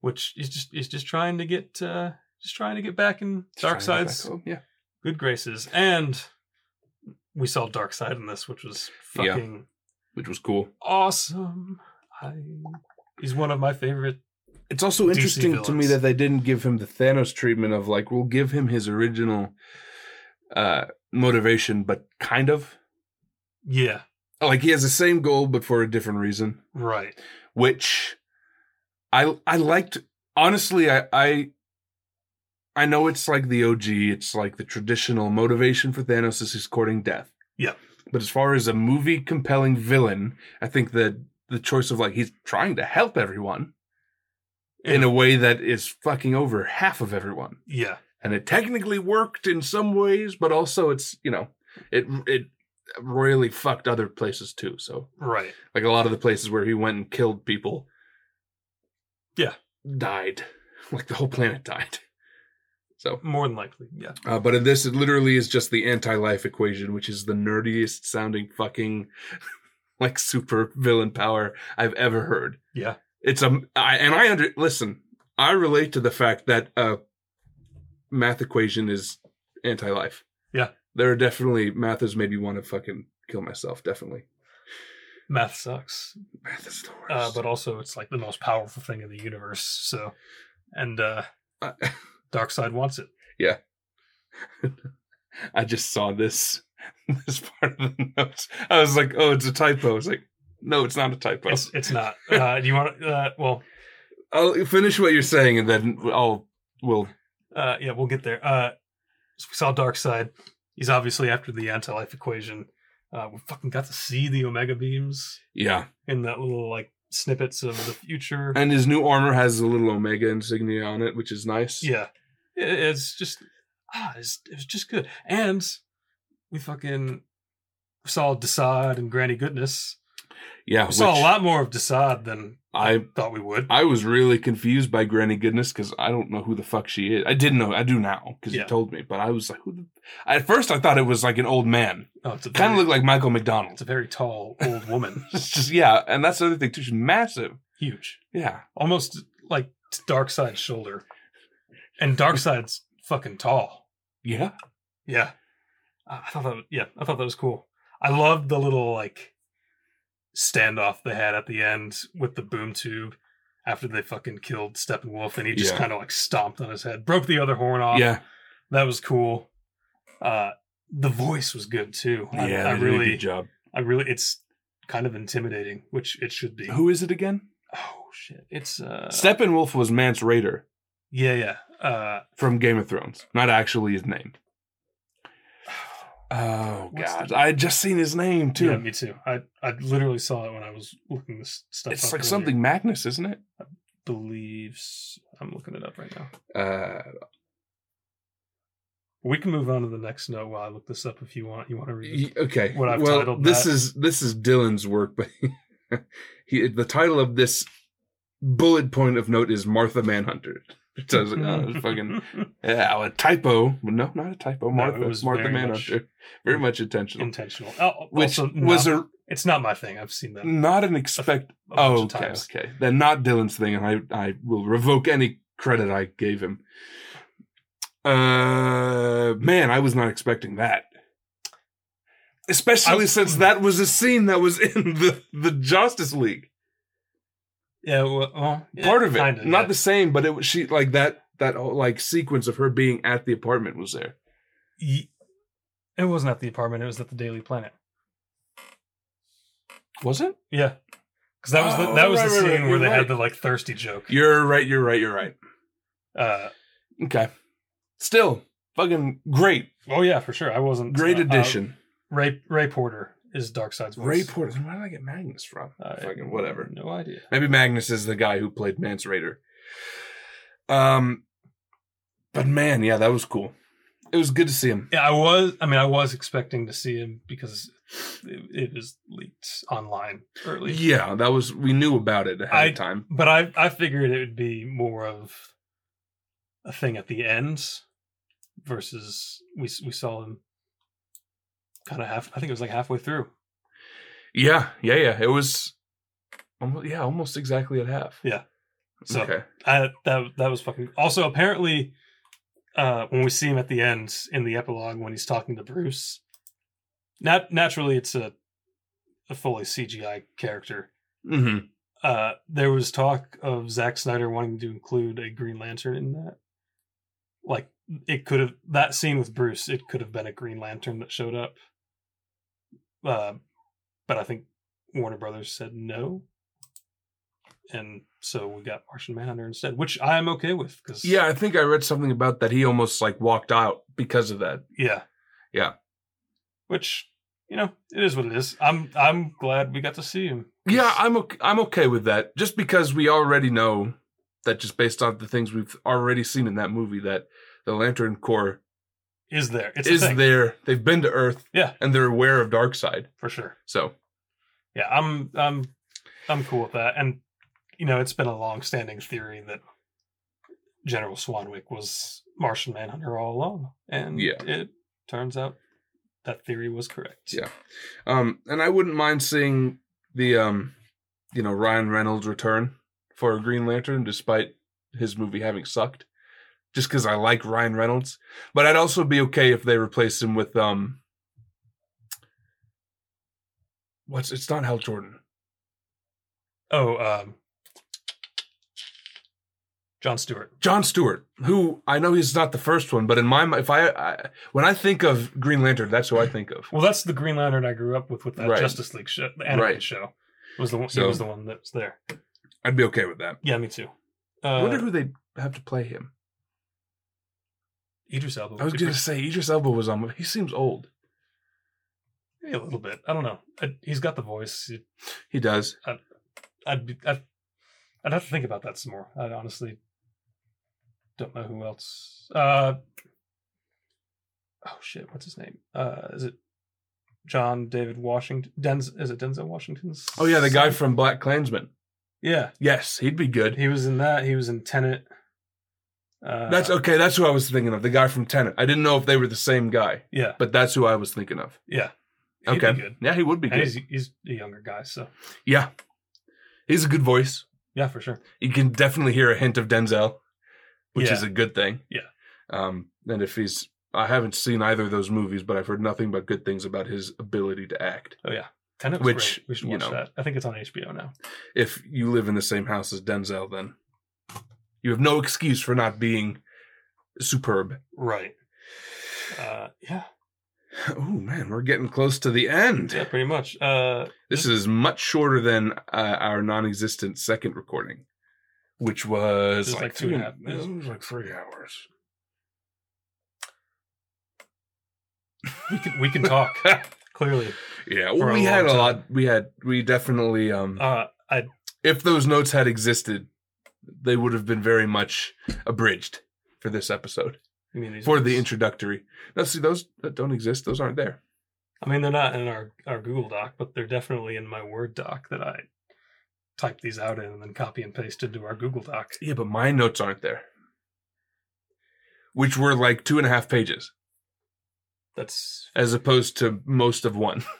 Speaker 2: which is just is just trying to get uh just trying to get back in
Speaker 1: Trying
Speaker 2: Dark
Speaker 1: to get back
Speaker 2: Side's
Speaker 1: home, Yeah,
Speaker 2: good graces, and we saw Dark Side in this, which was
Speaker 1: Yeah.
Speaker 2: fucking
Speaker 1: which was cool.
Speaker 2: awesome. I he's one of my favorite.
Speaker 1: It's also
Speaker 2: DC
Speaker 1: interesting to me
Speaker 2: villains.
Speaker 1: that they didn't give him the Thanos treatment of like we'll give him his original uh motivation, but kind of
Speaker 2: Yeah,
Speaker 1: like he has the same goal but for a different reason,
Speaker 2: right.
Speaker 1: which I I liked honestly. I I I know it's like the OG, it's like the traditional motivation for Thanos is he's courting death.
Speaker 2: Yeah.
Speaker 1: but as far as a movie compelling villain, I think that the choice of like he's trying to help everyone in a way that is fucking over half of everyone.
Speaker 2: yeah,
Speaker 1: And it technically worked in some ways, but also it's, you know, it it royally fucked other places too. So
Speaker 2: right.
Speaker 1: like a lot of the places where he went and killed people.
Speaker 2: Yeah.
Speaker 1: Died. [LAUGHS] Like the whole planet died. So
Speaker 2: More than likely, yeah.
Speaker 1: uh, but in this, it literally is just the anti-life equation, which is the nerdiest sounding fucking [LAUGHS] like super villain power I've ever heard.
Speaker 2: Yeah.
Speaker 1: it's a I, and I under listen. I relate to the fact that uh, math equation is anti-life.
Speaker 2: Yeah.
Speaker 1: there are definitely math has made me want to fucking kill myself. Definitely,
Speaker 2: Math sucks,
Speaker 1: math is the worst.
Speaker 2: uh, but also it's like the most powerful thing in the universe. So, and uh
Speaker 1: I-
Speaker 2: Dark Side wants it.
Speaker 1: I just saw this [LAUGHS] this part of the notes. I was like, oh, it's a typo. I was like, no, it's not a typo.
Speaker 2: It's it's not. Uh, do you want? Uh, well,
Speaker 1: I'll finish what you're saying, and then I'll we'll
Speaker 2: uh, yeah, we'll get there. Uh, so we saw Dark Side. He's obviously after the anti-life equation. Uh, we fucking got to see the Omega beams
Speaker 1: yeah
Speaker 2: in that little like snippets of the future.
Speaker 1: And his new armor has a little Omega insignia on it, which is nice.
Speaker 2: Yeah, It- it's just ah, it's, it's just good. And we fucking saw Desaad and Granny Goodness.
Speaker 1: yeah.
Speaker 2: We saw a
Speaker 1: which
Speaker 2: lot more of Desaad than
Speaker 1: I
Speaker 2: thought we would.
Speaker 1: I was really confused by Granny Goodness because I don't know who the fuck she is. I didn't know. I do now because
Speaker 2: Yeah.
Speaker 1: you told me. But I was like, who the... at first I thought it was like an old man.
Speaker 2: Oh, it's a
Speaker 1: Kind
Speaker 2: very-
Speaker 1: of looked like Michael
Speaker 2: It's
Speaker 1: McDonald. [LAUGHS]
Speaker 2: a very tall old woman, [LAUGHS]
Speaker 1: It's just yeah, and that's the other thing too. She's massive.
Speaker 2: huge,
Speaker 1: Yeah,
Speaker 2: almost like Dark Side's shoulder, and Dark Side's fucking tall.
Speaker 1: yeah.
Speaker 2: Yeah, I I thought that. Was, yeah, I thought that was cool. I loved the little like standoff they had at the end with the boom tube after they fucking killed Steppenwolf, and he just
Speaker 1: Yeah.
Speaker 2: kind of like stomped on his head, broke the other horn off.
Speaker 1: Yeah,
Speaker 2: that was cool. Uh, the voice was good too. I,
Speaker 1: yeah,
Speaker 2: I
Speaker 1: they did a good
Speaker 2: really,
Speaker 1: job.
Speaker 2: I really, it's kind of intimidating, which it should be.
Speaker 1: Who is it again?
Speaker 2: Oh shit! It's uh,
Speaker 1: Steppenwolf was Mance Raider
Speaker 2: yeah, yeah. Uh,
Speaker 1: from Game of Thrones, not actually his name. Oh
Speaker 2: What's
Speaker 1: god,
Speaker 2: the-
Speaker 1: I had just seen his name too.
Speaker 2: Yeah, me too. I I literally saw it when I was looking this stuff.
Speaker 1: it's
Speaker 2: up
Speaker 1: like
Speaker 2: earlier.
Speaker 1: something Magnus, isn't it?
Speaker 2: believes. I'm looking it up right now.
Speaker 1: Uh,
Speaker 2: We can move on to the next note while I look this up if you want. You want to read?
Speaker 1: y- okay.
Speaker 2: What I've
Speaker 1: well,
Speaker 2: titled
Speaker 1: this
Speaker 2: that.
Speaker 1: is this is Dylan's work, but [LAUGHS] he, the title of this bullet point of note is Martha Manhunter. So I was like,
Speaker 2: [LAUGHS] uh,
Speaker 1: oh, it's fucking yeah, a typo. No, not a typo. Martha,
Speaker 2: it was
Speaker 1: Martha
Speaker 2: very
Speaker 1: Manhunter,
Speaker 2: much-
Speaker 1: very much intentional.
Speaker 2: intentional. Oh,
Speaker 1: Which
Speaker 2: also
Speaker 1: was
Speaker 2: not-
Speaker 1: a
Speaker 2: It's not my thing. I've seen that. a
Speaker 1: not an expect.
Speaker 2: bunch
Speaker 1: Oh,
Speaker 2: of
Speaker 1: okay,
Speaker 2: times.
Speaker 1: okay. Then not Dylan's thing, and I, I will revoke any credit I gave him. Uh, man, I was not expecting that. Especially
Speaker 2: I-
Speaker 1: since that was Hmm. a scene that was [LAUGHS] in the, the Justice League.
Speaker 2: Yeah, well, well, yeah,
Speaker 1: Part of it,
Speaker 2: kinda,
Speaker 1: not
Speaker 2: yeah.
Speaker 1: the same, but it was she like that that whole, like sequence of her being at the apartment was there.
Speaker 2: Ye- It wasn't at the apartment. It was at the Daily Planet.
Speaker 1: Was it?
Speaker 2: Yeah, because that was the,
Speaker 1: Oh,
Speaker 2: that was
Speaker 1: right,
Speaker 2: the
Speaker 1: right,
Speaker 2: scene
Speaker 1: right,
Speaker 2: where
Speaker 1: you're
Speaker 2: they had
Speaker 1: right.
Speaker 2: the like thirsty joke.
Speaker 1: You're right. You're right. You're right.
Speaker 2: Uh,
Speaker 1: Okay. Still, fucking great,
Speaker 2: oh yeah, for sure. I wasn't
Speaker 1: great
Speaker 2: uh, uh,
Speaker 1: addition.
Speaker 2: Ray Ray Porter is Darkseid's voice.
Speaker 1: Ray Porter. Where did I get Magnus from?
Speaker 2: I-
Speaker 1: Fucking whatever.
Speaker 2: Uh, No idea.
Speaker 1: Maybe Magnus is the guy who played Mance Raider. Um, but man, yeah, that was cool. It was good to see him.
Speaker 2: Yeah, I was. I mean, I was expecting to see him because it, it was leaked online early.
Speaker 1: Yeah, that was we knew about it ahead
Speaker 2: I-
Speaker 1: of time.
Speaker 2: But I I figured it would be more of a thing at the end versus we we saw him kind of half. I think it was like halfway through.
Speaker 1: Yeah, yeah, yeah. It was, almost, yeah, almost exactly at half.
Speaker 2: Yeah. So
Speaker 1: okay.
Speaker 2: I, that that was fucking. Also, apparently, uh, when we see him at the end in the epilogue when he's talking to Bruce, nat- naturally it's a a fully CGI character.
Speaker 1: hmm
Speaker 2: Uh, there was talk of Zack Snyder wanting to include a Green Lantern in that. Like it could have that scene with Bruce, it could have been a Green Lantern that showed up. Uh, but I think Warner Brothers said no, and so we got Martian Manhunter instead, which I am okay with because
Speaker 1: Yeah, I think I read something about that. He almost like walked out because of that.
Speaker 2: yeah,
Speaker 1: Yeah.
Speaker 2: which you know it is what it is. I'm I'm glad we got to see him.
Speaker 1: Yeah, I'm okay, I'm okay with that. Just because we already know that, just based on the things we've already seen in that movie, that the Lantern Corps
Speaker 2: Is there? It's
Speaker 1: is
Speaker 2: a thing,
Speaker 1: there. They've been to Earth,
Speaker 2: Yeah.
Speaker 1: and they're aware of Darkseid.
Speaker 2: for sure.
Speaker 1: So
Speaker 2: yeah i'm i'm i'm cool with that and you know it's been a long-standing theory that general swanwick was martian manhunter all along and
Speaker 1: Yeah.
Speaker 2: it turns out that theory was correct
Speaker 1: Yeah. Um, and I wouldn't mind seeing the, um, you know, Ryan Reynolds return for a Green Lantern, despite his movie having sucked. Just because I like Ryan Reynolds, but I'd also be okay if they replace him with um. What's it's not Hal Jordan.
Speaker 2: oh um john stewart
Speaker 1: John Stewart, who I know he's not the first one, but in my mi- if I, I when I think of Green Lantern, that's who I think of.
Speaker 2: well that's the green lantern i grew up with with that
Speaker 1: Right.
Speaker 2: justice league show the animated
Speaker 1: Right.
Speaker 2: show was the one he
Speaker 1: So-
Speaker 2: was the one that was there
Speaker 1: I'd be okay with that.
Speaker 2: yeah me too
Speaker 1: I wonder
Speaker 2: uh,
Speaker 1: who they have to play him.
Speaker 2: Idris Elba.
Speaker 1: I was
Speaker 2: would be
Speaker 1: gonna
Speaker 2: pretty-
Speaker 1: say Idris Elba was on. He seems old.
Speaker 2: maybe a little bit. I don't know. Uh, He's got the voice.
Speaker 1: He does.
Speaker 2: I'd, be, I'd I'd have to think about that some more. I honestly don't know who else. Uh, oh shit, what's his name? Uh, is it John David Washington? Denz, is it Denzel Washington's?
Speaker 1: Oh yeah, the guy from Black Klansman.
Speaker 2: Yeah,
Speaker 1: Yes, he'd be good.
Speaker 2: he was in that. He was in Tenet. Uh,
Speaker 1: That's okay. That's who I was thinking of. The guy from Tenet. I didn't know if they were the same guy,
Speaker 2: yeah,
Speaker 1: but that's who I was thinking of.
Speaker 2: yeah. He'd be
Speaker 1: Okay.
Speaker 2: good.
Speaker 1: Yeah, he would be
Speaker 2: And
Speaker 1: good.
Speaker 2: he's he's a younger guy, so
Speaker 1: Yeah, he's a good voice.
Speaker 2: yeah, for sure.
Speaker 1: You can definitely hear a hint of Denzel, which
Speaker 2: Yeah.
Speaker 1: is a good thing.
Speaker 2: Yeah.
Speaker 1: Um, and if he's, I haven't seen either of those movies, but I've heard nothing but good things about his ability to act.
Speaker 2: Oh yeah, Tenet. Was
Speaker 1: Which,
Speaker 2: great. we should
Speaker 1: you
Speaker 2: watch
Speaker 1: know.
Speaker 2: that. I think it's on HBO now.
Speaker 1: If you live in the same house as Denzel, then you have no excuse for not being superb. [LAUGHS]
Speaker 2: Right. Uh, yeah.
Speaker 1: Oh man, we're getting close to the end.
Speaker 2: Yeah. Pretty much. Uh,
Speaker 1: This is much shorter than uh, our non-existent second recording, which was
Speaker 2: It was
Speaker 1: like,
Speaker 2: like two and a half minutes.
Speaker 1: It was like three hours.
Speaker 2: we can we can talk [LAUGHS] clearly.
Speaker 1: [LAUGHS] Yeah,
Speaker 2: For
Speaker 1: well,
Speaker 2: a
Speaker 1: we had a
Speaker 2: long time.
Speaker 1: lot. We had we definitely. Um,
Speaker 2: Uh, I
Speaker 1: if those notes had existed, they would have been very much abridged for this episode
Speaker 2: I mean, these
Speaker 1: for the
Speaker 2: notes-
Speaker 1: introductory. Now, see those that don't exist; those aren't there.
Speaker 2: I mean, they're not in our our Google Doc, but they're definitely in my Word doc that I type these out in and then copy and paste into our Google Doc.
Speaker 1: Yeah, but my notes aren't there, which were like two and a half pages.
Speaker 2: That's
Speaker 1: as opposed to most of one. [LAUGHS]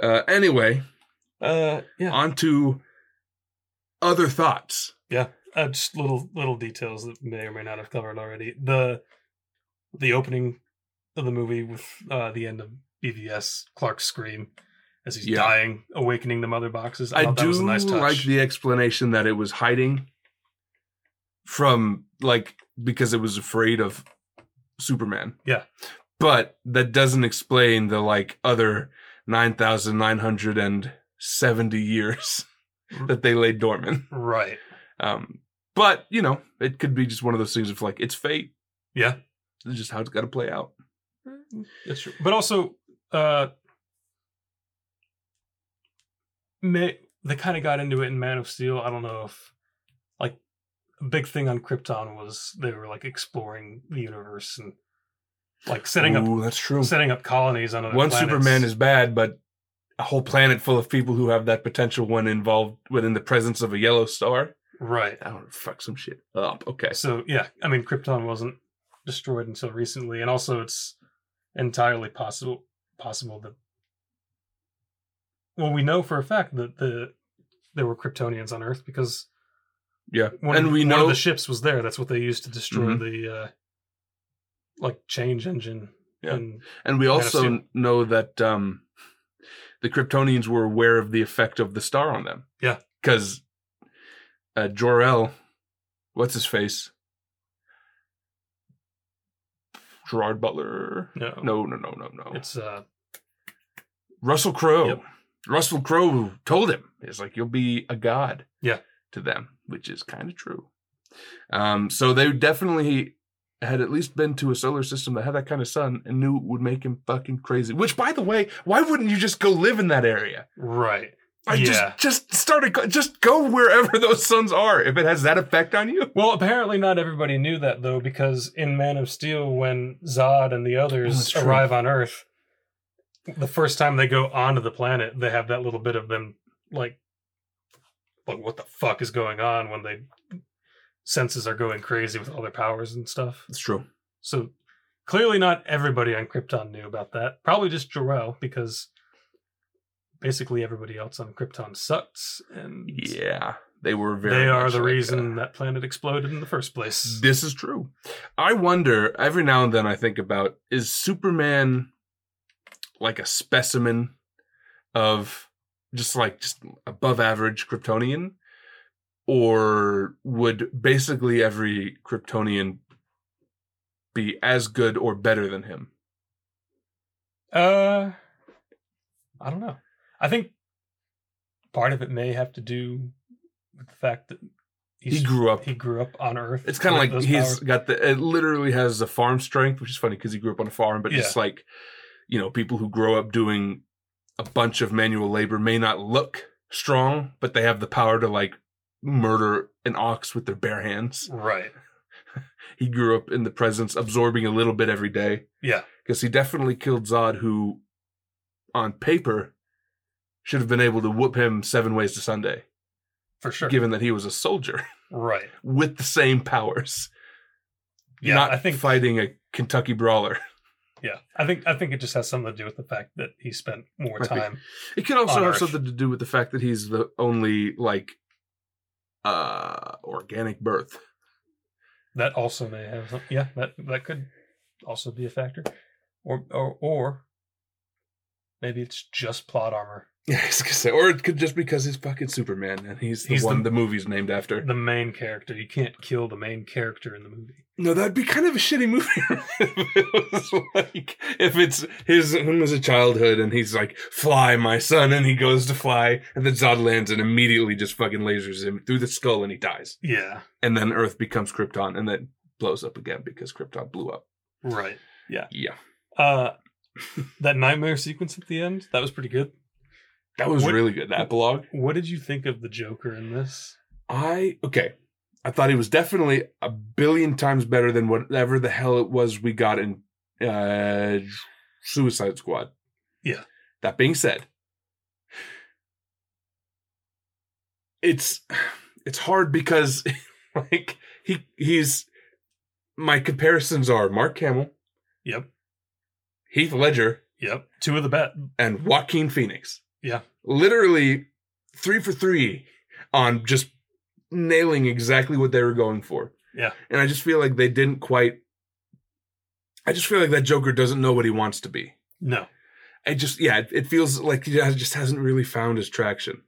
Speaker 1: Uh, anyway,
Speaker 2: uh yeah.
Speaker 1: on to other thoughts.
Speaker 2: uh, just little little details that may or may not have covered already. The the opening of the movie with uh, the end of BVS Clark's scream as he's
Speaker 1: Yeah.
Speaker 2: dying, awakening the mother boxes. I,
Speaker 1: I,
Speaker 2: thought that
Speaker 1: do
Speaker 2: was a nice touch.
Speaker 1: like the explanation that it was hiding from, like, because it was afraid of Superman.
Speaker 2: Yeah.
Speaker 1: But that doesn't explain the, like, other 9,970 years
Speaker 2: Mm.
Speaker 1: that they lay dormant.
Speaker 2: right.
Speaker 1: Um, but, you know, it could be just one of those things of, like, it's fate.
Speaker 2: Yeah,
Speaker 1: It's just how it's got to play out. Mm.
Speaker 2: that's true. But also, uh, may, they kind of got into it in Man of Steel. I don't know if like a big thing on Krypton was they were like exploring the universe and like setting up
Speaker 1: Ooh, that's true.
Speaker 2: setting up colonies on other
Speaker 1: one
Speaker 2: uh, planets.
Speaker 1: Superman is bad, but a whole planet full of people who have that potential when involved within the presence of a yellow star.
Speaker 2: right.
Speaker 1: I don't fuck some shit up. Okay.
Speaker 2: So yeah, I mean Krypton wasn't destroyed until recently, and also it's entirely possible possible that well, we know for a fact that the there were Kryptonians on Earth because
Speaker 1: Yeah.
Speaker 2: one,
Speaker 1: and
Speaker 2: of,
Speaker 1: we
Speaker 2: one
Speaker 1: know Mm-hmm.
Speaker 2: of the ships was there. That's what they used to destroy the uh like change engine.
Speaker 1: Yeah.
Speaker 2: And
Speaker 1: and we
Speaker 2: of
Speaker 1: also
Speaker 2: Steel.
Speaker 1: know that um the Kryptonians were aware of the effect of the star on them.
Speaker 2: Yeah.
Speaker 1: Cuz uh Jor-El what's his face? Gerard Butler.
Speaker 2: no,
Speaker 1: No, no, no, no, no.
Speaker 2: It's uh
Speaker 1: Russell Crowe.
Speaker 2: Yep.
Speaker 1: Russell Crowe told him, "It's like you'll be a god."
Speaker 2: Yeah.
Speaker 1: To them, which is kind of true. Um, so they definitely had at least been to a solar system that had that kind of sun and knew it would make him fucking crazy. Which, by the way, why wouldn't you just go live in that area?
Speaker 2: right.
Speaker 1: I
Speaker 2: Yeah.
Speaker 1: just just start a, just go wherever [LAUGHS] those suns are if it has that effect on you.
Speaker 2: Well, apparently not everybody knew that though, because in Man of Steel, when Zod and the
Speaker 1: Oh,
Speaker 2: others
Speaker 1: that's true.
Speaker 2: arrive on Earth, the first time they go onto the planet, they have that little bit of them like, like what the fuck is going on when they senses are going crazy with all their powers and stuff.
Speaker 1: It's true.
Speaker 2: So clearly, not everybody on Krypton knew about that. Probably just Jor-El, because basically everybody else on Krypton sucks, and
Speaker 1: Yeah, they were very.
Speaker 2: they are
Speaker 1: much
Speaker 2: the
Speaker 1: like,
Speaker 2: reason
Speaker 1: uh,
Speaker 2: that planet exploded in the first place.
Speaker 1: This is true. I wonder every now and then I think about is Superman like a specimen of just like just above average Kryptonian or would basically every Kryptonian be as good or better than him?
Speaker 2: Uh, I don't know. I think part of it may have to do with the fact that he's,
Speaker 1: He grew up
Speaker 2: he grew up on Earth.
Speaker 1: It's kind of
Speaker 2: with
Speaker 1: like
Speaker 2: those
Speaker 1: he's
Speaker 2: powers.
Speaker 1: got the. It literally has the farm strength, which is funny because he grew up on a farm. But it's like, you know, people who grow up doing a bunch of manual labor may not look strong, but they have the power to like murder an ox with their bare hands.
Speaker 2: Right.
Speaker 1: He grew up in the presence, absorbing a little bit every day.
Speaker 2: Yeah.
Speaker 1: because he definitely killed Zod, who, on paper, should have been able to whoop him seven ways to Sunday,
Speaker 2: For sure.
Speaker 1: given that he was a soldier [LAUGHS]
Speaker 2: right.
Speaker 1: with the same powers,
Speaker 2: Yeah.
Speaker 1: not
Speaker 2: I think.
Speaker 1: fighting a Kentucky brawler.
Speaker 2: yeah. I think. I think it just has something to do with the fact that he spent more
Speaker 1: Might be.
Speaker 2: time.
Speaker 1: It could also
Speaker 2: On
Speaker 1: have
Speaker 2: Earth.
Speaker 1: something to do with the fact that he's the only like uh organic birth.
Speaker 2: That also may have. Some, yeah. That that could also be a factor, or or or maybe it's just plot armor.
Speaker 1: [LAUGHS] Yeah, I was gonna say, or it could just because he's fucking Superman and he's the
Speaker 2: He's
Speaker 1: one
Speaker 2: the-
Speaker 1: the movie's named after.
Speaker 2: The main character. You can't kill the main character in the movie.
Speaker 1: No, that'd be kind of a shitty movie. [LAUGHS]
Speaker 6: if it was like if it's his when was a childhood and he's like fly my son and he goes to fly and then Zod lands and immediately just fucking lasers him through the skull and he dies
Speaker 2: Yeah.
Speaker 1: and then Earth becomes Krypton, and then blows up again because Krypton blew up.
Speaker 2: Right.
Speaker 6: yeah
Speaker 2: Uh, [LAUGHS] that nightmare sequence at the end. That was pretty good.
Speaker 6: that was
Speaker 2: What-
Speaker 6: really good the epilogue
Speaker 2: What did you think of the Joker in this?
Speaker 6: I okay I thought he was definitely a billion times better than whatever the hell it was we got in uh Suicide Squad
Speaker 2: Yeah.
Speaker 6: that being said
Speaker 1: It's it's hard
Speaker 6: [LAUGHS]
Speaker 1: because like he he's my comparisons are Mark Hamill,
Speaker 2: Yep.
Speaker 1: Heath Ledger,
Speaker 2: Yep. Two of the bet.
Speaker 1: and Joaquin Phoenix.
Speaker 2: Yeah.
Speaker 1: Literally three for three on just nailing exactly what they were going for.
Speaker 2: Yeah.
Speaker 1: And I just feel like they didn't quite I just feel like that Joker doesn't know what he wants to be.
Speaker 2: No.
Speaker 1: I just yeah, it, it feels like he has- just hasn't really found his traction.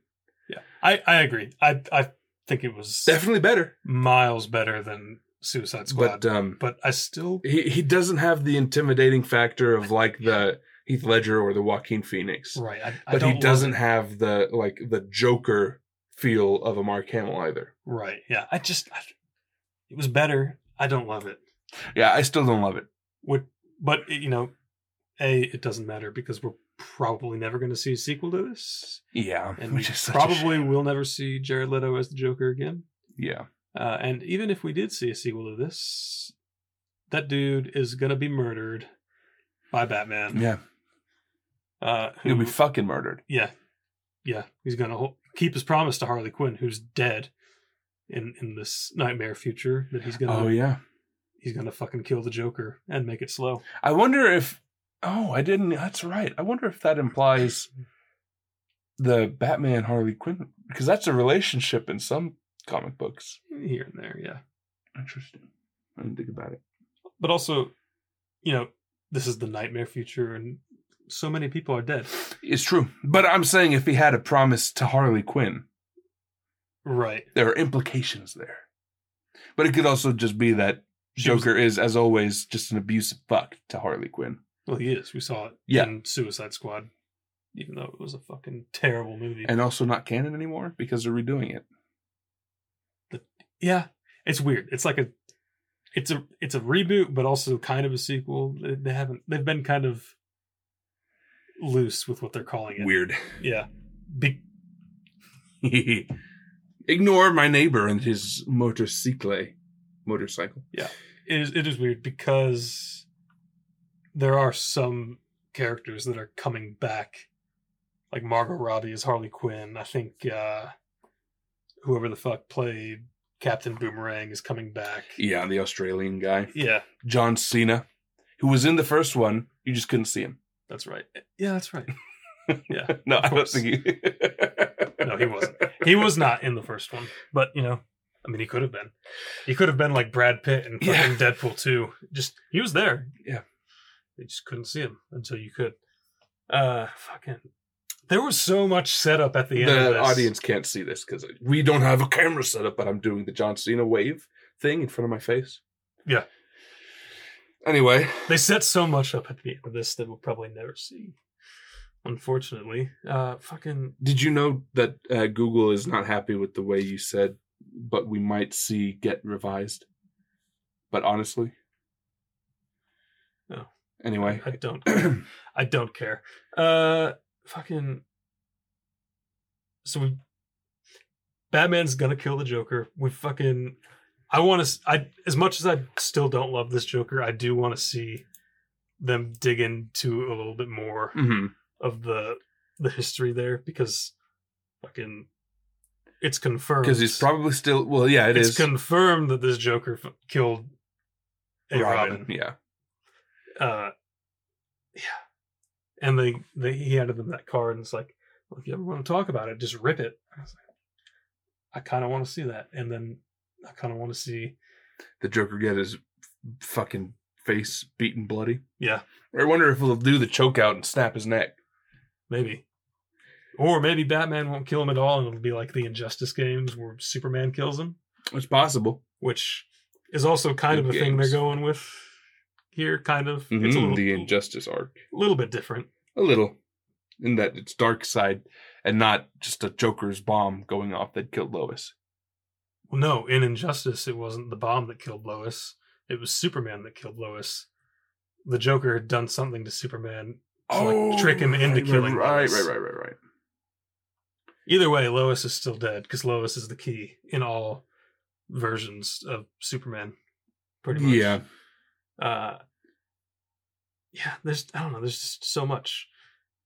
Speaker 2: I, I agree. I I think it was
Speaker 1: Definitely better,
Speaker 2: miles better than Suicide Squad,
Speaker 1: but
Speaker 2: but,
Speaker 1: um
Speaker 2: I still
Speaker 1: he he doesn't have the intimidating factor of like the Heath Ledger or the Joaquin Phoenix.
Speaker 2: right. I, I
Speaker 1: But
Speaker 2: don't
Speaker 1: he
Speaker 2: love
Speaker 1: doesn't
Speaker 2: it.
Speaker 1: have the like the Joker feel of a Mark Hamill either.
Speaker 2: right. Yeah, I just I, it was better. I don't love it.
Speaker 1: Yeah, I still don't love it.
Speaker 2: What? But you know, a it doesn't matter because we're probably never going to see a sequel to this,
Speaker 1: Yeah,
Speaker 2: and we probably will never see Jared Leto as the Joker again.
Speaker 1: yeah.
Speaker 2: Uh, and even if we did see a sequel to this, that dude is going to be murdered by Batman.
Speaker 1: Yeah.
Speaker 2: Uh,
Speaker 1: He'll be
Speaker 2: who-
Speaker 1: fucking murdered.
Speaker 2: Yeah, yeah, he's gonna hold, keep his promise to Harley Quinn, who's dead in in this nightmare future. That he's gonna
Speaker 1: Oh yeah.
Speaker 2: he's gonna fucking kill the Joker and make it slow.
Speaker 1: I wonder if. Oh, I didn't. That's right. I wonder if that implies the Batman Harley Quinn because that's a relationship in some comic books.
Speaker 2: Here and there, yeah.
Speaker 1: Interesting. I didn't think about it.
Speaker 2: But also, you know, this is the nightmare future, and so many people are dead.
Speaker 1: It's true, but I'm saying if he had a promise to Harley Quinn,
Speaker 2: Right.
Speaker 1: there are implications there. But it could also just be that
Speaker 2: She was-
Speaker 1: Joker is, as always, just an abusive fuck to Harley Quinn.
Speaker 2: Well, he is. We saw it
Speaker 1: Yeah.
Speaker 2: in Suicide Squad, even though it was a fucking terrible movie.
Speaker 1: and also not canon anymore because they're redoing it.
Speaker 2: yeah, it's weird. It's like a, it's a, it's a reboot, but also kind of a sequel. They- They haven't. They've been kind of loose with what they're calling it.
Speaker 1: Weird. [LAUGHS]
Speaker 2: Yeah. Be-
Speaker 1: Ignore my neighbor and his motorcycle. Motorcycle.
Speaker 2: it is. It is weird because there are some characters that are coming back, like Margot Robbie as Harley Quinn. I think uh whoever the fuck played Captain Boomerang is coming back.
Speaker 1: Yeah, the Australian guy,
Speaker 2: Yeah,
Speaker 1: John Cena, who was in the first one. You just couldn't see him. [LAUGHS]
Speaker 2: that's right. Yeah, that's right. Yeah.
Speaker 1: No, I don't
Speaker 2: course.
Speaker 1: think he. [LAUGHS]
Speaker 2: No, he wasn't. He was not in the first one, but you know, I mean, he could have been. He could have been like Brad Pitt in fucking Deadpool too. Just he was there.
Speaker 1: Yeah.
Speaker 2: they just couldn't see him until you could. Uh, fucking. There was so much setup at the end. of
Speaker 1: the
Speaker 2: this.
Speaker 1: audience can't see this because we don't have a camera set up, but I'm doing the John Cena wave thing in front of my face.
Speaker 2: Yeah.
Speaker 1: Anyway,
Speaker 2: They set so much up at the end of this that we'll probably never see. Unfortunately, uh, fucking
Speaker 1: did you know that uh, Google is not happy with the way you said, but we might see get revised? But honestly,
Speaker 2: No.
Speaker 1: [CLEARS THROAT] Anyway,
Speaker 2: I don't. I don't care. Uh, fucking. so we Batman's gonna kill the Joker. We fucking I want to I as much as I still don't love this Joker, I do want to see them dig into a little bit more
Speaker 1: Mm-hmm.
Speaker 2: of the the history there because fucking it's confirmed
Speaker 1: Because he's probably still well. Yeah, it
Speaker 2: it's
Speaker 1: is.
Speaker 2: confirmed that this Joker f- killed a Robin.
Speaker 1: Yeah.
Speaker 2: Uh, yeah, and they they he handed them that card and it's like, well, if you ever want to talk about it, just rip it. I was like, I kind of want to see that, and then I kind of want to see
Speaker 1: The Joker get his fucking face beaten bloody.
Speaker 2: yeah
Speaker 1: I wonder if he'll do the choke out and snap his neck.
Speaker 2: maybe. Or maybe Batman won't kill him at all, and it'll be like the Injustice games where Superman kills him.
Speaker 1: It's possible.
Speaker 2: which is also kind
Speaker 1: Good
Speaker 2: of a thing they're
Speaker 1: games.
Speaker 2: going with here. Kind of, it's a
Speaker 1: Mhm,
Speaker 2: little,
Speaker 1: the injustice arc.
Speaker 2: little bit different.
Speaker 1: A little. In that it's dark side and not just a Joker's bomb going off that killed Lois.
Speaker 2: Well, no, in Injustice, it wasn't the bomb that killed Lois; it was Superman that killed Lois. The Joker had done something to Superman. To, like, trick him into
Speaker 1: Oh, right,
Speaker 2: killing
Speaker 1: Right,
Speaker 2: Lois.
Speaker 1: right, right, right, right.
Speaker 2: Either way, Lois is still dead because Lois is the key in all versions of Superman. Pretty much.
Speaker 1: Yeah.
Speaker 2: uh yeah there's i don't know there's just so much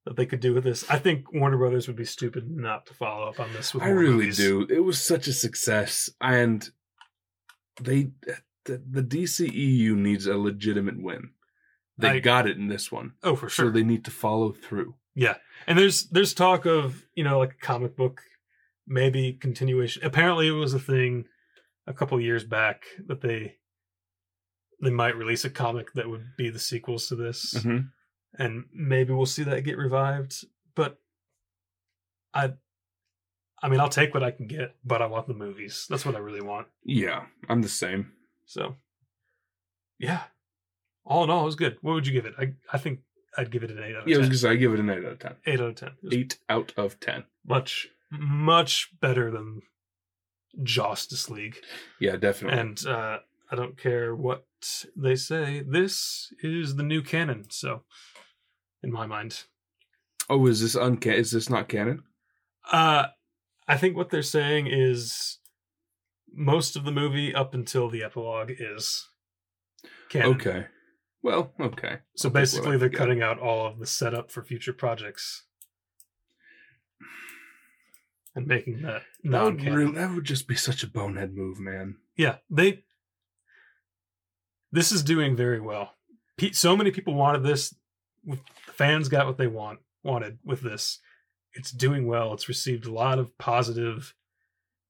Speaker 2: that they could do with this i think warner brothers would be stupid not to follow up on this with
Speaker 1: I
Speaker 2: more
Speaker 1: really
Speaker 2: movies.
Speaker 1: do. It was such a success, and they the, the DCEU needs a legitimate win. They
Speaker 2: I-
Speaker 1: got it in this one,
Speaker 2: oh for
Speaker 1: so
Speaker 2: sure
Speaker 1: they need to follow through.
Speaker 2: and there's there's talk of you know like a comic book maybe continuation apparently it was a thing a couple years back that they they might release a comic that would be the sequels to this
Speaker 1: Mm-hmm.
Speaker 2: and maybe we'll see that get revived but i i mean i'll take what i can get but i want the movies that's what i really want
Speaker 1: Yeah, I'm the same.
Speaker 2: So, yeah. All in all, it was good. What would you give it? I I think I'd give it an eight out of
Speaker 1: Yeah, I was
Speaker 2: ten.
Speaker 1: gonna say I give it an eight out of ten.
Speaker 2: Eight out of ten. It was
Speaker 1: Eight out of ten.
Speaker 2: Much much better than Justice League.
Speaker 1: Yeah, definitely.
Speaker 2: And uh, I don't care what they say. This is the new canon. So, in my mind,
Speaker 1: oh, is this unca- Is this not canon?
Speaker 2: uh, I think what they're saying is most of the movie up until the epilogue is canon.
Speaker 1: Okay. Well, okay.
Speaker 2: So
Speaker 1: I'll take what I
Speaker 2: basically, they're
Speaker 1: can get.
Speaker 2: cutting out all of the setup for future projects and making that
Speaker 1: That
Speaker 2: non
Speaker 1: would,
Speaker 2: canon.
Speaker 1: really, that would just be such a bonehead move, man.
Speaker 2: yeah, they. This is doing very well. Pe- so many people wanted this. The fans got what they want wanted with this. It's doing well. It's received a lot of positive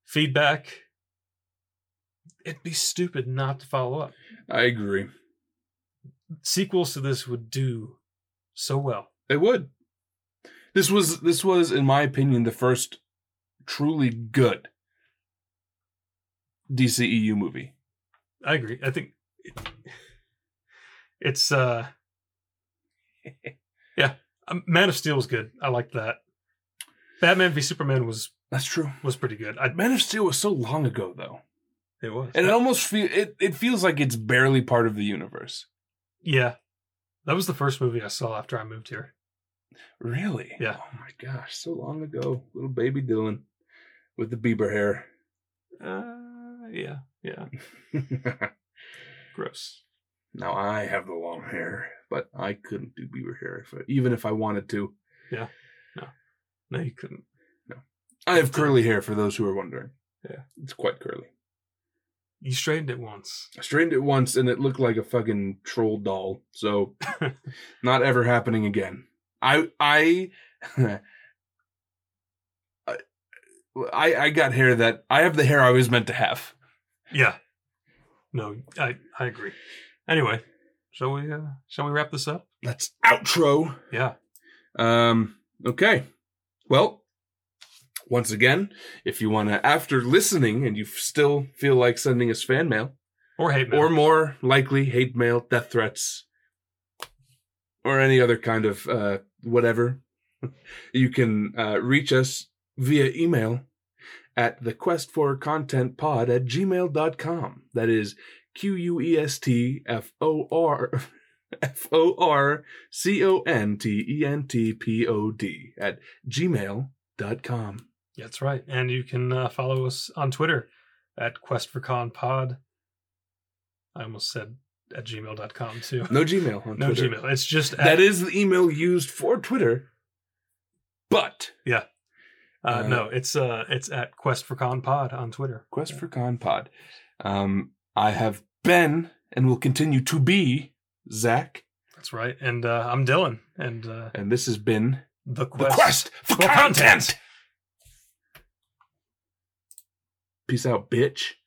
Speaker 2: feedback. It'd be stupid not to follow up.
Speaker 1: I agree.
Speaker 2: Sequels to this would do so well.
Speaker 1: It would. This was this was, in my opinion, the first truly good DCEU movie.
Speaker 2: I agree. I think it's uh yeah, um, Man of Steel was good. I liked that. Batman v Superman was
Speaker 1: That's true.
Speaker 2: was pretty good. I
Speaker 1: Man of Steel was so long ago though.
Speaker 2: it was.
Speaker 1: And it almost feel it, it feels like it's barely part of the universe.
Speaker 2: yeah. That was the first movie I saw after I moved here.
Speaker 1: Really?
Speaker 2: Yeah.
Speaker 1: Oh my gosh, so long ago. Little baby Dylan with the Bieber hair.
Speaker 2: Uh yeah. Yeah.
Speaker 1: [LAUGHS]
Speaker 2: Gross.
Speaker 1: now I have the long hair, but I couldn't do Bieber hair if I, even if I wanted to.
Speaker 2: No, you couldn't.
Speaker 1: I have curly hair for those who are wondering.
Speaker 2: Yeah.
Speaker 1: It's quite curly.
Speaker 2: You straightened it once.
Speaker 1: I strained it once and it looked like a fucking troll doll. [LAUGHS] So not ever happening again. I I [LAUGHS] I I got hair that I have the hair I was meant to have.
Speaker 2: Yeah. No, I I agree. Anyway, shall we uh shall we wrap this up?
Speaker 1: That's outro.
Speaker 2: Yeah.
Speaker 1: Um okay. Well, once again, if you want to after listening and you still feel like sending us fan mail,
Speaker 2: Or hate mail.
Speaker 1: or more likely hate mail, death threats, or any other kind of uh, whatever, [LAUGHS] you can uh, reach us via email at the quest for content pod at gmail.com. That is Q U E S T F O R [LAUGHS] F O R C O N T E N T P O D at gmail.com.
Speaker 2: That's right. And you can uh, follow us on Twitter at Quest for Con Pod. I almost said at gmail.com too.
Speaker 1: No Gmail on
Speaker 2: [LAUGHS] No
Speaker 1: Twitter.
Speaker 2: Gmail. It's just at,
Speaker 1: That is the email used for Twitter. But
Speaker 2: uh, no, it's uh it's at Quest for Con Pod on Twitter.
Speaker 1: Quest for Con Pod. Um, I have been and will continue to be Zach,
Speaker 2: That's right. And uh, I'm Dylan and uh,
Speaker 1: and this has been
Speaker 2: the
Speaker 1: the
Speaker 2: Quest.
Speaker 1: Quest for
Speaker 2: for Content.
Speaker 1: Content. Peace out, bitch.